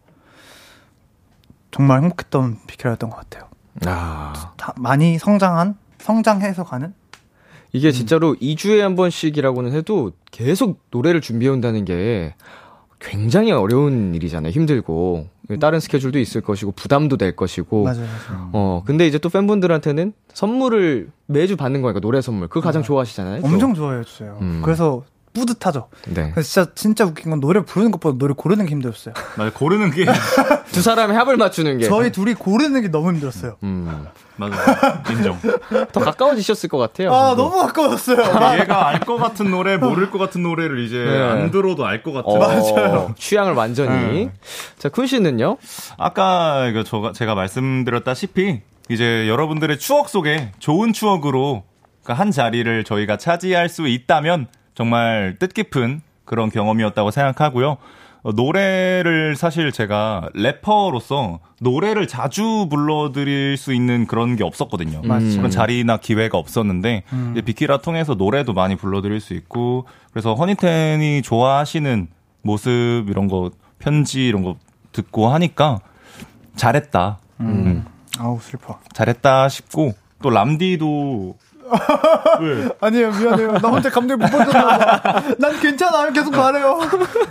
[SPEAKER 5] 정말 행복했던 비키라였던 것 같아요.
[SPEAKER 2] 아
[SPEAKER 5] 다 많이 성장한 성장해서 가는 음.
[SPEAKER 2] 이게 진짜로 2주에 한 번씩이라고는 해도 계속 노래를 준비해 온다는 게 굉장히 어려운 일이잖아요. 힘들고 다른 스케줄도 있을 것이고 부담도 될 것이고
[SPEAKER 5] 음. 맞아요. 맞아요.
[SPEAKER 2] 어, 근데 이제 또 팬분들한테는 선물을 매주 받는 거니까 노래 선물. 그거 가장 좋아하시잖아요. 또.
[SPEAKER 5] 음. 엄청 좋아해 주세요.
[SPEAKER 2] 음.
[SPEAKER 5] 그래서 뿌듯하죠.
[SPEAKER 2] 네.
[SPEAKER 5] 그래서 진짜 진짜 웃긴 건 노래 부르는 것보다 노래 고르는 게 힘들었어요.
[SPEAKER 4] 맞아
[SPEAKER 2] [LAUGHS]
[SPEAKER 4] 고르는 게
[SPEAKER 2] 두 사람의 합을 맞추는 게.
[SPEAKER 5] 저희 둘이 고르는 게 너무 힘들었어요.
[SPEAKER 2] 예. 음.
[SPEAKER 4] 맞아 인정.
[SPEAKER 2] 더 가까워지셨을 것 같아요. 음.
[SPEAKER 5] 아
[SPEAKER 2] 그래도.
[SPEAKER 5] 너무 아까웠어요.
[SPEAKER 4] 얘가 알 것 같은 노래 모를 것 같은 노래를 이제
[SPEAKER 2] 네.
[SPEAKER 4] 안 들어도 알 것 같은.
[SPEAKER 2] 어, 취향을 완전히.
[SPEAKER 5] 네.
[SPEAKER 2] 자, 쿤 씨는요?
[SPEAKER 4] 아까 그 저가- 제가 말씀드렸다시피 이제 여러분들의 추억 속에 좋은 추억으로 그한 자리를 저희가 차지할 수 있다면 정말 뜻깊은 그런 경험이었다고 생각하고요. 어, 노래를 사실 제가 래퍼로서 노래를 자주 불러드릴 수 있는 그런 게 없었거든요. 그런 자리나 기회가 없었는데 이제 비키라 통해서 노래도 많이 불러드릴 수 있고 그래서 허니텐이 좋아하시는 모습 이런 거 편지 이런 거 듣고 하니까 잘했다. 음,
[SPEAKER 5] 아우 슬퍼. [LAUGHS]
[SPEAKER 4] 잘했다 싶고 또 람디도 왜?
[SPEAKER 5] 아니에요 미안해요. 나 혼자 감정 못 받았나 봐. 난 괜찮아 계속 말해요.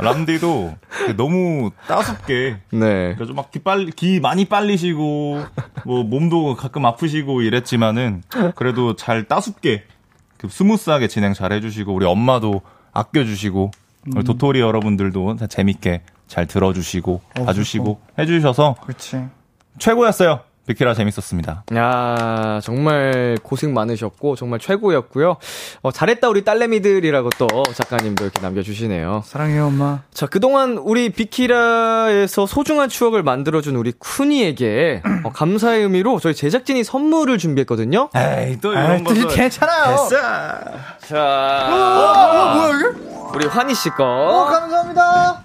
[SPEAKER 4] 람디도 너무 따숩게
[SPEAKER 2] 네.
[SPEAKER 4] 그래서 막기 빨리 기 많이 빨리시고 뭐 몸도 가끔 아프시고 이랬지만은 그래도 잘 따숩게 그 스무스하게 진행 잘 해주시고 우리 엄마도 아껴주시고 우리 도토리 여러분들도 다 재밌게 잘 들어주시고 봐주시고 해주셔서
[SPEAKER 5] 그렇지.
[SPEAKER 4] 최고였어요. 비키라 재밌었습니다.
[SPEAKER 2] 야 정말 고생 많으셨고 정말 최고였고요. 어, 잘했다 우리 딸내미들이라고 또 작가님도 이렇게 남겨주시네요.
[SPEAKER 5] 사랑해요 엄마.
[SPEAKER 2] 자 그동안 우리 비키라에서 소중한 추억을 만들어준 우리 쿤이에게 어, 감사의 의미로 저희 제작진이 선물을 준비했거든요.
[SPEAKER 4] 에이 또
[SPEAKER 5] 아,
[SPEAKER 4] 이런 거를
[SPEAKER 5] 괜찮아요.
[SPEAKER 4] 됐어.
[SPEAKER 2] 자
[SPEAKER 5] 아, 뭐야 이게?
[SPEAKER 2] 우리 환희 씨
[SPEAKER 5] 어,
[SPEAKER 2] 거.
[SPEAKER 5] 감사합니다.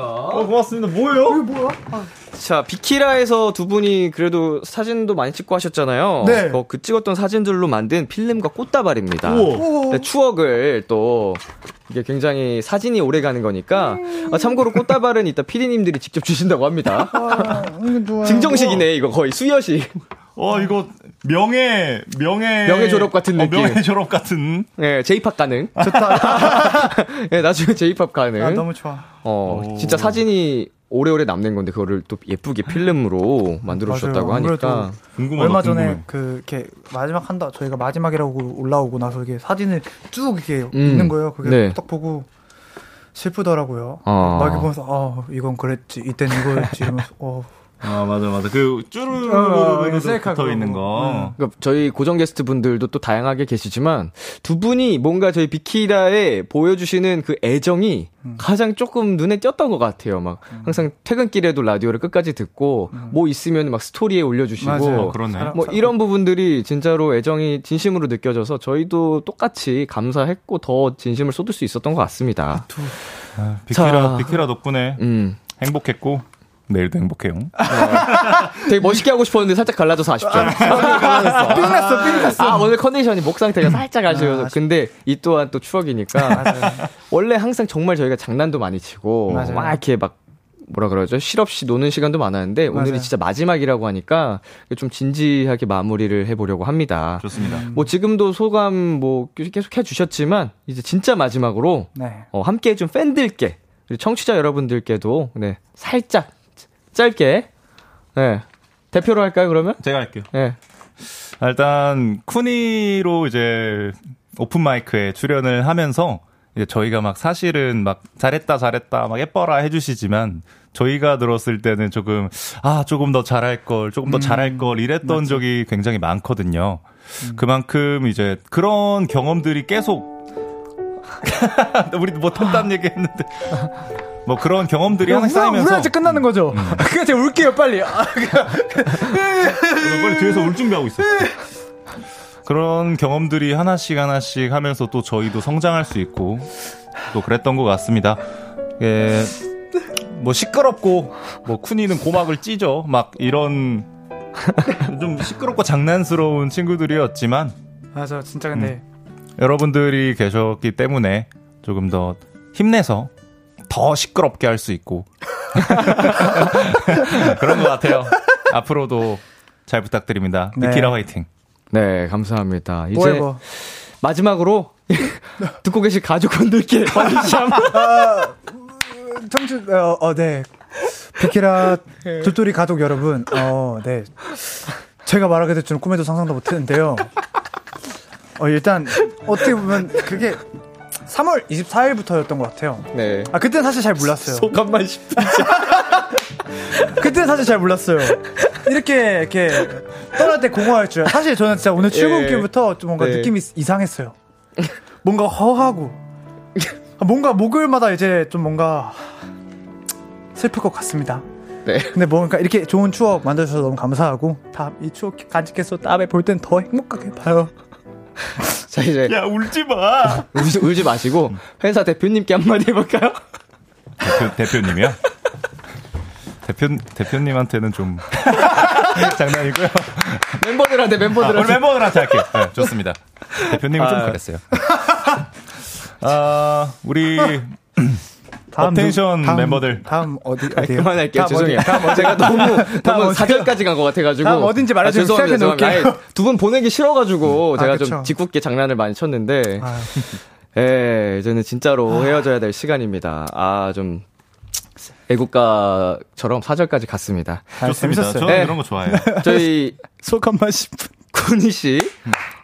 [SPEAKER 4] 어, 고맙습니다. 뭐예요?
[SPEAKER 2] 자 비키라에서 두 분이 그래도 사진도 많이 찍고 하셨잖아요.
[SPEAKER 5] 네.
[SPEAKER 2] 어, 그 찍었던 사진들로 만든 필름과 꽃다발입니다.
[SPEAKER 5] 오.
[SPEAKER 2] 네, 추억을 또 이게 굉장히 사진이 오래 가는 거니까 아, 참고로 꽃다발은 이따 피디님들이 직접 주신다고 합니다.
[SPEAKER 5] 아, 이거 좋아요.
[SPEAKER 2] 증정식이네 이거 거의 수여식.
[SPEAKER 4] 어 이거 명예 명예
[SPEAKER 2] 명예 졸업 같은
[SPEAKER 4] 어,
[SPEAKER 2] 느낌.
[SPEAKER 4] 명예 졸업 같은.
[SPEAKER 2] 예, 제이팝 가능.
[SPEAKER 5] 좋다.
[SPEAKER 2] 예, 나중에 제이팝 가능.
[SPEAKER 5] 아, 너무 좋아.
[SPEAKER 2] 어, 진짜 사진이 오래오래 남는 건데 그거를 또 예쁘게 필름으로 만들어 주셨다고
[SPEAKER 5] 맞아요.
[SPEAKER 2] 하니까.
[SPEAKER 5] 아무래도
[SPEAKER 4] 궁금하다.
[SPEAKER 5] 얼마 전에
[SPEAKER 4] 궁금해.
[SPEAKER 5] 그 이렇게 마지막 한다 저희가 마지막이라고 올라오고 나서 이게 사진을 쭉 이렇게
[SPEAKER 2] 음.
[SPEAKER 5] 있는 거예요. 그게
[SPEAKER 2] 네.
[SPEAKER 5] 딱 보고 슬프더라고요.
[SPEAKER 2] 아.
[SPEAKER 5] 막 이렇게 보면서 아 이건 그랬지 이땐 이거였지 이러면서 어.
[SPEAKER 4] 아 맞아 맞아 그
[SPEAKER 5] 어,
[SPEAKER 4] 쭈르르르르
[SPEAKER 5] 셀카
[SPEAKER 4] 붙어 있는 거.
[SPEAKER 2] 그러니까 저희 고정 게스트 분들도 또 다양하게 계시지만 두 분이 뭔가 저희 비키라에 보여주시는 그 애정이
[SPEAKER 5] 음.
[SPEAKER 2] 가장 조금 눈에 띄었던 것 같아요. 막 항상 퇴근길에도 라디오를 끝까지 듣고 뭐 있으면 막 스토리에 올려주시고
[SPEAKER 5] 음. 맞아요.
[SPEAKER 4] 어, 그러네.
[SPEAKER 5] 사람-
[SPEAKER 2] 뭐 이런 부분들이 진짜로 애정이 진심으로 느껴져서 저희도 똑같이 감사했고 더 진심을 쏟을 수 있었던 것 같습니다.
[SPEAKER 4] 비키라
[SPEAKER 2] 자.
[SPEAKER 4] 비키라 덕분에
[SPEAKER 2] 음.
[SPEAKER 4] 행복했고 내일도 행복해요.
[SPEAKER 2] 되게 멋있게 하고 싶었는데 살짝 갈라져서 아쉽죠.
[SPEAKER 5] 삥났어 삥났어. [LAUGHS]
[SPEAKER 2] 아, 오늘 컨디션이 목
[SPEAKER 5] 음.
[SPEAKER 2] 상태가 살짝 아쉬워서. 근데 이 또한 또 추억이니까. 원래 항상 정말 저희가 장난도 많이 치고,
[SPEAKER 5] 맞아요.
[SPEAKER 2] 막 이렇게 막, 뭐라 그러죠? 실없이 노는 시간도 많았는데,
[SPEAKER 5] 맞아요.
[SPEAKER 2] 오늘이 진짜 마지막이라고 하니까, 좀 진지하게 마무리를 해보려고 합니다.
[SPEAKER 4] 좋습니다.
[SPEAKER 2] 뭐 지금도 소감 뭐 계속 해주셨지만, 이제 진짜 마지막으로,
[SPEAKER 5] 네.
[SPEAKER 2] 어, 함께 해준 팬들께, 그리고 청취자 여러분들께도, 네, 살짝, 짧게, 네, 대표로 할까요, 그러면?
[SPEAKER 4] 제가 할게요.
[SPEAKER 2] 네.
[SPEAKER 4] 아, 일단 쿠니로 이제 오픈 마이크에 출연을 하면서 이제 저희가 막 사실은 막 잘했다 잘했다 막 예뻐라 해주시지만 저희가 들었을 때는 조금 아 조금 더 잘할 걸 조금 더 잘할 걸 이랬던 적이 굉장히 많거든요. 그만큼 이제 그런 경험들이 계속 [LAUGHS] 우리 뭐 턴담 얘기했는데 뭐 그런 경험들이 항상 쌓이면서 음.
[SPEAKER 5] 우리한테 끝나는 거죠. [LAUGHS] 그냥 제가 울게요 빨리. 아,
[SPEAKER 4] 너 빨리 뒤에서 울 준비하고 있어. 그런 경험들이 하나씩 하나씩 하면서 또 저희도 성장할 수 있고 또 그랬던 것 같습니다. 예, 뭐 시끄럽고 뭐 쿤이는 고막을 찢어 막 이런 [LAUGHS] 좀 시끄럽고 장난스러운 친구들이었지만
[SPEAKER 5] 맞아 진짜 근데
[SPEAKER 2] 음.
[SPEAKER 4] 여러분들이 계셨기 때문에 조금 더 힘내서 더 시끄럽게 할 수 있고 [LAUGHS] 그런 것 같아요. 앞으로도 잘 부탁드립니다.
[SPEAKER 5] 네.
[SPEAKER 4] 미키라 화이팅.
[SPEAKER 2] 네, 감사합니다. 이제
[SPEAKER 5] 뭐해버
[SPEAKER 2] 마지막으로 [LAUGHS] 듣고 계신 가족분들께 환희참
[SPEAKER 5] 청춘 어, 어, 네. 비키라
[SPEAKER 2] 네.
[SPEAKER 5] 돌돌이 가족 여러분. 어, 네. 제가 말하게 될 줄은 꿈에도 상상도 못 했는데요. 어, 일단 어떻게 보면 그게 3월 24일부터였던 것 같아요.
[SPEAKER 2] [LAUGHS] 네.
[SPEAKER 5] 아, 그때는 사실 잘 몰랐어요.
[SPEAKER 2] 소감만 싶은
[SPEAKER 5] 그때는 사실 잘 몰랐어요. 이렇게 이렇게 떠날 때 공허할 줄. 사실 저는 진짜 오늘 출근길부터 좀 뭔가
[SPEAKER 2] 네.
[SPEAKER 5] 느낌이 이상했어요. 뭔가 허하고 아, 뭔가 목요일마다 이제 좀 뭔가 슬플 것 같습니다.
[SPEAKER 2] 네.
[SPEAKER 5] 근데 뭔가 이렇게 좋은 추억 만들어주셔서 너무 감사하고 다음 이 추억 간직해서 다음에 볼 땐 더 행복하게 봐요.
[SPEAKER 2] 자 이제
[SPEAKER 4] 야 울지 마.
[SPEAKER 2] 울지, 울지 마시고 회사 대표님께 한마디 해볼까요? [LAUGHS]
[SPEAKER 4] 대표 대표님이요? 대표 대표님한테는 좀 [LAUGHS] 장난이고요.
[SPEAKER 2] 멤버들한테
[SPEAKER 4] 아, 오늘
[SPEAKER 2] 멤버들한테
[SPEAKER 4] 멤버들한테 할게요. 네, 좋습니다. 대표님은 좀 그랬어요. 아 우리
[SPEAKER 5] 다음
[SPEAKER 4] 업텐션
[SPEAKER 5] 누- 다음-
[SPEAKER 4] 멤버들.
[SPEAKER 5] 다음 어디
[SPEAKER 2] 아,
[SPEAKER 5] 어디요?
[SPEAKER 2] 그만할게요
[SPEAKER 5] 네. 다음
[SPEAKER 2] 죄송해요
[SPEAKER 5] 어디- 다음 어디-
[SPEAKER 2] 제가 너무 너무
[SPEAKER 5] 어디요?
[SPEAKER 2] 사절까지 간 것 같아가지고
[SPEAKER 5] 다음 어딘지 말해주세요.
[SPEAKER 2] 죄송합니다
[SPEAKER 5] 시작해 놓을게요.
[SPEAKER 2] 두분 보내기 싫어가지고
[SPEAKER 5] 아,
[SPEAKER 2] 제가
[SPEAKER 5] 그쵸.
[SPEAKER 2] 좀 짓궂게 장난을 많이 쳤는데
[SPEAKER 5] 아유. 아.
[SPEAKER 2] 예, 이제는 진짜로 헤어져야 될 시간입니다. 아, 좀 애국가처럼 사절까지 갔습니다.
[SPEAKER 5] 아,
[SPEAKER 4] 좋습니다.
[SPEAKER 5] 재밌었어요.
[SPEAKER 4] 저는
[SPEAKER 2] 네.
[SPEAKER 4] 이런 거 좋아해요.
[SPEAKER 2] 저희
[SPEAKER 5] 소감만 10분.
[SPEAKER 2] 군희 씨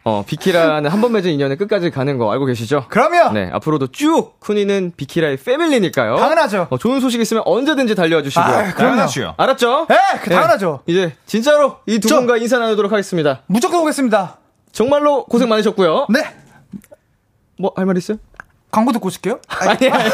[SPEAKER 12] 어, 비키라는 한 번 맺은 인연을 끝까지 가는 거 알고 계시죠?
[SPEAKER 5] 그럼요.
[SPEAKER 12] 네, 앞으로도 쭉 쿤이는 비키라의 패밀리니까요.
[SPEAKER 5] 당연하죠.
[SPEAKER 12] 어, 좋은 소식 있으면 언제든지 달려와 주시고요. 네,
[SPEAKER 5] 아, 그럼요.
[SPEAKER 4] 당연하죠.
[SPEAKER 12] 알았죠? 네,
[SPEAKER 5] 예, 그 당연하죠.
[SPEAKER 12] 이제 진짜로 이 두
[SPEAKER 5] 저-
[SPEAKER 12] 분과 인사 나누도록 하겠습니다.
[SPEAKER 5] 무조건 오겠습니다.
[SPEAKER 12] 정말로 고생 많으셨고요.
[SPEAKER 5] 네.
[SPEAKER 12] 뭐 할 말 있어요?
[SPEAKER 5] 광고
[SPEAKER 2] [LAUGHS]
[SPEAKER 5] 듣고 오실게요.
[SPEAKER 12] 아니, 아니.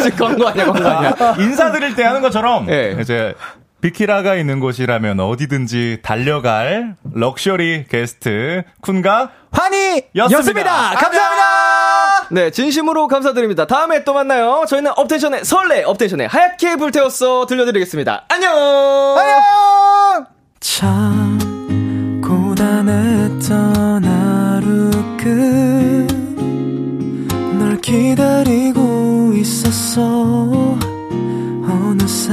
[SPEAKER 12] [LAUGHS] 아직 광고 아니야, 광고 아니야.
[SPEAKER 4] 인사드릴 때 하는 것처럼
[SPEAKER 12] 예.
[SPEAKER 4] 이제 비키라가 있는 곳이라면 어디든지 달려갈 럭셔리 게스트 쿤과
[SPEAKER 5] 환희였습니다. 감사합니다.
[SPEAKER 12] 네, 진심으로 감사드립니다. 다음에 또 만나요. 저희는 업텐션의 설레, 업텐션의 하얗게 불태웠어 들려드리겠습니다. 안녕!
[SPEAKER 5] 안녕.
[SPEAKER 3] 참 고단했던 하루 끝널 기다리고 있었어 어느새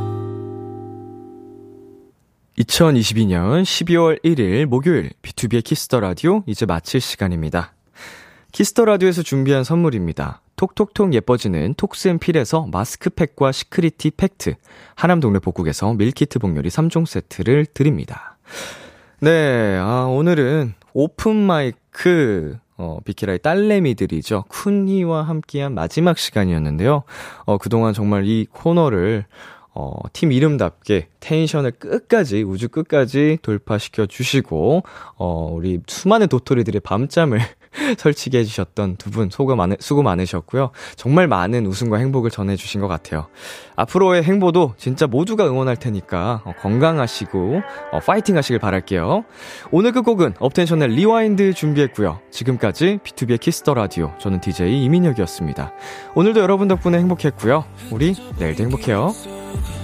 [SPEAKER 2] 2022년 12월 1일 목요일 B2B의 키스터 라디오 이제 마칠 시간입니다. 키스터 라디오에서 준비한 선물입니다. 톡톡톡 예뻐지는 톡스앤필에서 마스크팩과 시크리티 팩트, 하남동네 복국에서 밀키트 복요리 3종 세트를 드립니다. 네, 아, 오늘은 오픈 마이크, 어, 비키라의 딸내미들이죠. 쿤이와 함께한 마지막 시간이었는데요. 어, 그동안 정말 이 코너를, 어, 팀 이름답게 텐션을 끝까지, 우주 끝까지 돌파시켜 주시고, 어, 우리 수많은 도토리들의 밤잠을 [LAUGHS] 설치게 해주셨던 두 분, 수고, 많, 수고 많으셨고요. 정말 많은 웃음과 행복을 전해주신 것 같아요. 앞으로의 행보도 진짜 모두가 응원할 테니까 어, 건강하시고 어, 파이팅 하시길 바랄게요. 오늘 그 끝곡은 업텐션의 리와인드 준비했고요. 지금까지 B2B의 키스터 라디오. 저는 DJ 이민혁이었습니다. 오늘도 여러분 덕분에 행복했고요. 우리 내일도 행복해요.
[SPEAKER 3] 이